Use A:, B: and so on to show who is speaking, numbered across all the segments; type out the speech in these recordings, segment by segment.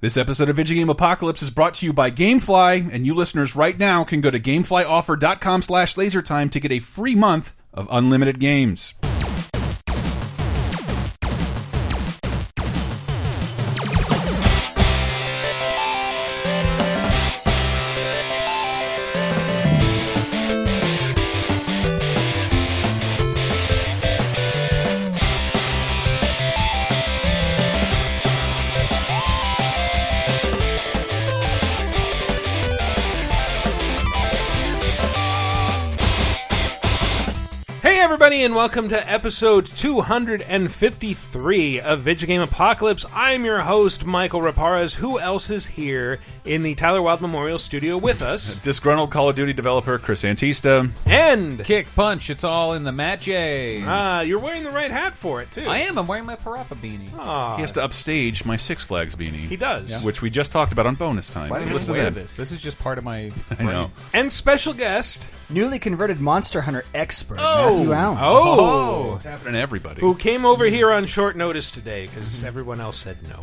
A: This episode of Video Game Apocalypse is brought to you by GameFly, and you listeners right now can go to gameflyoffer.com slash lasertime to get a free month of unlimited games.
B: Hey, everybody, and welcome to episode 253 of Video Game Apocalypse. I'm your host, Michael Raparez. Who else is here in the Tyler Wild Memorial Studio with us?
A: Disgruntled Call of Duty developer Chris Antista.
B: And
C: Kick, punch, it's all in the match. eh?
B: uh, you're wearing the right hat for it, too. Ah.
C: I am. I'm wearing my Parappa beanie.
B: Aw,
A: He has to upstage my Six Flags beanie.
B: he does.
A: Which we just talked about on bonus time.
C: Why
A: So
C: did I just
A: listen to
C: wear
A: that.
C: this? This is just part of my.
A: I know.
B: And special guest,
D: Newly converted Monster Hunter expert Matthew Allen.
B: oh,
A: It's happening to everybody. Mm-hmm.
B: who came over here on short notice today because everyone else said no.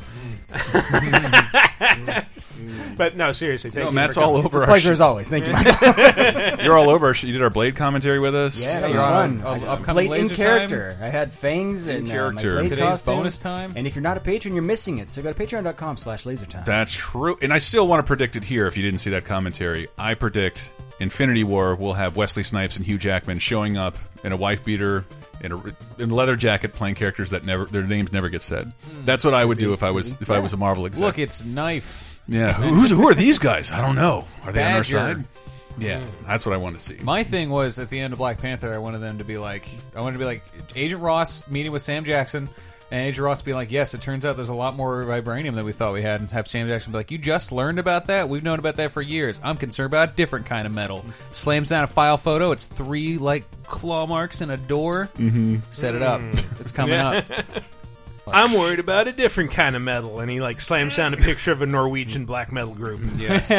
B: but no, seriously, thank
A: Mm-hmm. No,
B: you.
A: Matt's
B: for coming.
A: all over our
D: Pleasure as always. Thank you. Michael.
A: You're all over our sh You did our Blade commentary with us.
D: yeah,
C: Yeah,
D: that was
C: you're on up-
D: fun. I-
C: upcoming
D: played in
C: laser
D: character. I had fangs and uh, my
A: character.
D: blade
C: Today's
D: costume.
C: bonus time?
D: And if you're not a patron, you're missing it. So go to patreon.com slash lasertime.
A: That's true. And I still want to predict it here if you didn't see that commentary. I predict Infinity War will have Wesley Snipes and Hugh Jackman showing up in a wife beater and a, in a leather jacket playing characters that never their names never get said.
C: Hmm.
A: That's what I would do if I was if I was a Marvel exec.
C: Look, it's knife.
A: yeah, Who- who's, who are these guys? I don't know. Are they on our
C: Badger. Hmm.
A: side? Yeah, that's what I want to see.
C: My thing was at the end of Black Panther, I wanted them to be like, I wanted to be like Agent Ross meeting with Sam Jackson, and Agent Ross being like, "Yes, it turns out there's a lot more vibranium than we thought we had," and have Sam Jackson be like, "You just learned about that? We've known about that for years. I'm concerned about a different kind of metal." Slams down a file photo. It's three like claw marks in a door. Mm-hmm. Set it up. It's coming
B: Yeah.
C: up.
B: Mm. I'm worried about a different kind of metal. And he like slams down a picture of a Norwegian black metal group.
A: Yes.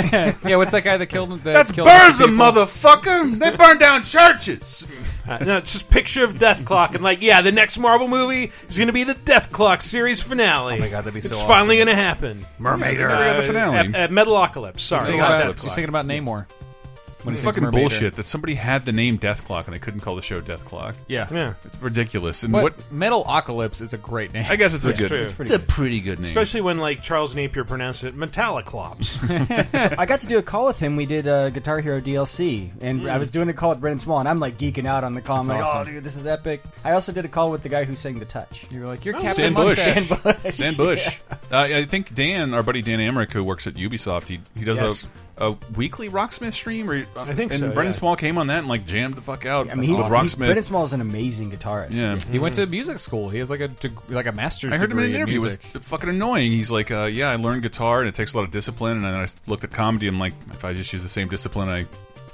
C: yeah, what's that guy that killed? That
A: That's
C: killed a bunch
A: Burza,
C: of people?
A: motherfucker! They burned down churches!
B: Uh, no, it's just picture of Death Clock and like, yeah, the next Marvel movie is going to be the Death Clock series finale.
C: Oh my God, that'd be so
B: It's
C: awesome.
B: finally going to happen.
A: Mermaid! Never got the finale.
B: Uh, at- at Metalocalypse. Sorry,
C: Thinking
A: God,
B: not
C: about-
B: Death
A: Deathclaw.
C: Just
B: Clock.
C: thinking about Namor. When
A: It's
C: he
A: fucking
C: sings Mermaid.
A: bullshit that somebody had the name Death Clock and they couldn't call the show Death Clock.
C: Yeah.
B: Yeah,
A: It's ridiculous. And
C: But
A: what
C: Metal Ocalypse is a great name.
A: I guess it's a
B: it's
A: good.
B: true.
A: It's, a pretty good name.
B: especially when like Charles Napier pronounced it Metalloclops.
D: I got to do a call with him. We did uh, Guitar Hero DLC, and I was doing a call with Brendan Small, and I'm like geeking out on the call. I'm
C: That's
D: like,
C: awesome.
D: oh, dude, this is epic. I also did a call with the guy who sang The Touch.
C: You're like, you're Captain
A: Oh, Stan Bush.
C: Mustache.
A: Dan Bush. Uh, I think Dan, our buddy Dan Amrick, who works at Ubisoft, he he does
B: Yes.
A: a, a weekly Rocksmith stream. Or, I
B: think
A: and
B: so,
A: Brendan
B: yeah.
A: Small came on that and like jammed the fuck out
D: I mean,
A: with
D: he's, he's,
A: Rocksmith.
D: Brendan Small is an amazing guitarist.
A: yeah.
C: He went to music school. He has like a deg- like a master's
A: I heard him
C: degree
A: in an interview. It was
C: music.
A: fucking annoying. He's like, uh, "Yeah, I learned guitar, and it takes a lot of discipline." And then I looked at comedy, and like, if I just use the same discipline I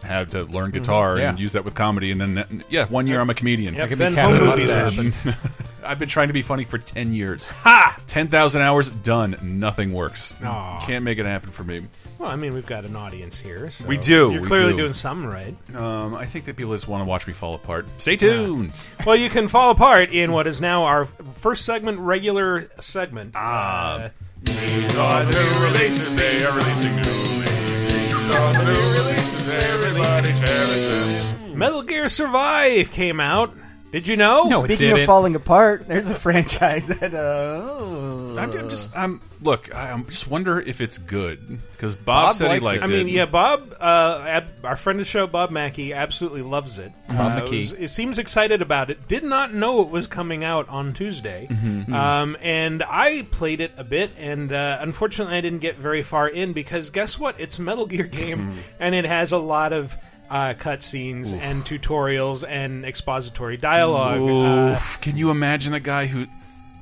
A: had to learn guitar and
C: Yeah.
A: use that with comedy, and then that, yeah, one year I'm a comedian.
B: Mm-hmm. Yep,
C: could be
B: then
C: Captain
B: home movies
C: Mustache.
B: happen.
A: I've been trying to be funny for ten years.
B: Ha!
A: Ten thousand hours done. Nothing works.
B: Aw.
A: Can't make it happen for me.
B: Well, I mean, we've got an audience here. so
A: We do,
B: You're
A: we
B: clearly
A: do.
B: doing something right.
A: Um, I think that people just want to watch me fall apart. Stay tuned.
B: Well, you can fall apart in what is now our first segment, regular segment. Ah.
A: These are the new releases. They are releasing newly. These are the new releases. Everybody cherish them.
B: Metal Gear Survive came out. Did you know?
C: No, it
D: Oh, Speaking
C: didn't.
D: of falling apart, there's a franchise that. Uh,
A: I'm, I'm just. I'm look. I I'm just wonder if it's good because Bob,
C: Bob
A: said he
C: likes
A: liked
C: it.
A: it.
B: I mean, yeah, Bob, uh, ab- our friend of the show, Bob Mackey, absolutely loves it.
C: Bob
B: uh, it
C: McKee.
B: was- it seems excited about it. Did not know it was coming out on Tuesday.
C: Mm-hmm,
B: Um, and I played it a bit, and uh, unfortunately, I didn't get very far in because guess what? It's a Metal Gear game,
C: Mm-hmm.
B: and it has a lot of. Uh, cutscenes and tutorials and expository dialogue. Uh,
A: Oof, can you imagine a guy who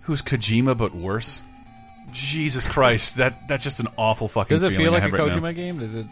A: who's Kojima but worse? Jesus Christ, that that's just an awful fucking.
C: Does it feel
A: feeling I
C: like a
A: have right now.
C: Kojima game? Does it?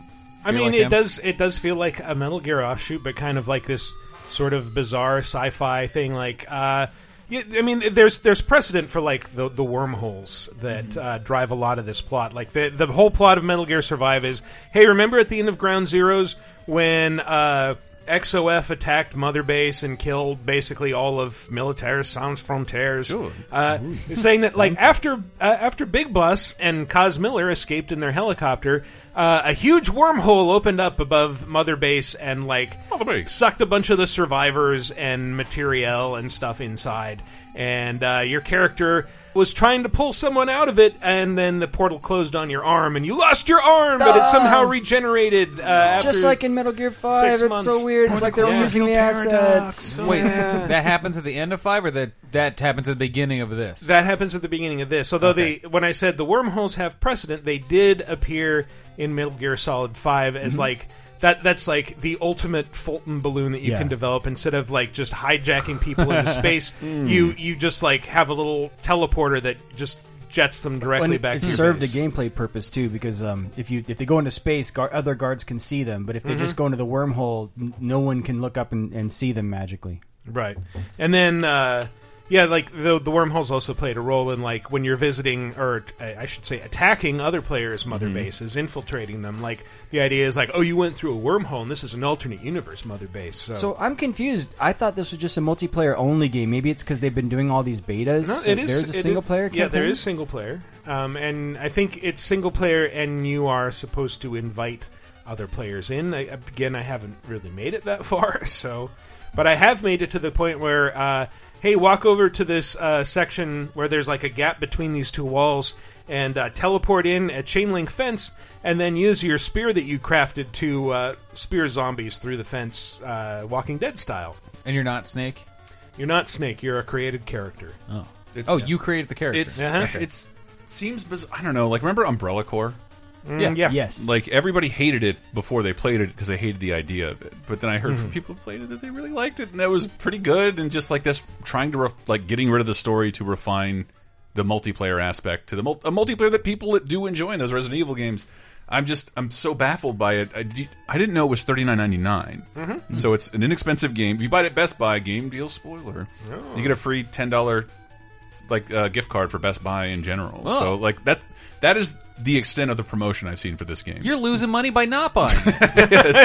B: I
C: feel
B: mean,
C: like
B: it
C: him?
B: does. It does feel like a Metal Gear offshoot, but kind of like this sort of bizarre sci-fi thing. Like, uh, y- I mean, there's there's precedent for like the the wormholes that
C: Mm-hmm.
B: uh, drive a lot of this plot. Like the the whole plot of Metal Gear Survive is, hey, remember at the end of Ground Zeroes when. Uh, XOF attacked Mother Base and killed basically all of Militaires Sans Frontières.
A: Sure.
B: Uh, saying that, like, after uh, after Big Bus and Cos Miller escaped in their helicopter, uh, a huge wormhole opened up above Mother Base and, like,
A: Mother Base.
B: sucked a bunch of the survivors and materiel and stuff inside. And uh, your character was trying to pull someone out of it, and then the portal closed on your arm, and you lost your arm, but it somehow regenerated. Uh, after...
D: Ah. Just like in Metal Gear Five,
B: six
D: it's
B: months.
D: so weird. It's like they're
B: Yeah.
D: using the assets.
C: Wait, that happens at the end of five, or that that happens at the beginning of this?
B: That happens at the beginning of this. Although they, when I said the wormholes have precedent, they did appear in Metal Gear Solid Five
C: Mm-hmm.
B: as like that. That's like the ultimate Fulton balloon that you
D: Yeah.
B: can develop. Instead of like just hijacking people into space,
C: Hmm.
B: you you just like have a little teleporter that just jets them directly
D: And
B: back
D: it
B: to your
D: served
B: base.
D: a gameplay purpose too, because um, if you if they go into space, gar- other guards can see them. But if they
B: Mm-hmm.
D: just go into the wormhole, n- no one can look up and, and see them magically.
B: Right. And then, uh, yeah, like the, the wormholes also played a role in like when you're visiting, or uh, I should say, attacking other players' mother
D: Mm-hmm.
B: bases, infiltrating them. Like the idea is like, oh, you went through a wormhole, and this is an alternate universe mother base. So,
D: So I'm confused. I thought this was just a multiplayer only game. Maybe it's because they've been doing all these betas.
B: No,
D: so
B: it is
D: There's a
B: it
D: single
B: is-
D: player.
B: Yeah, there
D: campaign?
B: is single player, um, and I think it's single player, and you are supposed to invite other players in. I, again, I haven't really made it that far, so, but I have made it to the point where, uh, hey, walk over to this uh, section where there's like a gap between these two walls, and uh, teleport in a chain link fence, and then use your spear that you crafted to uh, spear zombies through the fence, uh, Walking Dead style.
C: and you're not Snake.
B: You're not Snake. You're a created character.
A: It's,
C: Oh, you created the character.
A: It's
B: Uh-huh.
A: it's seems biz- I don't know. Like remember Umbrella Corps?
C: yeah.
D: Yes.
A: Like everybody hated it before they played it because they hated the idea of it. But then I
C: Mm-hmm.
A: heard from people who played it that they really liked it and that was pretty good. And just like this, trying to ref- like getting rid of the story to refine the multiplayer aspect to the mul a multiplayer that people that do enjoy in those Resident Evil games. I'm just I'm so baffled by it. I, d- I didn't know it was thirty nine ninety nine. So it's an inexpensive game. If you buy it at Best Buy, game deal spoiler, you get a free ten dollar like uh, gift card for Best Buy in general.
C: Oh.
A: So like that that is the extent of the promotion I've seen for this game.
C: You're losing money by not buying.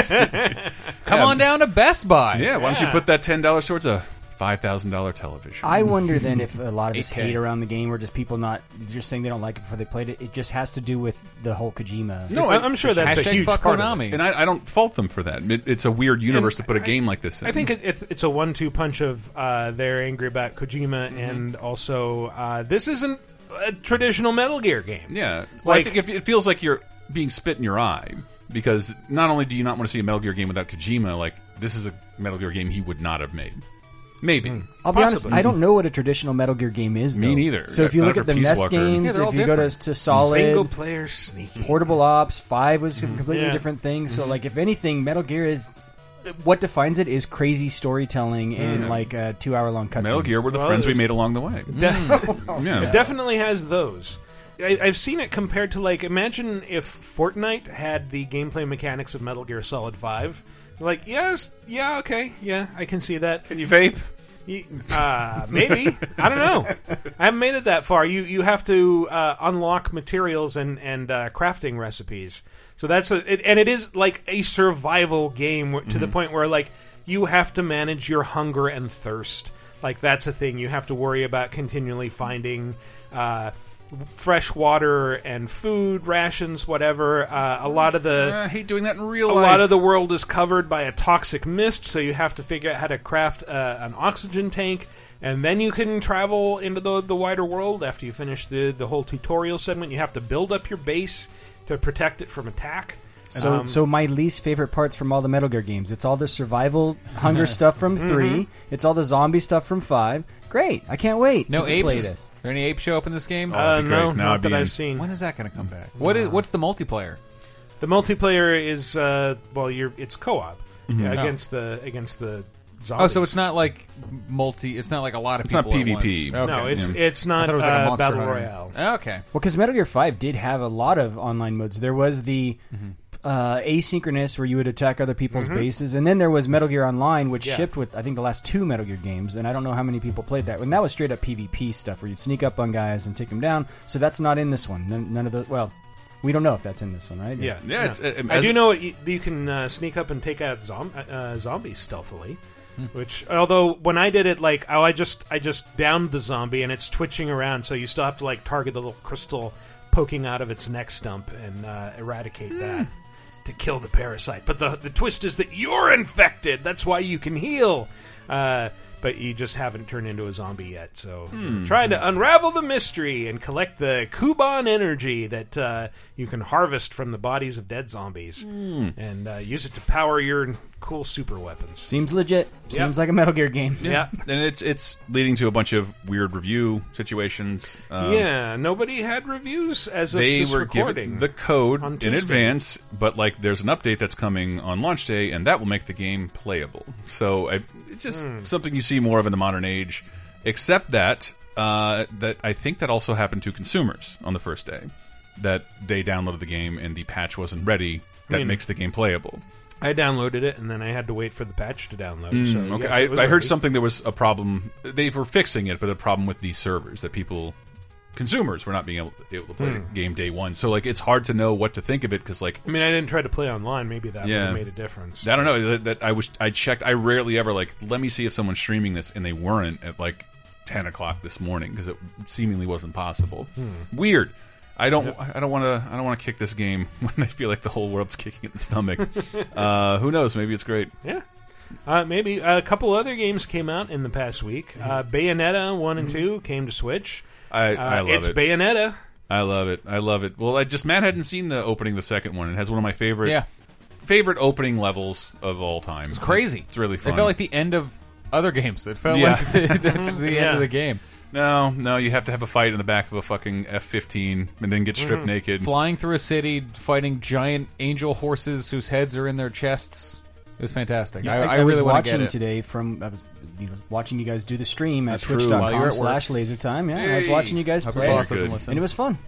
C: Come on down to Best Buy.
A: yeah, why don't you
B: Yeah.
A: put that ten dollars towards a five thousand dollar television?
D: I wonder then if a lot of this
C: 8K.
D: hate around the game, or just people not just saying they don't like it before they played it, it just has to do with the whole Kojima.
A: no,
B: I'm sure that's a
C: Hashtag
B: huge
C: fuck
B: part of it.
C: Konami.
A: and I, I don't fault them for that. It, it's a weird universe
B: And
A: to put a
B: I-
A: game like this in.
B: I think it, it's it's a one-two punch of uh, they're angry about
A: Mm-hmm.
B: Kojima, and also uh, this isn't a traditional Metal Gear game.
A: yeah. Well, I
B: like-
A: think if, it feels like you're being spit in your eye because not only do you not want to see a Metal Gear game without Kojima, like this is a Metal Gear game he would not have made. Maybe.
D: I'll be honest,
B: Possibly.
D: I don't know what a traditional Metal Gear game is.
A: Me
D: though.
A: neither.
D: So if you
A: Not
D: look
A: for
D: at the
A: Peace
D: NES
A: Walker.
D: games,
C: Yeah, they're
D: if you
C: all
D: go to,
C: different.
D: to Solid,
B: Single-player sneaky.
D: Portable Ops, Five was a
C: Mm-hmm.
D: completely
B: Yeah.
D: different thing. So like, if anything, Metal Gear is what defines it is crazy storytelling and like uh, two hour long cutscenes. Mm.
A: Metal Gear were the
B: Well,
A: friends we
B: it's-
A: made along the way.
B: De-
A: Mm. Yeah.
B: It definitely has those. I, I've seen it compared to like imagine if Fortnite had the gameplay mechanics of Metal Gear Solid Five. Like yes, yeah, okay, yeah, I can see that.
A: Can you vape?
B: You- Uh, maybe I don't know. I haven't made it that far. You you have to uh, unlock materials and and uh, crafting recipes. So that's a, it, and it is like a survival game wh- to the point where like you have to manage your hunger and thirst. Like that's a thing you have to worry about continually finding. Uh, fresh water and food rations whatever uh, a lot of the
A: I hate doing that in real
B: a
A: life.
B: lot of the world is covered by a toxic mist, so you have to figure out how to craft uh, an oxygen tank, and then you can travel into the, the wider world after you finish the, the whole tutorial segment. You have to build up your base to protect it from attack. Um,
D: So, so my least favorite parts from all the Metal Gear games, it's all the survival hunger stuff from 3 It's all the zombie stuff from five. Great, I can't wait.
C: no
D: to
C: apes.
D: Play
C: Are
D: this.
C: there any ape show up in this game?
A: Oh,
B: Uh,
A: that'd be great.
B: no,
A: Now I'd
B: not
A: be
B: that
A: in.
B: I've seen.
C: when is that going to come back? What is, what's the multiplayer?
B: The multiplayer is uh, well, you're it's co-op yeah,
C: Oh.
B: against the against the zombies.
C: Oh, so it's not like multi. It's not like a lot of
A: It's not
C: people. at once.
A: PvP.
C: Okay.
B: no, it's
A: yeah.
B: it's
C: I
B: not
C: thought it was like a
B: uh,
C: Monster
B: battle
C: Hunter.
B: royale.
C: Okay.
D: Well, because Metal Gear Five did have a lot of online modes. There was the uh, asynchronous where you would attack other people's bases, and then there was Metal Gear Online, which
B: Yeah.
D: shipped with I think the last two Metal Gear games, and I don't know how many people played that. And that was straight up PvP stuff where you'd sneak up on guys and take them down. So that's not in this one. None, none of the well. We don't know if that's in this one, right?
B: Yeah,
A: Yeah, it's- it- it-
B: I
A: as-
B: do know it, you, you can uh, sneak up and take out zom- uh, zombies stealthily. Which, although when I did it, like oh, I just I just downed the zombie and it's twitching around, so you still have to like target the little crystal poking out of its neck stump and uh, eradicate that to kill the parasite. But the the twist is that you're infected. That's why you can heal. Uh, but you just haven't turned into a zombie yet, so trying to unravel the mystery and collect the Kuban energy that uh, you can harvest from the bodies of dead zombies and uh, use it to power your cool super weapons.
D: Seems legit. Seems like a Metal Gear game.
B: Yeah.
A: and it's it's leading to a bunch of weird review situations. Um,
B: yeah, nobody had reviews as of
A: they
B: this
A: were
B: recording.
A: given the code
B: on
A: in
B: Tuesday.
A: advance, but like there's an update that's coming on launch day, and that will make the game playable. So I, it's just
B: Hmm.
A: something you see more of in the modern age, except that uh, that I think that also happened to consumers on the first day, that they downloaded the game and the patch wasn't ready. That
B: mean-
A: makes the game playable.
B: I downloaded it and then I had to wait for the patch to download. so
A: Hmm, Mm, Okay,
B: yes,
A: I,
B: it was
A: I heard
B: already-
A: something. There was a problem. They were fixing it, but a problem with the servers that people, consumers, were not being able, able to play
B: Hmm.
A: the game day one. So like, it's hard to know what to think of it because like
B: I mean, I didn't try to play online. Maybe that
A: Yeah.
B: would have made a difference.
A: I don't know that, that I was I checked. I rarely ever like let me see if someone's streaming this, and they weren't at like ten o'clock this morning because it seemingly wasn't possible.
B: Hmm.
A: Weird. I don't. I don't want to. I don't want to kick this game when I feel like the whole world's kicking it in the stomach. uh, who knows? Maybe it's great.
B: Yeah. Uh, maybe a couple other games came out in the past week.
A: Hmm.
B: Uh, Bayonetta 1 and 2 came to Switch.
A: I,
B: Uh,
A: I love
B: it's
A: it.
B: Bayonetta.
A: I love it. I love it. Well, I just Matt hadn't seen the opening of the second one. It has one of my favorite
C: Yeah.
A: favorite opening levels of all time. It's
C: Crazy.
A: It's really fun.
C: It felt like the end of other games. It felt
A: Yeah.
C: like the, that's the end
B: Yeah.
C: of the game.
A: no, no, you have to have a fight in the back of a fucking F-15 and then get stripped naked.
C: Mm-hmm. Flying through a city, fighting giant angel horses whose heads are in their chests. It was fantastic. I, I,
D: was
C: really want to
D: watching
C: get it.
D: today from I was you know, watching you guys do the stream at
A: That's true. While
C: you were
D: twitch.com
C: at
D: slash laser time. Yeah, I was
A: Hey.
D: watching you guys
C: Hope
D: play.
C: your boss
A: Very
C: doesn't
A: good.
C: listen.
D: and it was fun.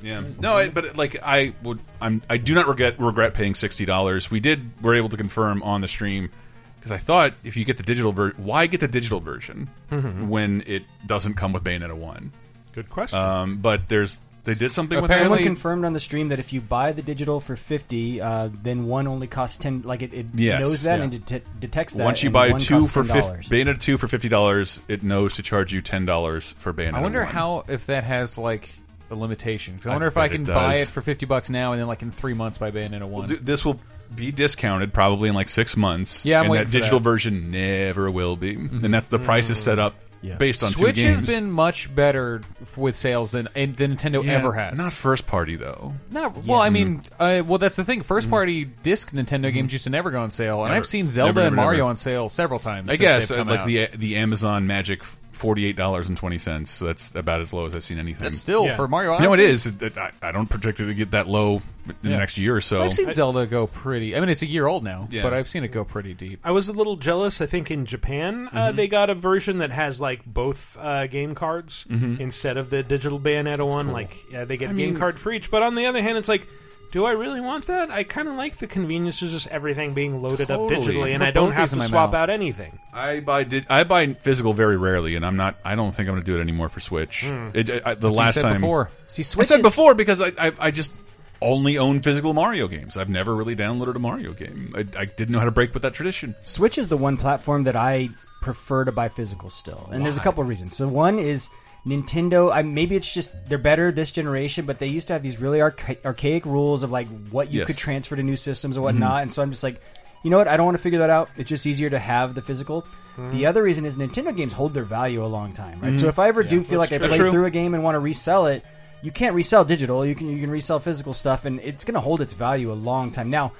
A: Yeah. No, I, but like I would, I'm I do not regret regret paying sixty dollars. We did were able to confirm on the stream because I thought if you get the digital version, why get the digital version
C: Mm-hmm.
A: when it doesn't come with Bayonetta one?
B: Good question.
A: Um, but there's they did something with
C: Apparently-
A: that.
D: Someone confirmed on the stream that if you buy the digital for fifty, uh, then one only costs ten. Like it, it
A: Yes,
D: knows that
A: yeah.
D: and det- detects that.
A: Once you
D: and
A: buy
D: one
A: two
D: costs
A: for fif-
D: $10.
A: Bayonetta two for fifty dollars, it knows to charge you ten dollars for Bayonetta.
C: I wonder
A: 1.
C: how if that has like a limitation. 'Cause I
A: I
C: wonder if I
A: bet
C: can
A: it
C: buy it
A: does.
C: for fifty bucks now, and then like in three months buy Bayonetta one.
A: Th- this will be discounted probably in like six months.
C: Yeah, I'm
A: and
C: waiting
A: that
C: for
A: digital
C: that. Mm-hmm.
A: version never will be, and that's the price is set up
D: Yeah.
A: based on
C: Switch
A: two games.
C: has been much better f- with sales than and, than Nintendo
A: Yeah,
C: ever has.
A: Not first party though.
C: Not- well, I mean, uh, well, that's the thing. First party disc Nintendo games used to never go on sale, and
A: Never.
C: I've seen Zelda
A: Never,
C: and
A: never,
C: Mario
A: never.
C: on sale several times.
A: I
C: since
A: guess
C: they've
A: uh,
C: come
A: like
C: out.
A: the the Amazon Magic forty eight dollars and twenty cents. So that's about as low as I've seen anything.
C: That's still
B: Yeah.
C: for Mario. Odyssey,
A: no, it is. It- it- I, I don't predict it to get that low in the
C: Yeah.
A: next year or so.
C: I've seen Zelda go pretty. I mean, it's a year old now,
A: Yeah.
C: but I've seen it go pretty deep.
B: I was a little jealous. I think in Japan
C: Mm-hmm.
B: uh, they got a version that has like both uh, game cards
C: Mm-hmm.
B: instead of the digital Bayonetta one. Like yeah, they get a game card for each. But on the other hand, it's like, do I really want that? I kind of like the convenience of just everything being loaded up
A: Totally.
B: digitally, and
C: Put
B: I don't
C: both
B: have
C: these in
B: to
C: my
B: swap
C: mouth.
B: out anything.
A: I buy di I buy physical very rarely, and I'm not. I don't think I'm going to do it anymore for Switch.
C: Hmm.
A: It, I, I- the
C: You
A: last
C: said
A: time
C: before.
D: See,
A: I
D: Switch
A: said
D: is-
A: before because I, I I just only own physical Mario games. I've never really downloaded a Mario game. I, I didn't know how to break with that tradition.
D: Switch is the one platform that I prefer to buy physical still, and there's a couple of reasons. So one is Nintendo. I, maybe it's just they're better this generation, but they used to have these really archa- archaic rules of like what you
A: Yes. Mm-hmm.
D: could transfer to new systems and whatnot. And so I'm just like, you know what? I don't want to figure that out. It's just easier to have the physical.
A: Mm-hmm.
D: The other reason is Nintendo games hold their value a long time, right? So if I ever do feel like I
A: true.
D: played
A: True.
D: through a game and want to resell it. You can't resell digital. You can you can resell physical stuff, and it's going to hold its value a long time. Now,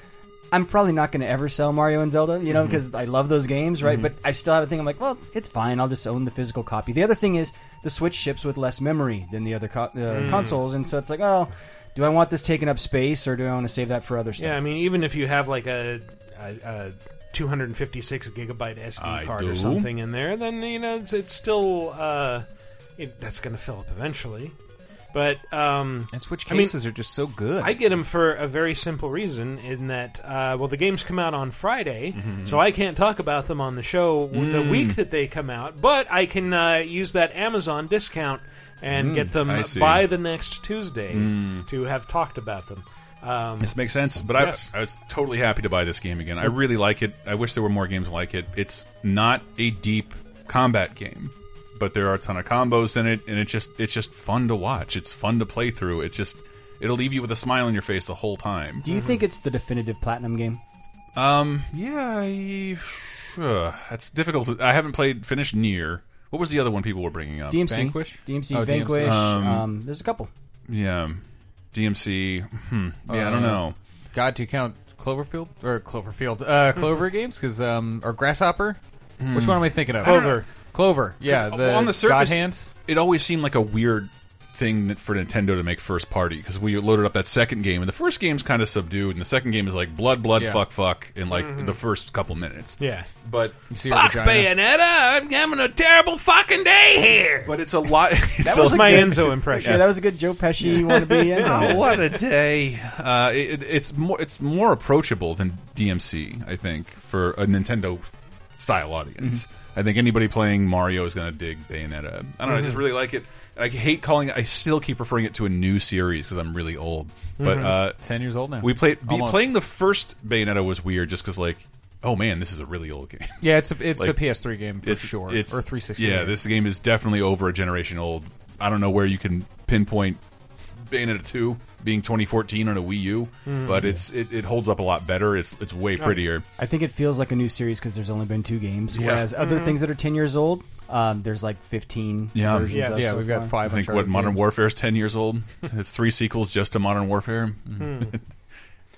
D: I'm probably not going to ever sell Mario and Zelda, you know, because I love those games, right? But I still have a thing. I'm like, well, it's fine. I'll just own the physical copy. The other thing is the Switch ships with less memory than the other co- uh, consoles, and so it's like, oh, do I want this taking up space, or do I want to save that for other stuff?
B: Yeah, I mean, even if you have like a. a, a 256 gigabyte SD
A: I
B: card
A: do.
B: or something in there, then you know it's, it's still uh, it, that's going to fill up eventually. But um,
C: And Switch
B: I mean-
C: cases are just so good.
B: I get them for a very simple reason in that, uh, well, the games come out on Friday,
A: Mm-hmm.
B: so I can't talk about them
A: Mm.
B: on the show w the week that they come out, but I can uh, use that Amazon discount and get them
A: Mm, I see. Mm.
B: by the next Tuesday
A: Hmm.
B: to have talked about them. Um,
A: This makes sense, but
B: Yes.
A: I, I was totally happy to buy this game again. I really like it. I wish there were more games like it. It's not a deep combat game, but there are a ton of combos in it, and it's just it's just fun to watch. It's fun to play through. It's just it'll leave you with a smile on your face the whole time.
D: Do you think it's the definitive platinum game?
A: Um, yeah, I, uh, that's difficult. to- I haven't played finished near. What was the other one people were bringing up?
D: DMC,
C: Vanquish?
D: DMC,
C: Oh, DMC.
D: Vanquish.
A: Um,
D: Um, there's a couple.
A: yeah, DMC. Hmm. Yeah, I don't
C: Uh,
A: know.
C: God, do you count Cloverfield or Cloverfield uh,
B: Mm-hmm.
C: Clover games? Because um, or Grasshopper?
B: Hmm.
C: Which one am I thinking of?
A: I don't know.
C: Clover. Yeah,
A: 'Cause
C: the,
A: on the surface-
C: God Hand.
A: it always seemed like a weird thing that for Nintendo to make first party because we loaded up that second game and the first game's kind of subdued and the second game is like blood, blood,
C: Yeah.
A: fuck, fuck in like the first couple minutes.
B: yeah.
A: But
C: See
B: Fuck
C: your vagina.
B: Bayonetta! I'm having a terrible fucking day here.
A: but it's a lot. It's
B: that was
A: a,
B: my
D: good-
B: Enzo impression.
D: Yeah, that was a good Joe Pesci want to be.
A: Oh,
D: Enzo.
A: what a day! Uh, it, it- it's more it's more approachable than DMC, I think, for a Nintendo style audience.
C: Mm-hmm.
A: I think anybody playing Mario is going to dig Bayonetta. I don't know. I just really like it. And I hate calling. it I still keep referring it to a new series because I'm really old. But uh,
C: Ten years old now.
A: we played be,
C: Almost.
A: playing the first Bayonetta was weird just because like oh man this is a really old game.
C: Yeah, it's a, it's
A: like,
C: a PS3 game for sure,
A: it's-
C: or 360.
A: Yeah,
C: game.
A: this game is definitely over a generation old. I don't know where you can pinpoint Bayonetta two being 2014 on a Wii U, but it's it, it holds up a lot better. It's it's way prettier.
D: I think it feels like a new series because there's only been two games.
A: Yeah.
D: Whereas
B: Mm-hmm.
D: other things that are 10 years old, um, there's like 15
A: Yeah.
D: versions.
B: Yes.
D: of
C: yeah,
D: so
C: we've
D: far.
C: got five.
A: I think what
C: Uncharted
A: Modern
C: games.
A: Warfare is 10 years old. It's three sequels just to Modern Warfare.
B: Hmm.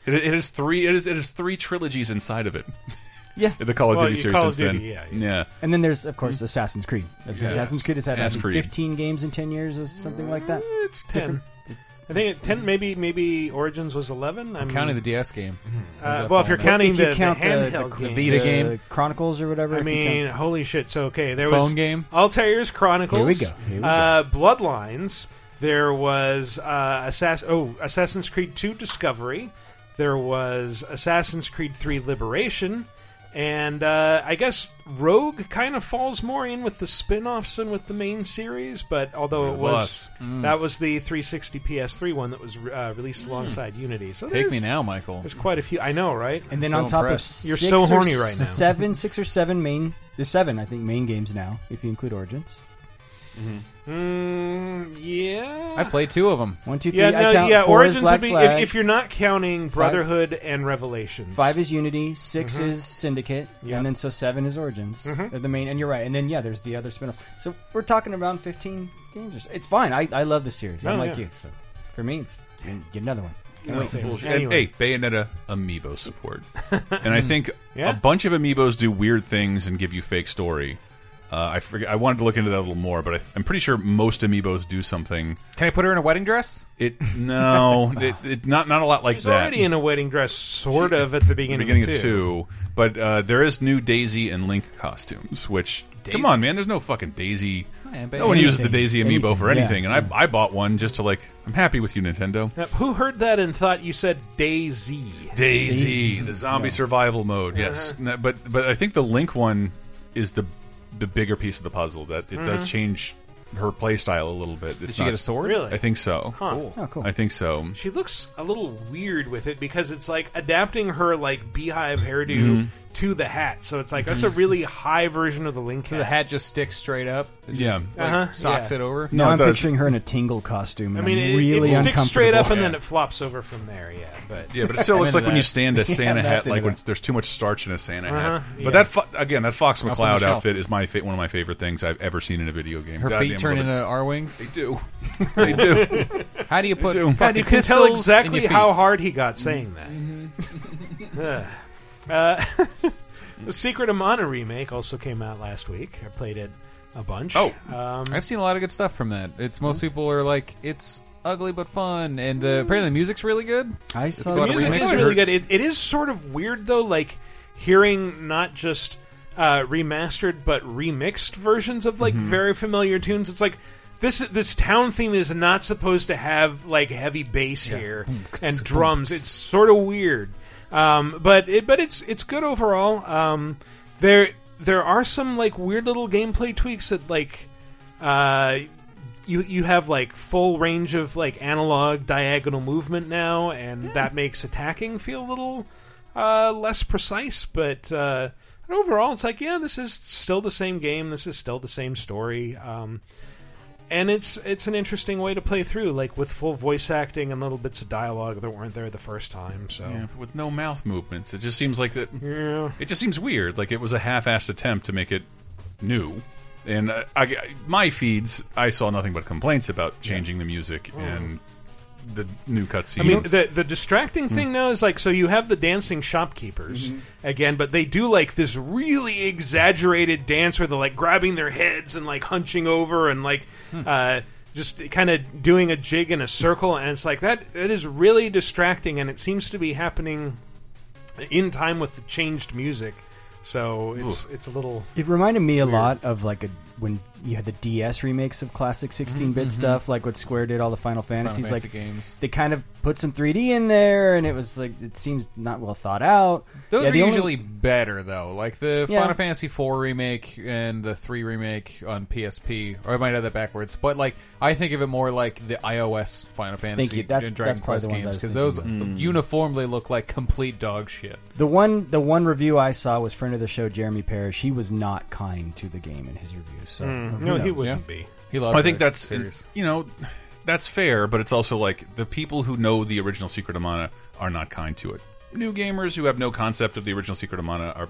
A: it, it is three. It is it is three trilogies inside of it.
D: Yeah.
A: The Call of
B: Well,
A: Duty
B: you-
A: series
B: Call of
A: since
B: Duty,
A: then.
B: yeah, Mm-hmm. yeah.
A: yeah.
D: And then there's of course Assassin's Creed. That's
A: Yes.
D: Assassin's Creed has had I
A: Assassin's
D: think,
A: Creed.
D: 15 games in 10 years or something like that.
B: Eh, It's ten. I think it- ten, maybe maybe Origins was eleven. I'm
C: Counting the DS game.
B: Uh, well, if you're counting
D: Mm-hmm. if you
B: the,
D: count
B: the
D: the- the
B: handheld
D: cr-
B: game,
C: Vita
D: The
C: game.
D: Chronicles or whatever.
B: I
D: if you
B: mean,
D: count-
B: holy shit! So okay, there
C: Phone
B: was
C: game?
B: Altair's Chronicles.
D: Here we go, here we go.
B: Uh, Bloodlines. There was uh, Assass- oh, Assassin's Creed Two Discovery. There was Assassin's Creed Three Liberation, and uh, I guess Rogue kind of falls more in with the spin-offs than with the main series. But although it was
C: Mm.
B: that was the 360 PS3 one that was uh, released alongside Unity. So
C: Hmm. Take me
B: there's-
C: now, Michael.
B: There's quite a few. I know, right?
D: and then
C: so
D: on top
C: impressed.
D: of
B: You're
D: six
B: so
D: or
B: horny right now.
D: Seven, six or seven main. There's seven, I think, main games now if you include Origins.
C: Mm-hmm.
B: Mm, yeah.
C: I played two of them.
D: One, two, three.
B: yeah,
D: I
B: no,
D: count
B: yeah.
D: four
B: Origins
D: as
B: would
D: Black
B: be
D: Flag.
B: if, if you're not counting Brotherhood and Revelations.
D: Five is Unity, 6 is Syndicate,
B: Mm-hmm. Yep. Mm-hmm.
D: and then so seven is Origins. They're the main, and you're right. And then yeah, there's the other spin-offs. So we're talking around 15 games. Or so. It's fine. I, I love the series.
B: No,
D: I'm like
B: Oh, yeah.
D: you. So for me, it's, get another one.
B: Nothing.
A: Bullshit. And,
B: Anyway.
A: hey, Bayonetta amiibo support. and I think
B: Yeah.
A: a bunch of amiibos do weird things and give you fake story. Uh, I forget, I wanted to look into that a little more, but I, I'm pretty sure most amiibos do something.
C: Can I put her in a wedding dress?
A: It no, it, it, not not a lot like
B: She's
A: that.
B: already in a wedding dress, sort of, at the
A: the
B: beginning,
A: beginning
B: of,
A: of
B: two.
A: two, but uh, there is new Daisy and Link costumes. Which come on, man, there's no fucking Daisy.
C: Oh, Yeah, but
A: No one uses the
D: anything.
A: Daisy amiibo
D: Anything,
A: for
D: yeah,
A: anything, and I I bought one just to like. I'm happy with you, Nintendo.
B: Now, who heard that and thought you said Daisy?
A: Daisy, the zombie survival mode. Yes,
B: Uh-huh.
A: No, but but I think the Link one is the the bigger piece of the puzzle. That it
B: Uh-huh.
A: does change her play style a little bit.
C: Did she get a sword?
B: Really?
A: I think so.
B: Huh.
C: Cool.
D: Oh, cool.
A: I think so.
B: She looks a little weird with it because it's like adapting her like beehive hairdo
C: Mm-hmm.
B: to the hat. So it's like that's a really high version of the Link
C: So the hat just sticks straight up. It just,
A: Yeah.
C: like,
B: Uh-huh,
C: Socks
B: yeah.
C: it over.
D: Now
A: it
D: I'm
A: does.
D: picturing her in a tingle costume.
B: I
D: And I
B: mean,
D: am
B: it,
D: really
B: it sticks straight up
D: uncomfortable.
B: and then
A: Yeah.
B: it flops over from there. Yeah, but
A: Yeah, but it still looks
C: into
A: like when you
C: that.
A: stand a Santa
D: that's
A: hat, like
D: into
A: when
D: that.
A: there's too much starch in a Santa
B: Uh-huh,
A: hat.
B: yeah.
A: But that fo again, that Fox
C: the
A: McCloud
C: shelf.
A: outfit is my fa one of my favorite things I've ever seen in a video game.
C: Her
A: Goddamn,
C: feet turn
A: I love
C: into
A: it.
C: R wings.
A: They do. they do.
C: How do you put?
A: do.
C: fucking
B: God, you can
C: pistols
B: tell
C: in
B: exactly
C: your feet? Mm-hmm.
B: how hard he got saying that. Ugh. uh, the Secret of Mana remake also came out last week. I played it a bunch.
A: Oh.
B: um,
C: I've seen a lot of good stuff from that. It's
B: Mm-hmm.
C: most people are like, it's ugly but fun, and uh, apparently the music's really good.
D: I
C: a
D: saw
C: lot
D: the
C: of
B: music
C: remixes.
B: is really good. It, it is sort of weird though, like hearing not just uh, remastered but remixed versions of like
D: Mm-hmm.
B: very familiar tunes. It's like. This, this town theme is not supposed to have like heavy bass here and drums. It's sort of weird, um, but it, but it's it's good overall. Um, there there are some like weird little gameplay tweaks that like uh, you you have like full range of like analog diagonal movement now, and that makes attacking feel a little uh, less precise. But uh, overall, it's like yeah, this is still the same game. This is still the same story. Um, and it's it's an interesting way to play through, like with full voice acting and little bits of dialogue that weren't there the first time. So
A: Yeah, with no mouth movements. It just seems like that.
B: yeah.
A: It just seems weird. Like it was a half-assed attempt to make it new. And uh, I, I- my feeds, I saw nothing but complaints about changing the music
C: Oh.
A: and the new
B: I
A: cutscenes.
B: mean, the the distracting thing now is like so you have the dancing shopkeepers again, but they do like this really exaggerated dance where they're like grabbing their heads and like hunching over and like
C: Hmm.
B: uh, just kind of doing a jig in a circle, and it's like that that is really distracting, and it seems to be happening in time with the changed music. So it's it's a little
D: It reminded me a lot of like a when you had the DS remakes of
B: Mm-hmm,
D: classic 16-bit stuff, like what Square did all the Final Fantasies.
C: Fantasy
D: like
C: games.
D: they kind of put some 3D in there, and it was like it seems not well thought out.
C: Those
D: Yeah,
C: are
D: the only-
C: usually better though. Like the
D: Yeah.
C: Final Fantasy IV remake and the three remake on PSP, or I might have that backwards. But like I think of it more like the iOS Final Fantasy
D: you. That's-
C: and Dragon
D: that's probably
C: Quest
D: the ones I
C: games
D: was
C: because
D: thinking Mm.
C: those uniformly look like complete dog shit.
D: The one the one review I saw was friend of the show Jeremy Parrish. He was not kind to the game in his review. So
B: hmm,
D: Mm-hmm. who
B: Mm. no, he
D: knows?
B: wouldn't
C: Yeah.
B: be.
C: He loves.
A: I think
C: that
A: that's
C: series.
A: you know that's fair, but it's also like the people who know the original Secret of Mana are not kind to it. New gamers who have no concept of the original Secret of Mana are,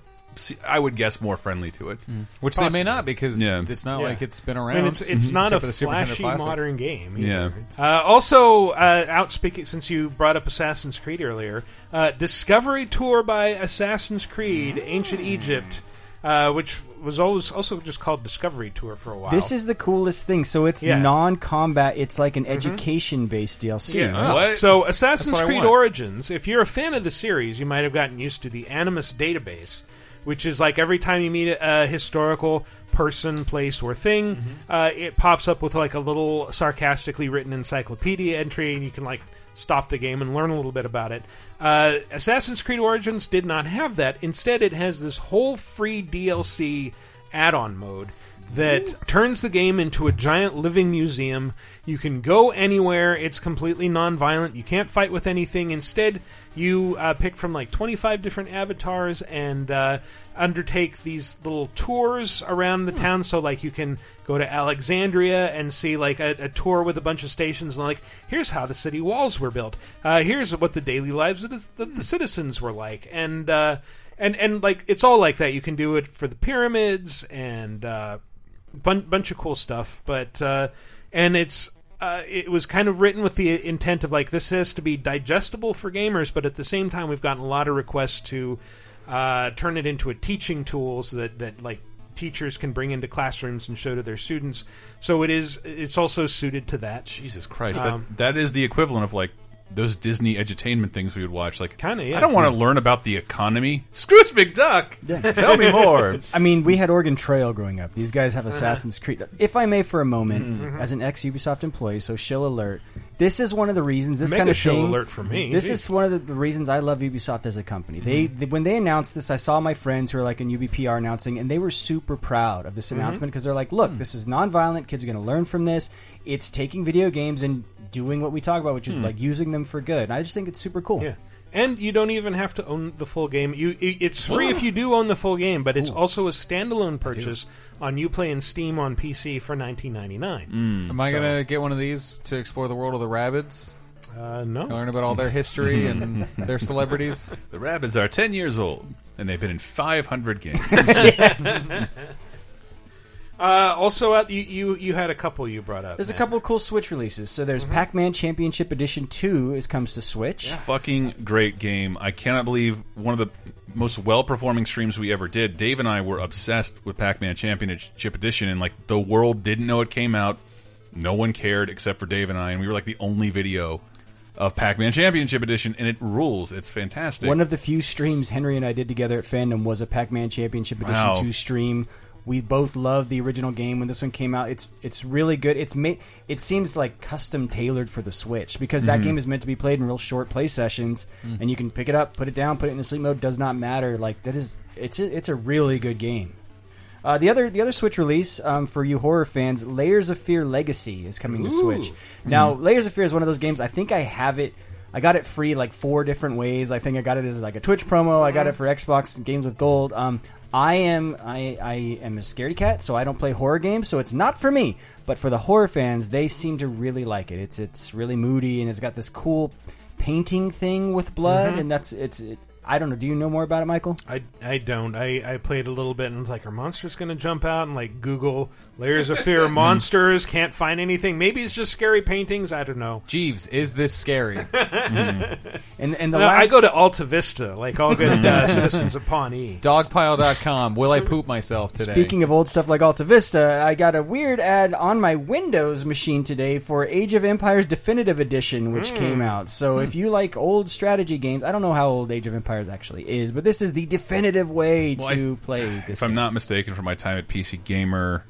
A: I would guess, more friendly to it.
C: Hmm. which they may not because
A: Yeah.
C: it's not
B: Yeah.
C: like it's been
B: I
C: around. Mm-hmm.
B: mean, it's it's not a
C: Except for the Super Nintendo
B: flashy
C: Classic.
B: modern game. Either.
A: Yeah.
B: Uh, also, uh, out speaking since you brought up Assassin's Creed earlier, uh, Discovery Tour by Assassin's Creed: Ancient Egypt, uh, which was always also just called Discovery Tour for a while.
D: This is the coolest thing. So it's
B: Yeah. Mm-hmm.
D: non-combat. It's like an education-based DLC. right?
A: Oh. What?
B: So, Assassin's
C: That's what I
B: Creed
C: want.
B: Origins, if you're a fan of the series, you might have gotten used to the Animus database, which is like every time you meet a, a historical person, place, or thing,
C: Mm-hmm.
B: uh, it pops up with like a little sarcastically written encyclopedia entry, and you can like stop the game and learn a little bit about it. Uh, Assassin's Creed Origins did not have that. Instead, it has this whole free DLC add on mode that turns the game into a giant living museum. You can go anywhere. It's completely non-violent. You can't fight with anything. Instead, you uh, pick from like 25 different avatars and uh, undertake these little tours around the town. So like you can go to Alexandria and see like a, a tour with a bunch of stations. And like here's how the city walls were built. Uh, here's what the daily lives of the, the, the citizens were like. And uh, and and like it's all like that. You can do it for the pyramids and uh, bun- bunch of cool stuff. But uh, and it's uh, it was kind of written with the intent of like this has to be digestible for gamers, but at the same time we've gotten a lot of requests to uh, turn it into a teaching tool so that that like teachers can bring into classrooms and show to their students. So it is it's also suited to that.
A: Jesus Christ,
B: Um,
A: that, that is the equivalent of like those Disney edutainment things we would watch. Like,
B: Kinda, yeah. Hmm.
A: I don't want to learn about the economy. Scrooge McDuck, tell me more.
D: I mean, we had Oregon Trail growing up. These guys have Assassin's Creed. If I may, for a moment,
B: Mm-hmm.
D: as an ex Ubisoft employee, so shill alert. This is one of the reasons this
B: Mega
D: kind of
B: shill
D: thing-
B: alert for me. Jeez.
D: This
B: Mm-hmm.
D: is one of the, the reasons I love Ubisoft as a company. They, they when they announced this, I saw my friends who are like in UBPR announcing, and they were super proud of
B: Mm-hmm.
D: this announcement because they're like,
B: Mm.
D: "Look, this is nonviolent. Kids are going to learn from this. It's taking video games and doing what we talk about, which
B: Mm.
D: is like using them for good." And I just think it's super cool.
B: Yeah. And you don't even have to own the full game. You, i- it's free if you do own the full game, but it's also a standalone purchase on UPlay and Steam on PC for 19.99.
C: Am I gonna get one of these to explore the world of the rabbits?
B: Uh, no,
C: Learn about all their history and their celebrities.
A: The rabbits are ten years old, and they've been in five hundred games.
B: Uh, also, out you, you you had a couple you brought up. Mm-hmm.
D: There's a
B: Matt.
D: couple cool Switch releases. So there's Pac-Man Championship Edition 2 is comes to Switch.
A: fucking great game. I cannot believe one of the most well performing streams we ever did. Dave and I were obsessed with Pac Man Championship Edition, and like the world didn't know it came out. No one cared except for Dave and I, and we were like the only video of Pac Man Championship Edition, and it rules. It's fantastic.
D: One of the few streams Henry and I did together at Fandom was a Pac-Man Championship Edition
A: Wow.
D: 2 stream. We both loved the original game when this one came out. It's it's really good. It's made it seems like custom tailored for the Switch because
A: Mm-hmm.
D: that game is meant to be played in real short play sessions
A: Mm.
D: and you can pick it up, put it down, put it in sleep mode, does not matter. Like that is it's a, it's a really good game. Uh, the other the other Switch release um, for you horror fans, Layers of Fear Legacy is coming to Switch. Now, Layers of Fear is one of those games. I think I have it. I got it free like four different ways. I think I got it as like a Twitch promo. I got it for Xbox and Games with Gold. Um, I am I, I am a scaredy cat, so I don't play horror games, so it's not for me. But for the horror fans, they seem to really like it. It's it's really moody and it's got this cool painting thing with blood, and that's it's. It, I don't know. Do you know more about it, Michael?
B: I, I don't. I, I played a little bit and was like, are monsters going to jump out? And like Google layers of fear
C: Mm.
B: monsters, can't find anything. Maybe it's just scary paintings. I don't know.
C: Jeeves, is this scary?
D: Mm. And and the
B: No,
D: last
B: I go to Alta Vista, like all good
C: Mm.
B: uh, citizens of Pawnee.
C: Dogpile.com. Will I poop myself today?
D: Speaking of old stuff like Alta Vista, I got a weird ad on my Windows machine today for Age of Empires Definitive Edition,
B: Hmm.
D: which came out. So if you like old strategy games, I don't know how old Age of Empires actually is, but this is the definitive way
A: Well, I-
D: to play this.
A: If I'm not mistaken, from my time at PC Gamer,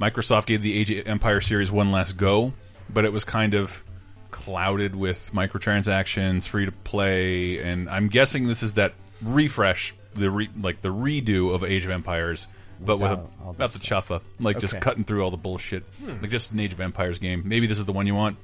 A: Microsoft gave the Age of Empire series one last go, but it was kind of clouded with microtransactions, free to play, and I'm guessing this is that refresh, the re, like the redo of Age of Empires, but
D: Without
A: with a,
D: all
A: about the
D: this
A: chuffa, like just
D: Okay.
A: cutting through all the bullshit,
B: Hmm.
A: like just an Age of Empires game. Maybe this is the one you want.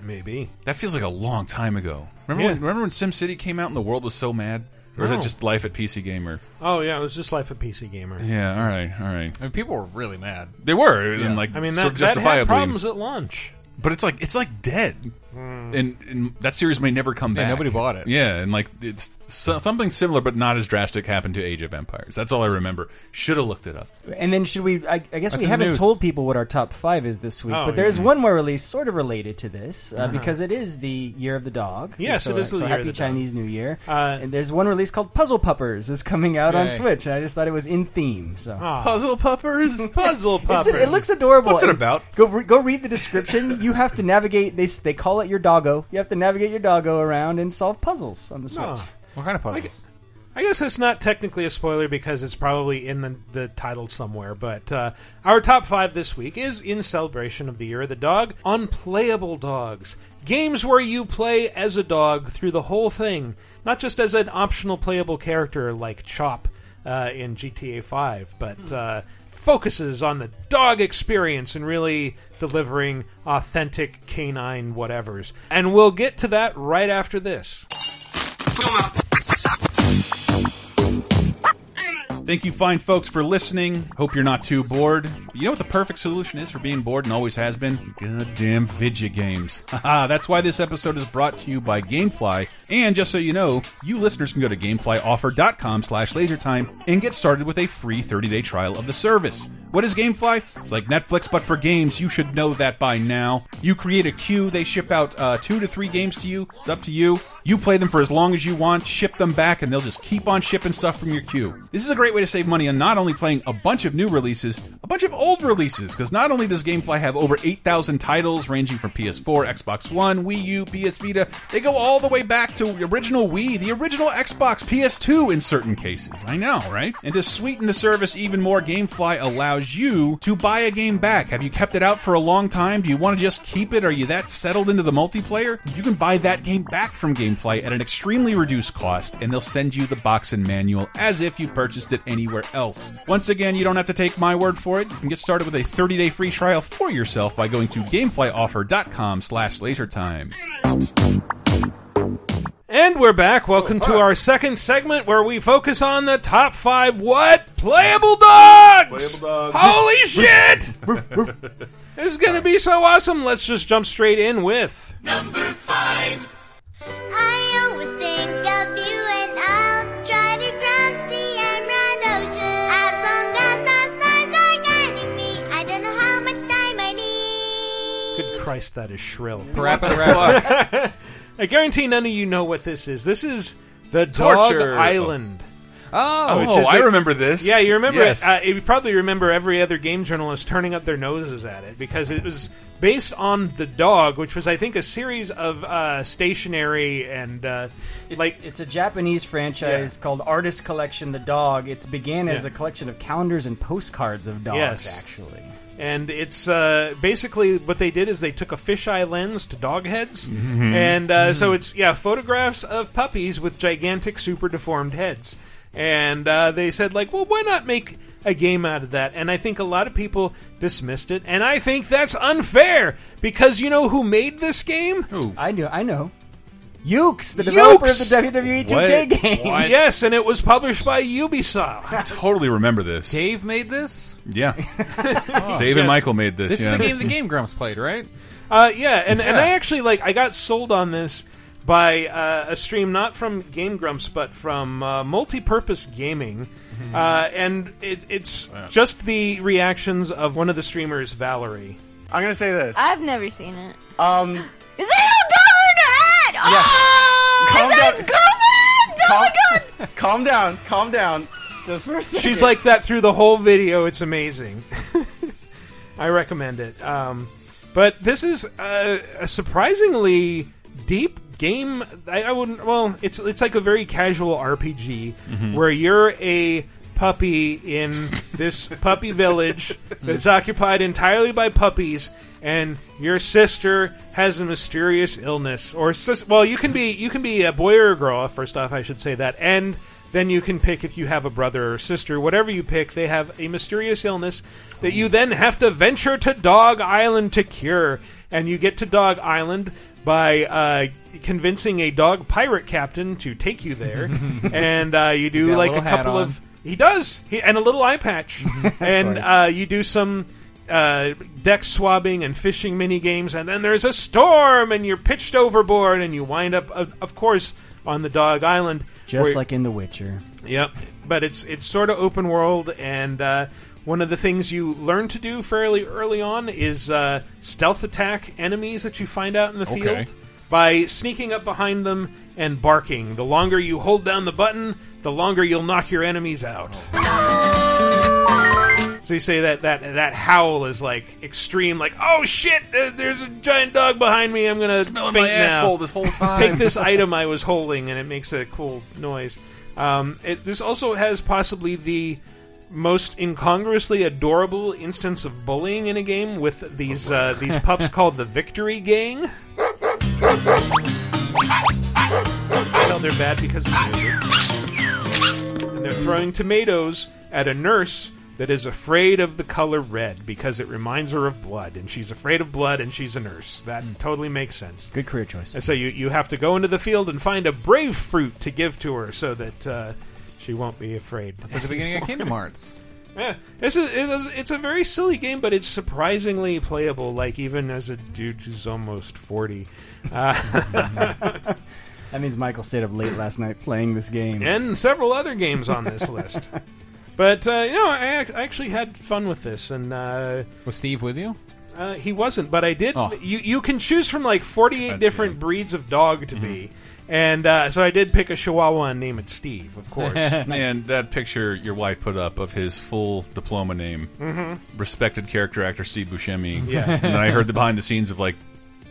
B: Maybe.
A: That feels like a long time ago. Remember
B: Yeah.
A: when remember when SimCity came out and the world was so mad, or is
B: No.
A: it just life at PC Gamer?
B: Oh, yeah, it was just Life of PC Gamer.
A: Yeah, all right, all right.
C: I mean, people were really mad.
A: They were, and like
B: I mean,
A: so
B: that, that
A: justifiably.
B: had problems at launch.
A: But it's like it's like dead, and, and that series may never come
C: Yeah,
A: back.
C: nobody bought it.
A: Yeah, and like it's so, something similar, but not as drastic happened to Age of Empires. That's all I remember. Should have looked it up.
D: And then should we? I, I guess
C: That's in
D: we
C: the
D: haven't
C: news.
D: told people what our top five is this week,
B: Oh,
D: but there is
B: yeah. Uh-huh.
D: one more release sort of related to this uh, because it is the Year of the Dog.
B: Yes,
D: so,
B: it is the
D: so
B: Year of
D: Happy
B: the Dog.
D: Chinese New Year.
B: Uh,
D: and there's one release called Puzzle Puppers is coming out on
C: Yay.
D: Switch, and I just thought it was in theme. So.
B: Ah,
A: Puzzle puppers.
B: puzzle
D: It's
B: puppers.
D: it looks adorable.
A: What's it
D: And
A: about?
D: Go re- go read the description. you have to navigate. They s- they call it your doggo. You have to navigate your doggo around and solve puzzles on the Switch.
B: Ah.
C: What kind of puzzles?
B: I guess that's not technically a spoiler because it's probably in the, the title somewhere, but uh, our top five this week is in celebration of the Year of the Dog Unplayable Dogs. Games where you play as a dog through the whole thing, not just as an optional playable character like Chop uh, in GTA 5,
C: Hmm.
B: but uh, focuses on the dog experience and really delivering authentic canine whatevers. And we'll get to that right after this.
A: Thank you, fine folks, for listening. Hope you're not too bored. You know what the perfect solution is for being bored and always has been? Goddamn video games. Haha, That's why this episode is brought to you by GameFly. And just so you know, you listeners can go to GameFlyOffer.com slash lasertime and get started with a free 30-day trial of the service. What is GameFly? It's like Netflix, but for games. You should know that by now. You create a queue. They ship out uh, two to three games to you. It's up to you. You play them for as long as you want, ship them back, and they'll just keep on shipping stuff from your queue. This is a great way to save money on not only playing a bunch of new releases, a bunch of old releases, because not only does GameFly have over 8,000 titles ranging from PS4, Xbox One, Wii U, PS Vita, they go all the way back to the original Wii, the original Xbox, PS2 in certain cases. I know, right? And to sweeten the service even more, GameFly allows you to buy a game back. Have you kept it out for a long time? Do you want to just keep it? Are you that settled into the multiplayer? You can buy that game back from GameFly at an extremely reduced cost, and they'll send you the box and manual as if you purchased it anywhere else. Once again, you don't have to take my word for it. You can get started with a 30-day free trial for yourself by going to GameFlyOffer.com slash LaserTime.
B: And we're
A: Oh,
B: back. Welcome to our second segment where we focus on the top five what? Playable dogs!
A: Playable dogs.
B: Holy shit! this is going to be so awesome. Let's just jump straight in with.
E: I always think of you and I'll try to cross the Emerald Ocean. As long as the stars are guiding me, I don't know how much time I need.
B: Good Christ, that is shrill.
C: Parappa-rappa.
B: I guarantee none of you know what this is. This is the Dog
A: Torture.
B: Island.
C: Oh,
B: Which is a-
A: remember this.
B: Yeah, you remember
A: Yes.
B: it. Uh, you probably remember every other game journalist turning up their noses at it because it was based on The Dog, which was, I think, a series of uh, stationary and uh, like.
D: Like it's a Japanese franchise called Artist Collection The Dog. It began as
B: Yeah.
D: a collection of calendars and postcards of dogs.
B: Yes.
D: Actually,
B: And it's uh, basically what they did is they took a fisheye lens to dog heads,
D: Mm-hmm.
B: and uh, so it's yeah photographs of puppies with gigantic, super deformed heads. and uh, they said like, well, why not make a game out of that? And I think a lot of people dismissed it, and I think that's unfair because you know who made this game?
A: Ooh.
D: I knew. I know. Ukes, the developer
B: Ukes!
D: of the WWE 2K
A: What?
D: game.
C: What?
B: Yes, and it was published by Ubisoft.
A: I totally remember this.
C: Dave made this.
A: Yeah. Dave
B: yes.
A: and Michael made this.
C: Oh. This
A: yeah.
C: is the game the Game Grumps played, right?
B: Uh, yeah, and, and
C: Yeah.
B: I actually like I got sold on this by uh, a stream not from Game Grumps but from uh, Multipurpose Gaming,
C: Mm-hmm.
B: uh, and it, it's just the reactions of one of the streamers, Valerie.
F: I'm gonna say this.
G: I've never seen it.
F: Um,
G: Is it how Dover had? Oh,
F: Calm
G: is
F: down.
G: that his girlfriend? Oh
F: calm,
G: my god!
F: calm down, calm down. Just for a second.
B: She's like that through the whole video. It's amazing. I recommend it. Um, but this is uh, a surprisingly deep game. I, I wouldn't. Well, it's it's like a very casual RPG where you're a puppy in this puppy village that's occupied entirely by puppies, and your sister has a mysterious illness. Or sis- well, you can be you can be a boy or a girl. First off, I should say that, and then you can pick if you have a brother or sister. Whatever you pick, they have a mysterious illness that you then have to venture to Dog Island to cure. And you get to Dog Island by uh, convincing a dog pirate captain to take you there. and uh, you
C: He's got
B: do
C: a
B: like a
C: little hat
B: couple
C: on.
B: of. He does, he, and a little eye patch, and uh, you do some uh, deck swabbing and fishing mini games, and then there's a storm, and you're pitched overboard, and you wind up, of, of course, on the Dog Island,
D: Just
B: where-
D: like in The Witcher.
B: Yep. But it's it's sort of open world, and uh, one of the things you learn to do fairly early on is uh, stealth attack enemies that you find out in the
C: Okay.
B: field by sneaking up behind them and barking. The longer you hold down the button, the longer you'll knock your enemies out. So you say that that that howl is like extreme, like oh shit, there- there's a giant dog behind me. I'm gonna
C: Smelling
B: faint
C: my
B: now
C: asshole this whole time.
B: take this item I was holding, and it makes a cool noise. Um, it, this also has possibly the most incongruously adorable instance of bullying in a game with these uh, these pups called the Victory Gang. Well, they're bad because of the music. And they're throwing tomatoes at a nurse that is afraid of the color red because it reminds her of blood, and she's afraid of blood, and she's a nurse. That
C: Hmm.
B: totally makes sense.
D: Good career choice.
B: And so you, you have to go into the field and find a brave fruit to give to her so that uh, she won't be afraid.
C: It's at the beginning of Kingdom Hearts.
B: Yeah, this is, it is- it's a very silly game, but it's surprisingly playable, like even as a dude who's almost 40. Uh,
D: That means Michael stayed up late last night playing this game.
B: and several other games on this list. But, uh, you know, I, ac- I actually had fun with this, and uh,
C: Was Steve with you?
B: uh, he wasn't, but I did.
C: Oh.
B: You, you can choose from like 48 different breeds of dog to be.
C: Mm-hmm.
B: And uh, so I did pick a Chihuahua and name it Steve, of course.
A: And that picture your wife put up of his full diploma name, respected character actor Steve Buscemi.
B: Mm-hmm. Yeah.
A: and then I heard the behind the scenes of like,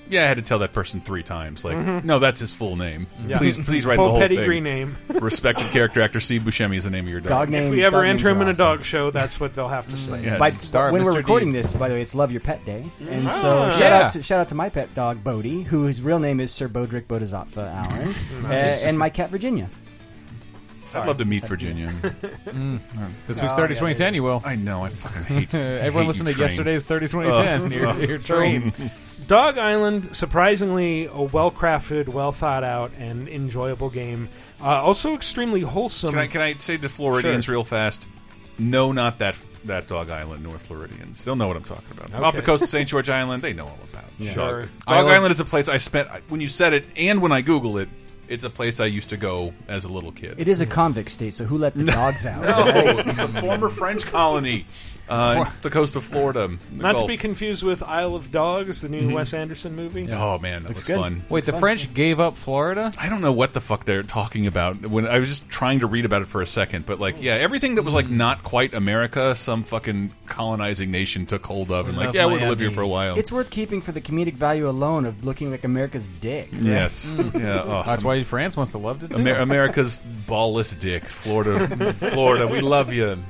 A: yeah, I had to tell that person three times. Like, no, that's his full name.
B: Mm-hmm. Yeah.
A: Please, please write
B: full
A: the whole
B: pedigree
A: thing.
B: name.
A: Respected character actor Steve Buscemi is the name of your dog.
D: Dog name.
B: If we ever
D: dog names
B: enter him
D: are
B: in a
D: awesome.
B: dog show, that's what they'll have to say.
A: Yes.
D: By,
C: Star
D: when
C: Mr.
D: we're recording
C: Deeds.
D: this, by the way, it's Love Your Pet Day, and so
B: Ah.
D: shout
C: Yeah.
D: out to, shout out to my pet dog Bodhi, whose real name is Sir Bodrick Bodhisattva Allen, uh, and my cat Virginia.
A: I'd love to meet Virginia.
C: Mm.
B: Mm.
C: This week's 30 2010, you will.
A: I know. I fucking hate.
C: Uh, everyone
A: hate
C: listened
A: you,
C: to
A: train.
C: yesterday's 30 2010. You're, you're trained.
B: Dog Island, surprisingly a well-crafted, well thought out, and enjoyable game. Uh, also extremely wholesome.
A: Can I can I say to Floridians
B: Sure.
A: real fast? No, not that that Dog Island, North Floridians. They'll know what I'm talking about. Off
B: Okay.
A: the coast of St. George Island, they know all about. it. Dog,
B: Sure.
A: Dog
C: Island-
A: Island. is a place I spent I- when you said it, and when I Google it, it's a place I used to go as a little kid.
D: It is a convict state, so who let the dogs out?
A: no, it's a former French colony, uh, off the coast of Florida. the
B: Not to
A: Gulf.
B: be confused with Isle of Dogs, the new Wes Anderson movie.
A: Mm-hmm. Oh man, that was
D: good.
A: fun.
C: Wait, the French gave up Florida?
A: I don't know what the fuck they're talking about. When I was just trying to read about it for a second, but like, yeah, everything that was like not quite America, some fucking colonizing nation took hold of, and like,
C: Love
A: yeah, we're gonna live
C: Miami.
A: here for a while.
D: It's worth keeping for the comedic value alone of looking like America's dick.
A: yes,
D: Mm.
A: yeah. oh.
C: That's why France must have loved it, too.
A: Amer- America's ballless dick, Florida, Florida, we love you.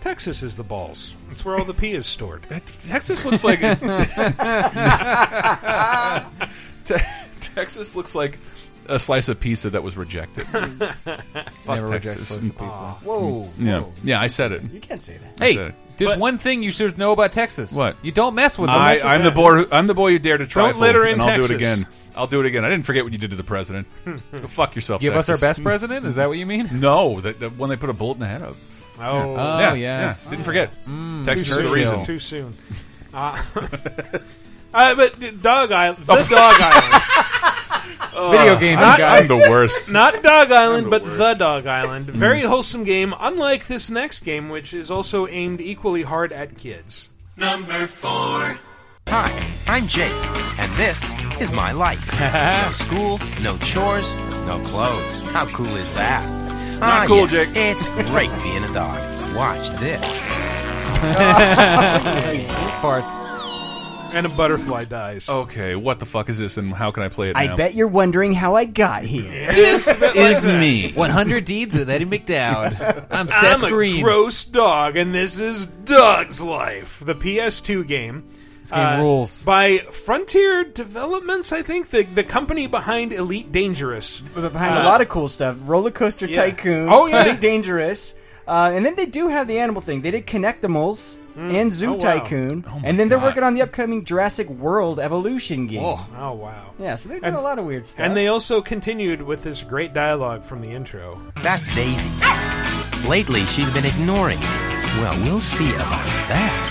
B: Texas is the balls. That's where all the pee is stored.
A: Texas looks like Te- Texas looks like a slice of pizza that was rejected. Fuck
C: Never reject
A: Texas.
C: slice of pizza.
D: Whoa.
A: Yeah, yeah, I said it.
D: You can't say that.
C: Hey,
A: That's it.
C: there's
B: But-
C: one thing you should know about Texas.
A: What?
C: You don't mess with them.
A: I,
B: what
A: I'm the
B: that
A: boy. who- I'm the boy who dared to try.
B: let her in
A: and I'll do
B: Texas.
A: it again. I'll do it again. I didn't forget what you did to the president. Go fuck yourself.
C: Give us our
A: Texas.
C: best president? Is that what you mean?
A: No, the, the one they put a bullet in the head of.
B: Oh,
C: Oh,
A: yeah,
C: yes. Mm,
A: yeah. Didn't forget. Texas
C: Too
A: is the
C: soon.
A: reason.
B: Too soon. Uh, uh, but d- Dog Island, Oh. the Dog Island,
C: Video games,
A: I'm,
C: guys.
A: I'm the worst.
B: not Dog Island, but
A: worst. Hmm.
B: the Dog Island. Very wholesome game, unlike this next game, which is also aimed equally hard at kids.
H: Hi, I'm Jake, and this is my life. no school, no chores, no clothes. How cool is that? Not
A: cool, Jake.
H: It's great being a dog. Watch this.
C: farts.
B: And a butterfly dies.
A: Okay, what the fuck is this, and how can I play it?
D: I
A: now?
D: bet you're wondering how I got here.
A: this is me.
C: 100 deeds with Eddie McDowd. I'm Seth
B: I'm a
C: Green.
B: gross dog, and this is Dog's Life, the PS2 game.
C: This game
B: uh,
C: rules.
B: By Frontier Developments, I think, the, the company behind Elite Dangerous. Uh,
D: But behind a lot of cool stuff, roller coaster
B: Yeah.
D: tycoon.
B: Oh, yeah.
D: Pretty dangerous. Uh, and then they do have the animal thing. They did Connectimals and Zoo
B: Oh, wow.
D: Tycoon, and then they're
C: God.
D: working on the upcoming Jurassic World Evolution game.
C: Whoa.
B: Oh, wow.
D: Yeah, so they're doing a lot of weird stuff.
B: And they also continued with this great dialogue from the intro.
H: That's Daisy. Lately, she's been ignoring me. Well, we'll see about that.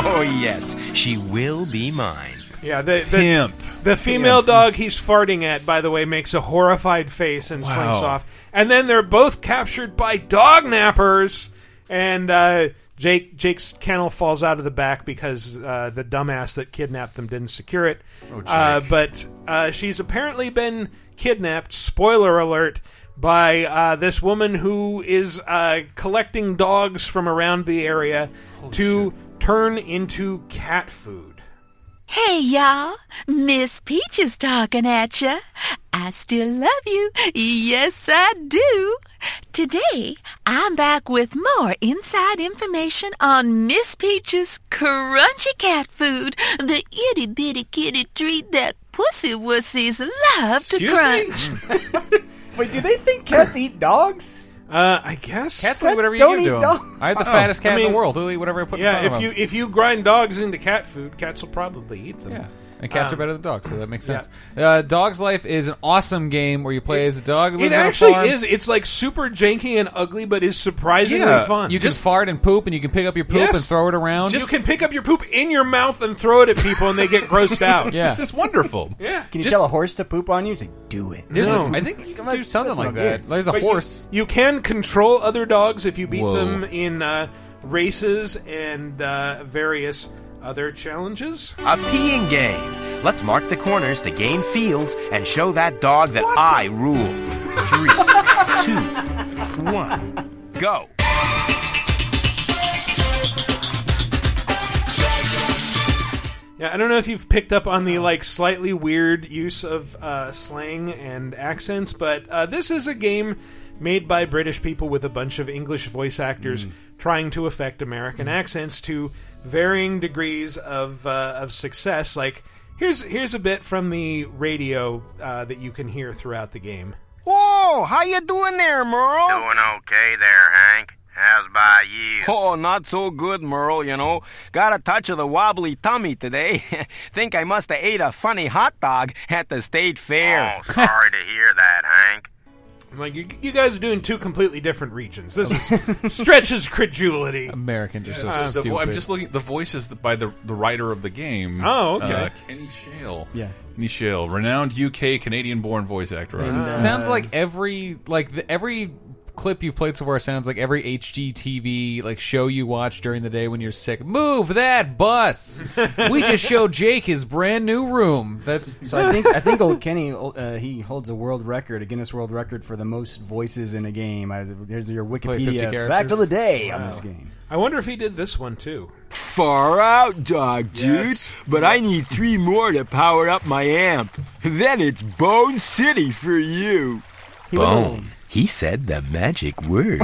H: oh, yes, she will be mine.
B: Yeah, the the,
A: Pimp.
B: the female dog he's farting at, by the way, makes a horrified face and slinks
A: Wow.
B: off. And then they're both captured by dog nappers, and uh, Jake Jake's kennel falls out of the back because uh, the dumbass that kidnapped them didn't secure it.
A: Oh,
B: uh,
A: Jake.
B: but uh, she's apparently been kidnapped. Spoiler alert. By uh, this woman who is uh, collecting dogs from around the area to turn into cat food.
G: Hey, y'all. Miss Peach is talking at ya. I still love you. Yes, I do. Today, I'm back with more inside information on Miss Peach's crunchy cat food, the itty bitty kitty treat that pussy wussies love to
A: Excuse me?
G: crunch.
D: Wait, do they think cats eat dogs?
B: Uh, I guess
C: Cats like whatever
D: don't
C: you
D: eat
C: do to 'em.
D: dogs.
C: I have the
A: Oh.
C: fattest cat in
B: mean-
C: the world. Who'll eat whatever I put
B: Yeah,
C: in front
B: if
C: of
B: you
C: 'em.
B: if you grind dogs into cat food, cats will probably eat them. Um,
C: Yeah. And cats are better than dogs, so that makes sense. Uh, Dog's Life is an awesome game where you play as a dog. who
B: It
C: lives on a
B: actually
C: farm.
B: is. It's like super janky and ugly, but is surprisingly
A: Yeah,
B: fun.
C: You can
B: Just-
C: fart and poop, and you can pick up your poop
B: Yes.
C: and throw it around.
B: you can pick up your poop in your mouth and throw it at people, and they get grossed out.
C: yeah.
A: This is wonderful.
B: yeah.
D: Can you
A: Just-
D: tell a horse to poop on you? It's like, do it.
C: There's
B: No.
C: a, I think you can
D: That's-
C: do something like
D: that's what I'm
C: that.
D: getting.
C: There's a
B: But you-
C: horse.
B: You, can control other dogs if you beat
A: Whoa.
B: them in uh, races and uh, various other challenges.
H: A peeing game. Let's mark the corners to gain fields and show that dog that I rule. Three, two, one, go.
B: Yeah, I don't know if you've picked up on the like slightly weird use of uh, slang and accents, but uh, this is a game made by British people with a bunch of English voice actors trying to affect American accents to varying degrees of uh, of success. Like here's here's a bit from the radio uh, that you can hear throughout the game.
H: Whoa, how you doing there, Merle?
I: Doing okay there, Hank. How's by you?
H: Oh, not so good, Merle, you know. Got a touch of the wobbly tummy today. Think I must have ate a funny hot dog at the state fair.
I: Oh, sorry to hear that, Hank.
B: I'm like you, you guys are doing two completely different regions. This is stretches credulity. Uh,
C: Americans are so
A: Uh, The
C: stupid.
A: vo- I'm just looking at the voices th- by the, the writer of the game.
B: Oh, okay.
A: Uh, Kenny Shale.
D: Yeah.
A: Kenny Shale, renowned UK Canadian born voice actor.
C: It sounds like every like the, every clip you've played so far sounds like every HGTV like show you watch during the day when you're sick. Move that bus. we just showed Jake his brand new room. That's
D: So I think I think old Kenny uh, he holds a world record, a Guinness World Record for the most voices in a game. I, there's your
C: Play 50
D: Wikipedia fact
C: characters.
D: of the day on this game.
B: I wonder if he did this one too.
H: Far out, dog, dude.
A: Yes.
H: But I need three more to power up my amp. Then it's Bone City for you.
D: He went a little-
H: He said the magic word.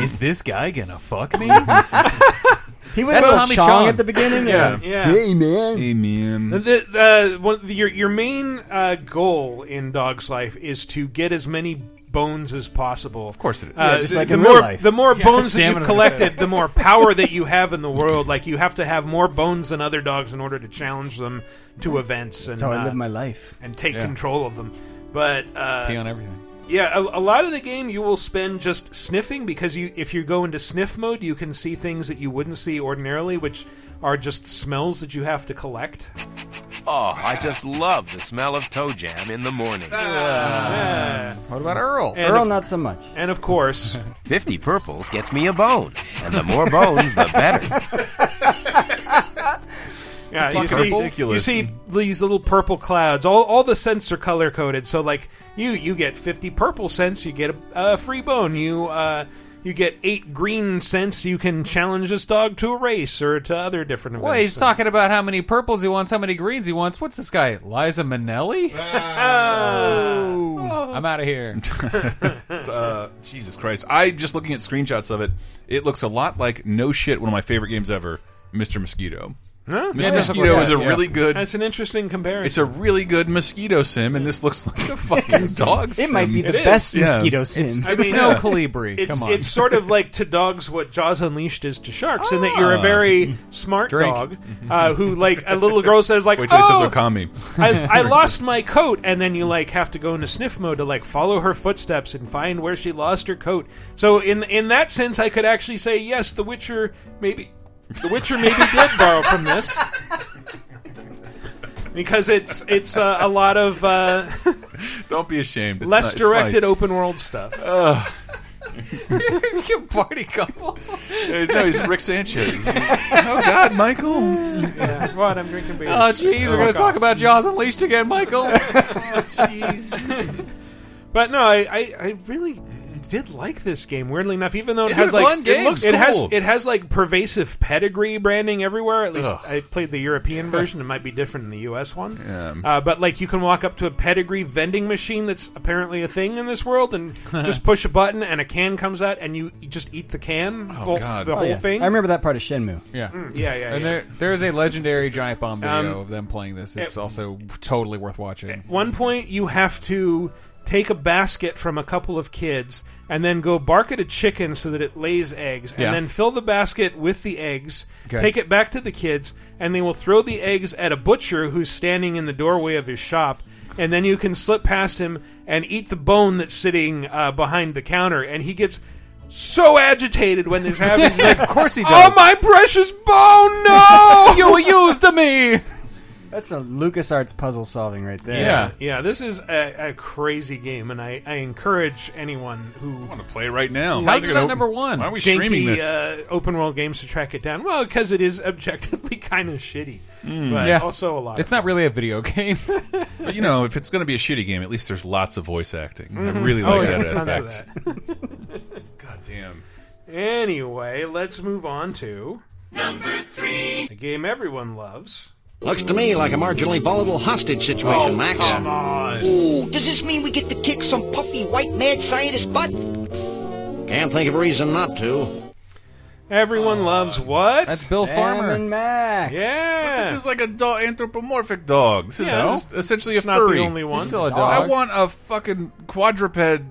C: Is this guy gonna fuck me? That's
D: He was Will
C: Tommy
D: Chong,
C: Chong.
D: at the beginning. yeah.
B: Yeah.
A: Hey, man.
B: The, uh, one, the, your your main uh, goal in Dog's Life is to get as many bones as possible. Of
A: course it is.
D: Yeah, just like
B: the
D: in
B: more
D: real life.
B: the more bones that
C: stamina.
B: you've collected, the more power that you have in the world. Like you have to have more bones than other dogs in order to challenge them to events and
D: That's how I
B: uh,
D: live my life.
B: and take
C: Yeah.
B: control of them. But uh,
C: Pee on everything.
B: yeah, a, a lot of the game you will spend just sniffing because you, if you go into sniff mode, you can see things that you wouldn't see ordinarily, which are just smells that you have to collect.
H: oh, I just love the smell of toe jam in the morning.
C: Ah.
B: Yeah.
C: What about Earl?
B: And,
D: Earl,
B: of,
D: not so much.
B: and of course,
H: 50 purples gets me a bone, and the more bones, the better.
B: yeah, you
C: Fucking
B: see, you
C: ridiculous.
B: see these little purple clouds. All all the scents are color coded. So like you you get fifty purple scents, you get a, a free bone. You uh, you get eight green scents. You can challenge this dog to a race or to other different events.
C: Well, he's
B: And-
C: talking about how many purples he wants, how many greens he wants. What's this guy? Liza Minnelli? I'm out of here. Oh,
A: Uh, Jesus Christ. I just looking at screenshots of it, it looks a lot like no shit one of my favorite games ever, Mr. Mosquito.
B: Huh?
A: Mr.
C: that's what
A: Mosquito
C: I
A: is a
C: got, yeah.
A: really good
B: That's an interesting comparison.
A: it's a really good mosquito sim and this looks like a fucking dog sim.
D: It might be the
B: It is,
D: best
A: yeah.
D: mosquito sin.
C: It's,
B: I
C: it's
B: mean,
C: no
B: yeah.
C: Calibri.
B: it's,
C: Come on.
B: it's sort of like to dogs what Jaws Unleashed is to sharks, in that
D: Ah.
B: you're a very smart
C: Drink.
B: dog uh, who, like, a little girl says, like,
A: Wait till he says
B: "Oh,
A: Okami.
B: I, I lost my coat, and then you like have to go into sniff mode to like follow her footsteps and find where she lost her coat. So in in that sense, I could actually say yes, The Witcher maybe, The Witcher maybe did borrow from this because it's it's uh, a lot of uh,
A: Don't be ashamed. It's
B: less
A: not- it's
B: directed
A: fine.
B: open world stuff.
C: You party couple.
A: Uh, no, he's Rick Sanchez. oh God, Michael.
B: yeah. What I'm drinking beer.
C: Oh, jeez. We're going to talk about Jaws Unleashed again, Michael.
B: But no, I, I, I really did like this game. Weirdly enough, even though it
C: It's
B: has
C: a
B: like
C: fun game.
B: it looks it has
A: cool.
B: it has like pervasive pedigree branding everywhere. At least
A: Ugh.
B: I played the European version. It might be different in the U.S. one. Uh, but like you can walk up to a pedigree vending machine that's apparently a thing in this world, and just push a button, and a can comes out, and you just eat the can, full-
A: God.
B: the
A: Oh,
B: whole
D: Yeah.
B: thing.
D: I remember that part of Shenmue.
C: Yeah.
B: Mm. yeah, yeah.
C: And
B: yeah.
C: there, there is a legendary giant bomb video
B: Um,
C: of them playing this. It's also totally worth watching.
B: one point you have to take a basket from a couple of kids and then go bark at a chicken so that it lays eggs and
C: Yeah.
B: then fill the basket with the eggs
C: Okay.
B: take it back to the kids and they will throw the eggs at a butcher who's standing in the doorway of his shop and then you can slip past him and eat the bone that's sitting uh, behind the counter and he gets so agitated when this happens He's like
C: of course he does.
B: oh my precious bone no
C: You were used to me.
D: That's a LucasArts puzzle solving right there.
C: Yeah.
B: yeah this is a, a crazy game and I, I encourage anyone who
A: I want to play right now.
C: How's
A: Why
C: it
A: are we-
C: at number one?
A: Why are we streaming
B: janky
A: this?
B: uh, open world games to track it down. Well, because it is objectively kind of shitty, but
C: Hmm. Yeah.
B: also a lot.
C: It's not really a video game.
A: But, you know, if it's going to be a shitty game, at least there's lots of voice acting. I really
B: oh
A: like
B: yeah,
A: that
B: tons of
A: aspect.
B: that.
A: God damn.
B: Anyway, let's move on to number three, a game everyone loves.
J: Looks to me like a marginally volatile hostage situation,
K: Oh,
J: Max.
I: Ooh, does this mean we get to kick some puffy white mad scientist butt?
J: Can't think of a reason not to.
B: Everyone loves what?
C: That's Bill
D: Sam
C: Farmer.
D: and Max.
B: yeah,
A: This is like a dog, anthropomorphic dog. This is
B: Yeah.
A: just essentially
B: It's
A: a
B: not
A: furry.
B: the only one.
C: Still a
A: I
C: dog.
A: want a fucking quadruped,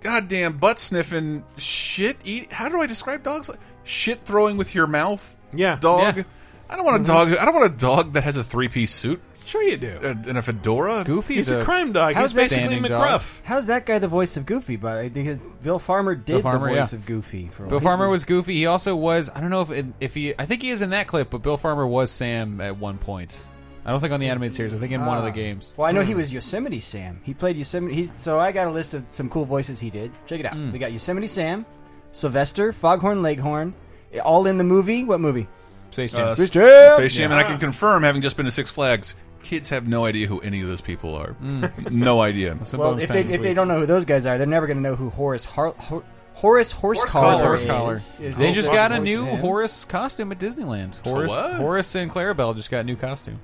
A: goddamn butt sniffing, shit eat. How do I describe dogs? Like shit throwing with your mouth.
B: Yeah. Mm-hmm.
A: dog.
C: Yeah.
A: I don't want a dog. I don't want a dog that has a three piece suit
B: sure you do.
A: and and a fedora.
C: Goofy's
B: He's a crime dog.
C: How's
B: He's basically
C: standing
B: McGruff.
D: How's that guy the voice of Goofy? But I think it's Bill Farmer did
C: Farmer,
D: the voice
C: yeah.
D: of Goofy for a
C: Bill
D: while.
C: Farmer was Goofy. He also was. I don't know if if he. I think he is in that clip, but Bill Farmer was Sam at one point. I don't think on the animated series. I think in one
B: Ah.
C: of the games.
D: Ah. Well, I
B: Hmm.
D: know he was Yosemite Sam. He played Yosemite. He's so I got a list of some cool voices he did. Check it out.
C: Mm.
D: We got Yosemite Sam, Sylvester, Foghorn Leghorn, all in the movie. What movie?
C: Space
D: Uh,
C: Jam.
A: Uh, Space
D: Jam.
A: Face Jam, and I can confirm, having just been to Six Flags, kids have no idea who any of those people are. no idea.
C: Some
D: Mm. Well,
C: bonus
D: if
C: time
D: they
C: this
D: if they
C: week.
D: don't know who those guys are, they're never going to know who Horace Har- Hor- Horace Horsecollar
A: Collar.
D: is.
A: Horse Collar.
D: Is,
C: They
D: the
C: just
D: one
C: got a
D: voice
C: new
D: of him.
C: Horace costume at Disneyland. Horace,
A: what?
C: Horace and Clarabelle just got new costumes.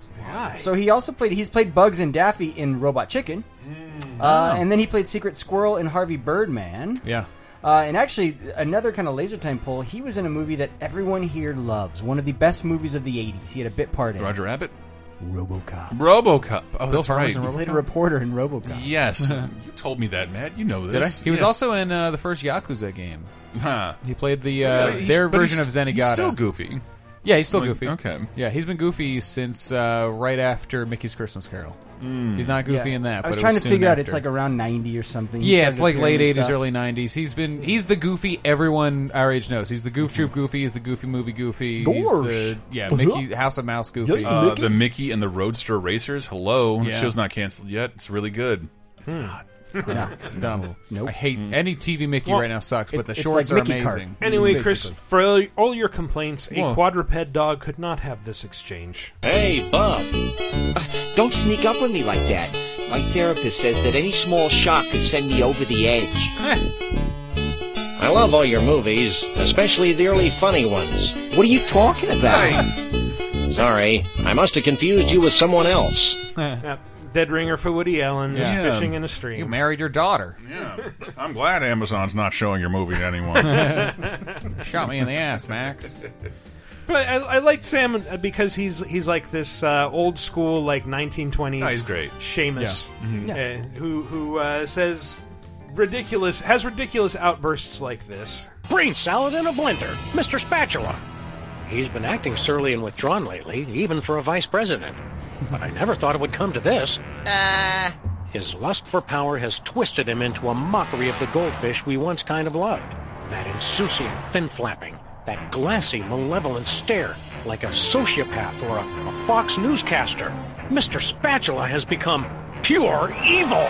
D: So he also played. He's played Bugs and Daffy in Robot Chicken.
A: Mm.
D: Uh, and then he played Secret Squirrel in Harvey Birdman.
C: Yeah.
D: Uh, and actually, another kind of laser time pull. He was in a movie that everyone here loves, one of the best movies of the '80s. He had a bit part in
A: Roger Rabbit,
D: RoboCop.
A: RoboCop. Oh, that's
C: Farmer's
A: right.
C: in
D: He played a reporter in RoboCop.
A: Yes, you told me that, Matt. You know this.
C: Did I? He was
A: Yes.
C: also in uh, the first Yakuza game.
A: Huh.
C: He played the uh,
A: He's-
C: their
A: but
C: version
A: he's-
C: of Zenigata.
A: He's still goofy.
C: yeah, he's still
A: Like,
C: goofy.
A: okay.
C: Yeah, he's been goofy since uh, right after Mickey's Christmas Carol.
A: Hmm.
C: He's not goofy in that.
D: I was
C: but it
D: trying to
C: soon
D: figure out.
C: after.
D: It's like around '90 or something. He
C: Yeah, it's like
D: started
C: late
D: appearing in
C: eighties,
D: stuff.
C: early nineties. He's been he's the goofy everyone our age knows. He's the goof troop goofy, he's the goofy movie goofy. He's
D: Gorge.
C: the yeah, Mickey House of Mouse goofy.
A: Uh, The Mickey and the Roadster Racers. Hello, the
C: Yeah.
A: show's not canceled yet. It's really good.
B: Hmm.
C: It's dumb.
D: Nope. Mm.
C: I hate any TV Mickey
B: Well,
C: right now sucks, but the
D: it's
C: shorts
D: like
C: are
D: Mickey Cart.
C: amazing.
B: Anyway, Chris, for all- all your complaints, a
A: Whoa.
B: quadruped dog could not have this exchange.
J: Hey, Bob.
I: Uh, Don't sneak up on me like that. My therapist says that any small shock could send me over the edge.
J: I love all your movies, especially the early funny ones.
I: What are you talking about?
J: Sorry, I must have confused you with someone else.
B: Yep. Dead ringer for Woody Allen is
A: Yeah.
B: fishing in a
C: You
B: stream.
C: married your daughter.
A: Yeah, I'm glad Amazon's not showing your movie to anyone.
C: Shot me in the ass, Max.
B: But I, I like Sam uh, because he's he's like this uh, old school like 1920s.
A: No, Oh, he's great.
B: Seamus,
C: Mm-hmm.
B: uh, who who uh, says ridiculous has ridiculous outbursts like this.
L: Brain salad in a blender, Mr. Spatula. He's been acting surly and withdrawn lately, even for a vice president. But I never thought it would come to this. His lust for power has twisted him into a mockery of the goldfish we once kind of loved. That insouciant fin flapping, that glassy, malevolent stare, like a sociopath or a, a Fox newscaster. Mr. Spatula has become pure evil.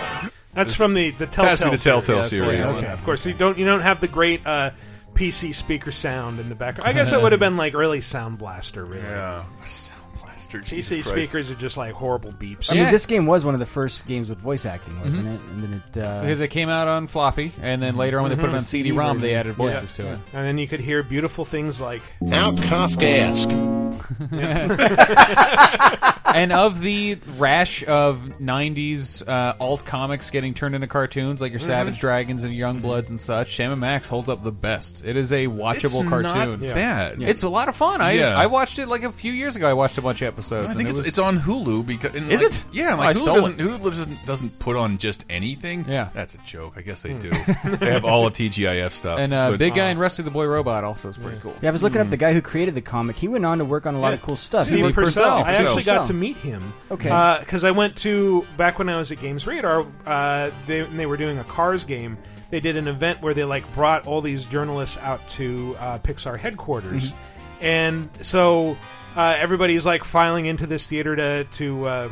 B: That's from the the Telltale,
A: has to be the Telltale series.
B: Yeah,
A: Okay.
B: Of course, you don't you don't have the great uh, PC speaker sound in the background. I guess that would have been like early Sound Blaster, really.
A: yeah, sound blaster. Jesus
B: PC
A: Christ.
B: speakers are just like horrible beeps.
D: I mean,
C: Yeah. Mm-hmm.
D: this game was one of the first games with voice acting, wasn't it? And then it. Uh,
C: Because it came out on floppy, and then later on when they
B: Mm-hmm.
C: put it on CD ROM, they added voices to it.
B: And then you could hear beautiful things like
J: How Kafkaesque.
C: and of the rash of 90s uh, alt comics getting turned into cartoons like your
A: Mm-hmm.
C: savage dragons and young bloods and such sam and max holds up the best it is a watchable
A: it's
C: cartoon
A: Not bad.
C: it's a lot of fun i
A: Yeah.
C: i watched it like a few years ago i watched a bunch of episodes
A: I think
C: and
A: it's,
C: it was,
A: it's on Hulu because and
C: Is
A: like-
C: it?
A: Yeah,
C: Oh, I
A: like Hulu
C: stole
A: doesn't
C: it.
A: Hulu doesn't doesn't put on just anything.
C: Yeah.
A: that's a joke. I guess they
C: Hmm.
A: do. they have all of TGIF stuff.
C: and uh,
A: but-
C: big guy and rusty the boy robot also is pretty cool
D: yeah, I was looking up the guy who created the comic. He went on to work on a lot of cool stuff.
B: Steve
C: Hmm. Steve
B: Purcell.
C: Purcell.
B: I actually
D: Purcell.
B: got to meet him.
D: Okay.
B: Because uh, I went to back when I was at Games Radar, uh, they when they were doing a Cars game. They did an event where they like brought all these journalists out to uh, Pixar headquarters, and so uh, everybody's like filing into this theater to to. Uh,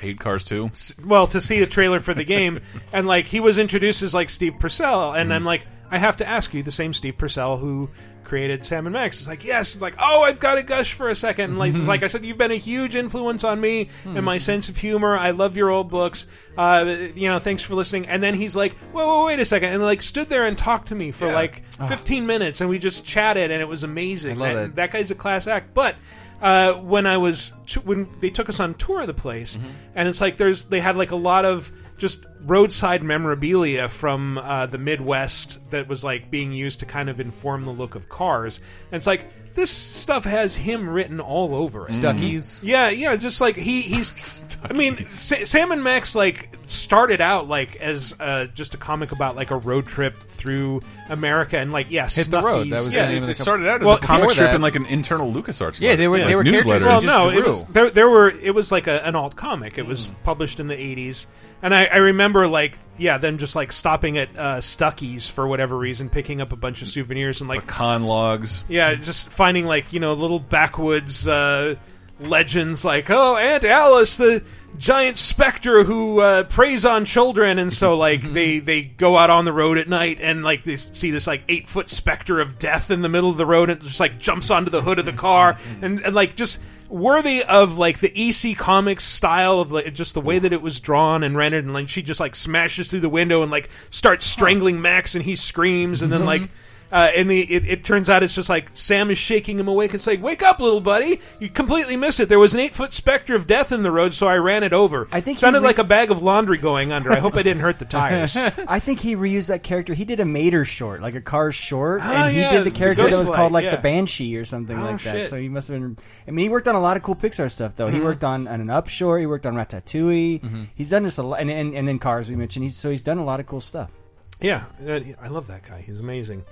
A: hate cars too.
B: well to see the trailer for the game and like he was introduced as like steve purcell and i'm like i have to ask you the same steve purcell who created sam and max it's like yes it's like oh i've got to gush for a second and like, it's like i said you've been a huge influence on me and my sense of humor i love your old books uh, you know thanks for listening and then he's like whoa, whoa wait a second and like stood there and talked to me for like 15 minutes and we just chatted and it was amazing
C: Ah. I love
B: And
C: it.
B: that guy's a class act. But uh, when I was t- when they took us on tour of the place, and it's like there's they had like a lot of just roadside memorabilia from uh, the Midwest that was like being used to kind of inform the look of cars. And it's like this stuff has him written all over it.
C: stuckies
B: Yeah, yeah, just like he he's. I mean, Sa- Sam and Max like started out like as uh, just a comic about like a road trip through America and like yeah,
C: Hit the road. That
B: Snuckies.
C: was
B: yeah,
C: the name of
A: They
C: the
A: started out as
C: Well,
A: a comic
C: before
A: strip
C: that-
A: and like an internal LucasArts.
C: Yeah, they were-
A: like
C: they were characters
A: newsletter.
C: that
B: Well,
C: just
B: no, it
C: drew.
B: was, there, there were. It was like a, an alt comic. It
C: Hmm.
B: was published in the '80s, and I, I remember like yeah, them just like stopping at uh, Stuckey's for whatever reason, picking up a bunch
C: Hmm.
B: of souvenirs and like
A: Con logs.
B: yeah, just finding like you know little backwoods uh, legends like oh Aunt Alice the giant specter who uh, preys on children, and so like they they go out on the road at night and like they see this like eight foot specter of death in the middle of the road and it just like jumps onto the hood of the car and, and like just worthy of like the EC Comics style of like just the way that it was drawn and rendered, and like she just like smashes through the window and like starts strangling Max, and he screams, and then like Uh, and the, it, it turns out it's just like Sam is shaking him awake. It's like, wake up, little buddy! You completely missed it. There was an eight foot specter of death in the road, so I ran it over. I think sounded
D: re-
B: like a bag of laundry going under. I hope I didn't hurt the tires.
D: I think he reused that character. He did a Mater short, like a car short,
B: Ah,
D: and he
B: yeah,
D: did
B: the
D: the character that was
B: Ghostlight,
D: called like
B: yeah.
D: the Banshee or something
B: Oh,
D: like that.
B: shit.
D: So he must have been. I mean, he worked on a lot of cool Pixar stuff though.
B: Mhm.
D: He worked on, on an Upshore. He worked on Ratatouille. He's done just a lot, and, and and then Cars we mentioned. He's so he's done a lot of cool stuff.
B: yeah, uh, I love that guy. He's amazing.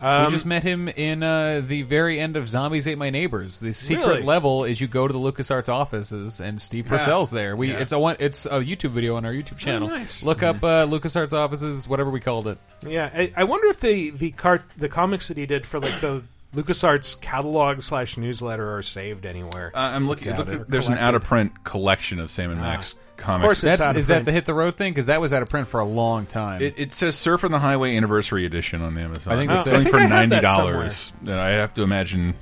B: Um,
C: we just met him in uh, the very end of Zombies Ate My Neighbors. The secret
B: Really?
C: level is you go to the LucasArts offices and Steve
B: Yeah.
C: Purcell's there. We
B: Yeah. Oh,
C: it's a one it's a YouTube video on our YouTube channel.
B: nice.
C: Look up uh, LucasArts offices, whatever we called it.
B: Yeah, I, I wonder if the the cart the comics that he did for like the LucasArts catalog slash newsletter are saved anywhere.
A: Uh, I'm looking.
B: Doubt
A: Look,
B: it.
A: there's an out of print collection of Sam and
C: Ah.
A: Max comics.
C: That's, is that the hit the road thing? Because that was out of print for a long time.
A: It, it says "Surf on the Highway Anniversary Edition" on Amazon.
C: I think that's
A: it's going
C: it. I
A: for
C: think I have
A: ninety
C: that
A: dollars. And I have to imagine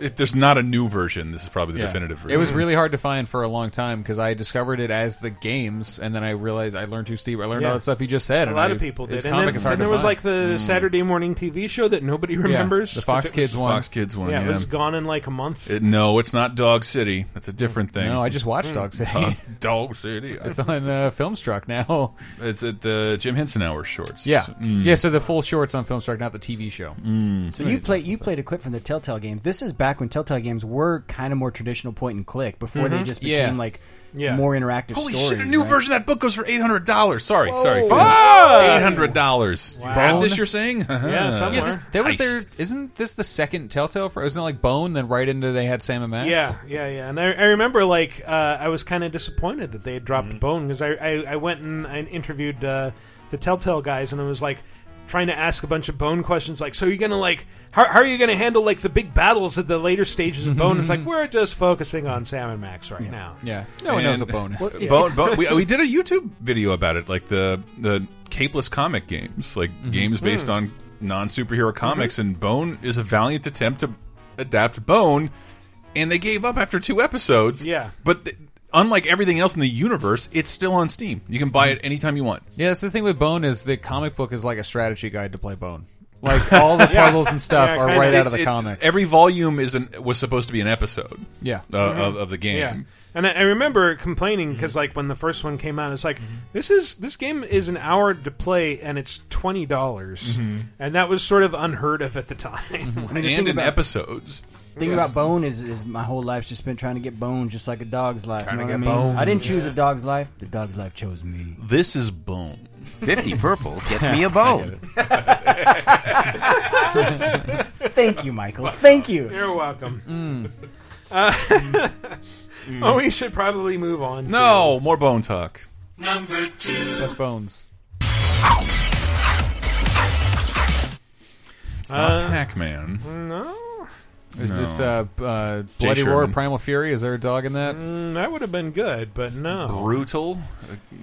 A: if there's not a new version, this is probably the
C: Yeah.
A: definitive. version.
C: It was really hard to find for a long time because I discovered it as the games, and then I realized I learned who Steve. I learned
B: Yeah.
C: all the stuff he just said.
B: A
C: and
B: lot
C: I-
B: of people did.
C: His
B: And
C: comic
B: then,
C: is hard
B: then
C: to
B: there was
C: find.
B: like
A: Mm.
B: the Saturday morning TV show that nobody remembers.
C: the Fox
B: 'cause it
C: Kids
B: was-
C: one.
A: Fox Kids one.
B: Yeah,
A: Yeah,
B: it was gone in like a month.
A: It- no, it's not Dog City. That's a different thing. Hmm.
C: No, I just watched Dog City.
A: Dog, Dog City.
C: it's on uh, Filmstruck now.
A: It's at the Jim Henson Hour shorts.
C: Yeah,
A: Mm.
C: yeah. So the full shorts on Filmstruck, not the TV show.
A: Mm.
D: So you play you played a clip from the Telltale games. This is back when Telltale games were kind of more traditional point and click before they
A: Mhm.
D: just
A: Yeah.
D: became like
A: Yeah.
D: more interactive.
A: Holy
D: stories,
A: shit! A new
D: right?
A: version of that book goes for eight hundred dollars. Sorry, sorry,
D: Whoa.
A: eight hundred dollars. You have
C: Bone.
A: this? You're saying? Uh-huh.
C: th- there was their. Isn't this the second Telltale? For, isn't it like Bone? Then right into they had Sam and Max.
B: Yeah, yeah, yeah. And I, I remember, like, uh, I was kind of disappointed that they had
A: Mm.
B: dropped Bone because I, I, I went and I interviewed uh, the Telltale guys, and I was like trying to ask a bunch of Bone questions, like, so you're gonna like, how, how are you gonna handle like the big battles at the later stages of Bone? it's like we're just focusing on Sam and Max right now.
C: Yeah, no one knows a Bone.
B: Well, yeah.
A: Bone, Bone- we, we did a YouTube video about it, like the the capeless comic games, like
C: Mm-hmm.
A: games based
C: Hmm.
B: Mm.
A: on non superhero comics, and Bone is a valiant attempt to adapt Bone, and they gave up after two episodes.
B: Yeah.
A: but. th- Unlike everything else in the universe, it's still on Steam. You can
C: Mm.
A: buy it anytime you want.
C: Yeah, that's the thing with Bone is the comic book is like a strategy guide to play Bone. Like all the
A: Yeah.
C: puzzles and stuff
A: Yeah,
C: are
A: kinda.
C: right out
A: It-
C: of the
A: it-
C: comic.
A: Every volume is an, was supposed to be an episode.
C: Yeah.
A: uh, of, of the game.
B: Mm-hmm.
A: Mm-hmm.
B: Yeah. And I, I remember complaining because, like, when the first one came out, it's like this is this game is an hour to play and it's twenty dollars,
A: Mhm.
B: and that was sort of unheard of at the time.
D: I mean, the
A: Mm-hmm. and
D: thing
A: in
D: about-
A: episodes.
D: Thing
A: Yeah.
D: about bone is, is my whole life's just been trying to get bone, just like a dog's life.
A: Trying
D: you know
A: to
D: what I
A: get
D: mean? I didn't
A: bones.
D: choose a dog's life. The dog's life chose me.
A: This is bone.
D: 50 purples
I: gets me a bone.
D: Thank you, Michael. Thank you.
B: You're welcome.
A: Mm-hmm. Hmm.
B: Uh, well, we should probably move on.
A: No, more bone talk.
B: Number two.
C: That's Bones.
A: It's not Pac-Man.
B: Uh, No.
C: Is
A: No.
C: this uh, b- uh,
A: Jay
C: Bloody Roar
A: Sherman.
C: Primal Fury? Is there a dog in that?
B: Mm, that would have been good, but no.
A: Brutal.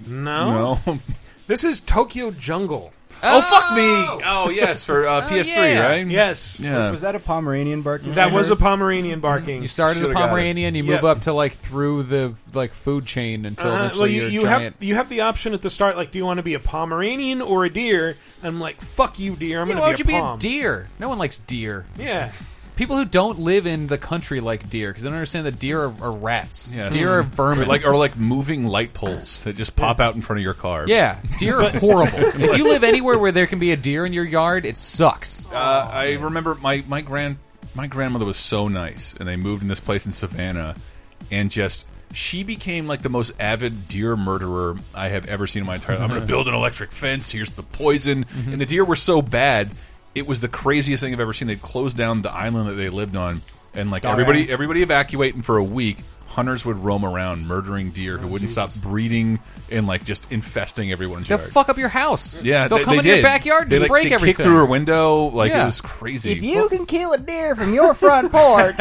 B: No.
A: No.
B: This is Tokyo Jungle.
A: Oh, fuck me! Oh yes, for uh,
B: Oh,
A: PS3,
B: yeah.
A: right?
B: Yes.
A: Yeah.
D: Was that a Pomeranian barking?
B: That was a Pomeranian barking.
C: Mm-hmm. You start as a
B: Should've got it.
C: Pomeranian, you
B: Yep.
C: move up to like through the like food chain until
B: Uh-huh.
C: eventually
B: well, you,
C: are
B: you
C: a giant.
B: have you have the option at the start, like, do you want to be a Pomeranian or a deer? I'm like, fuck you, deer. I'm
C: Yeah,
B: gonna
C: why would
B: be
C: you
B: a
C: be a
B: pom.
C: deer? No one likes deer.
B: Yeah.
C: People who don't live in the country like deer because they don't understand that deer are, are rats.
A: Yes.
C: Deer are vermin.
A: Or like or like moving light poles that just pop out in front of your car.
C: yeah, deer are
A: But-
C: horrible. if you live anywhere where there can be a deer in your yard, it sucks.
A: Uh, I remember my my grand my grandmother was so nice, and they moved in this place in Savannah, and just she became like the most avid deer murderer I have ever seen in my entire. life. I'm going to build an electric fence. Here's the poison, and the deer were so bad, it was the craziest thing I've ever seen. They closed down the island that they lived on, and like
B: Darn.
A: everybody everybody evacuating for a week. Hunters would roam around murdering deer who wouldn't stop breeding and like just infesting everyone's
C: They'll
A: yard.
C: fuck up your house.
A: Yeah,
C: they'll
A: they,
C: come
A: they
C: into
A: did.
C: your backyard and
A: They,
C: just
A: like,
C: break
A: they
C: everything.
A: kicked through her window. Like
C: Yeah.
A: it was crazy.
D: If you can kill a deer from your front porch,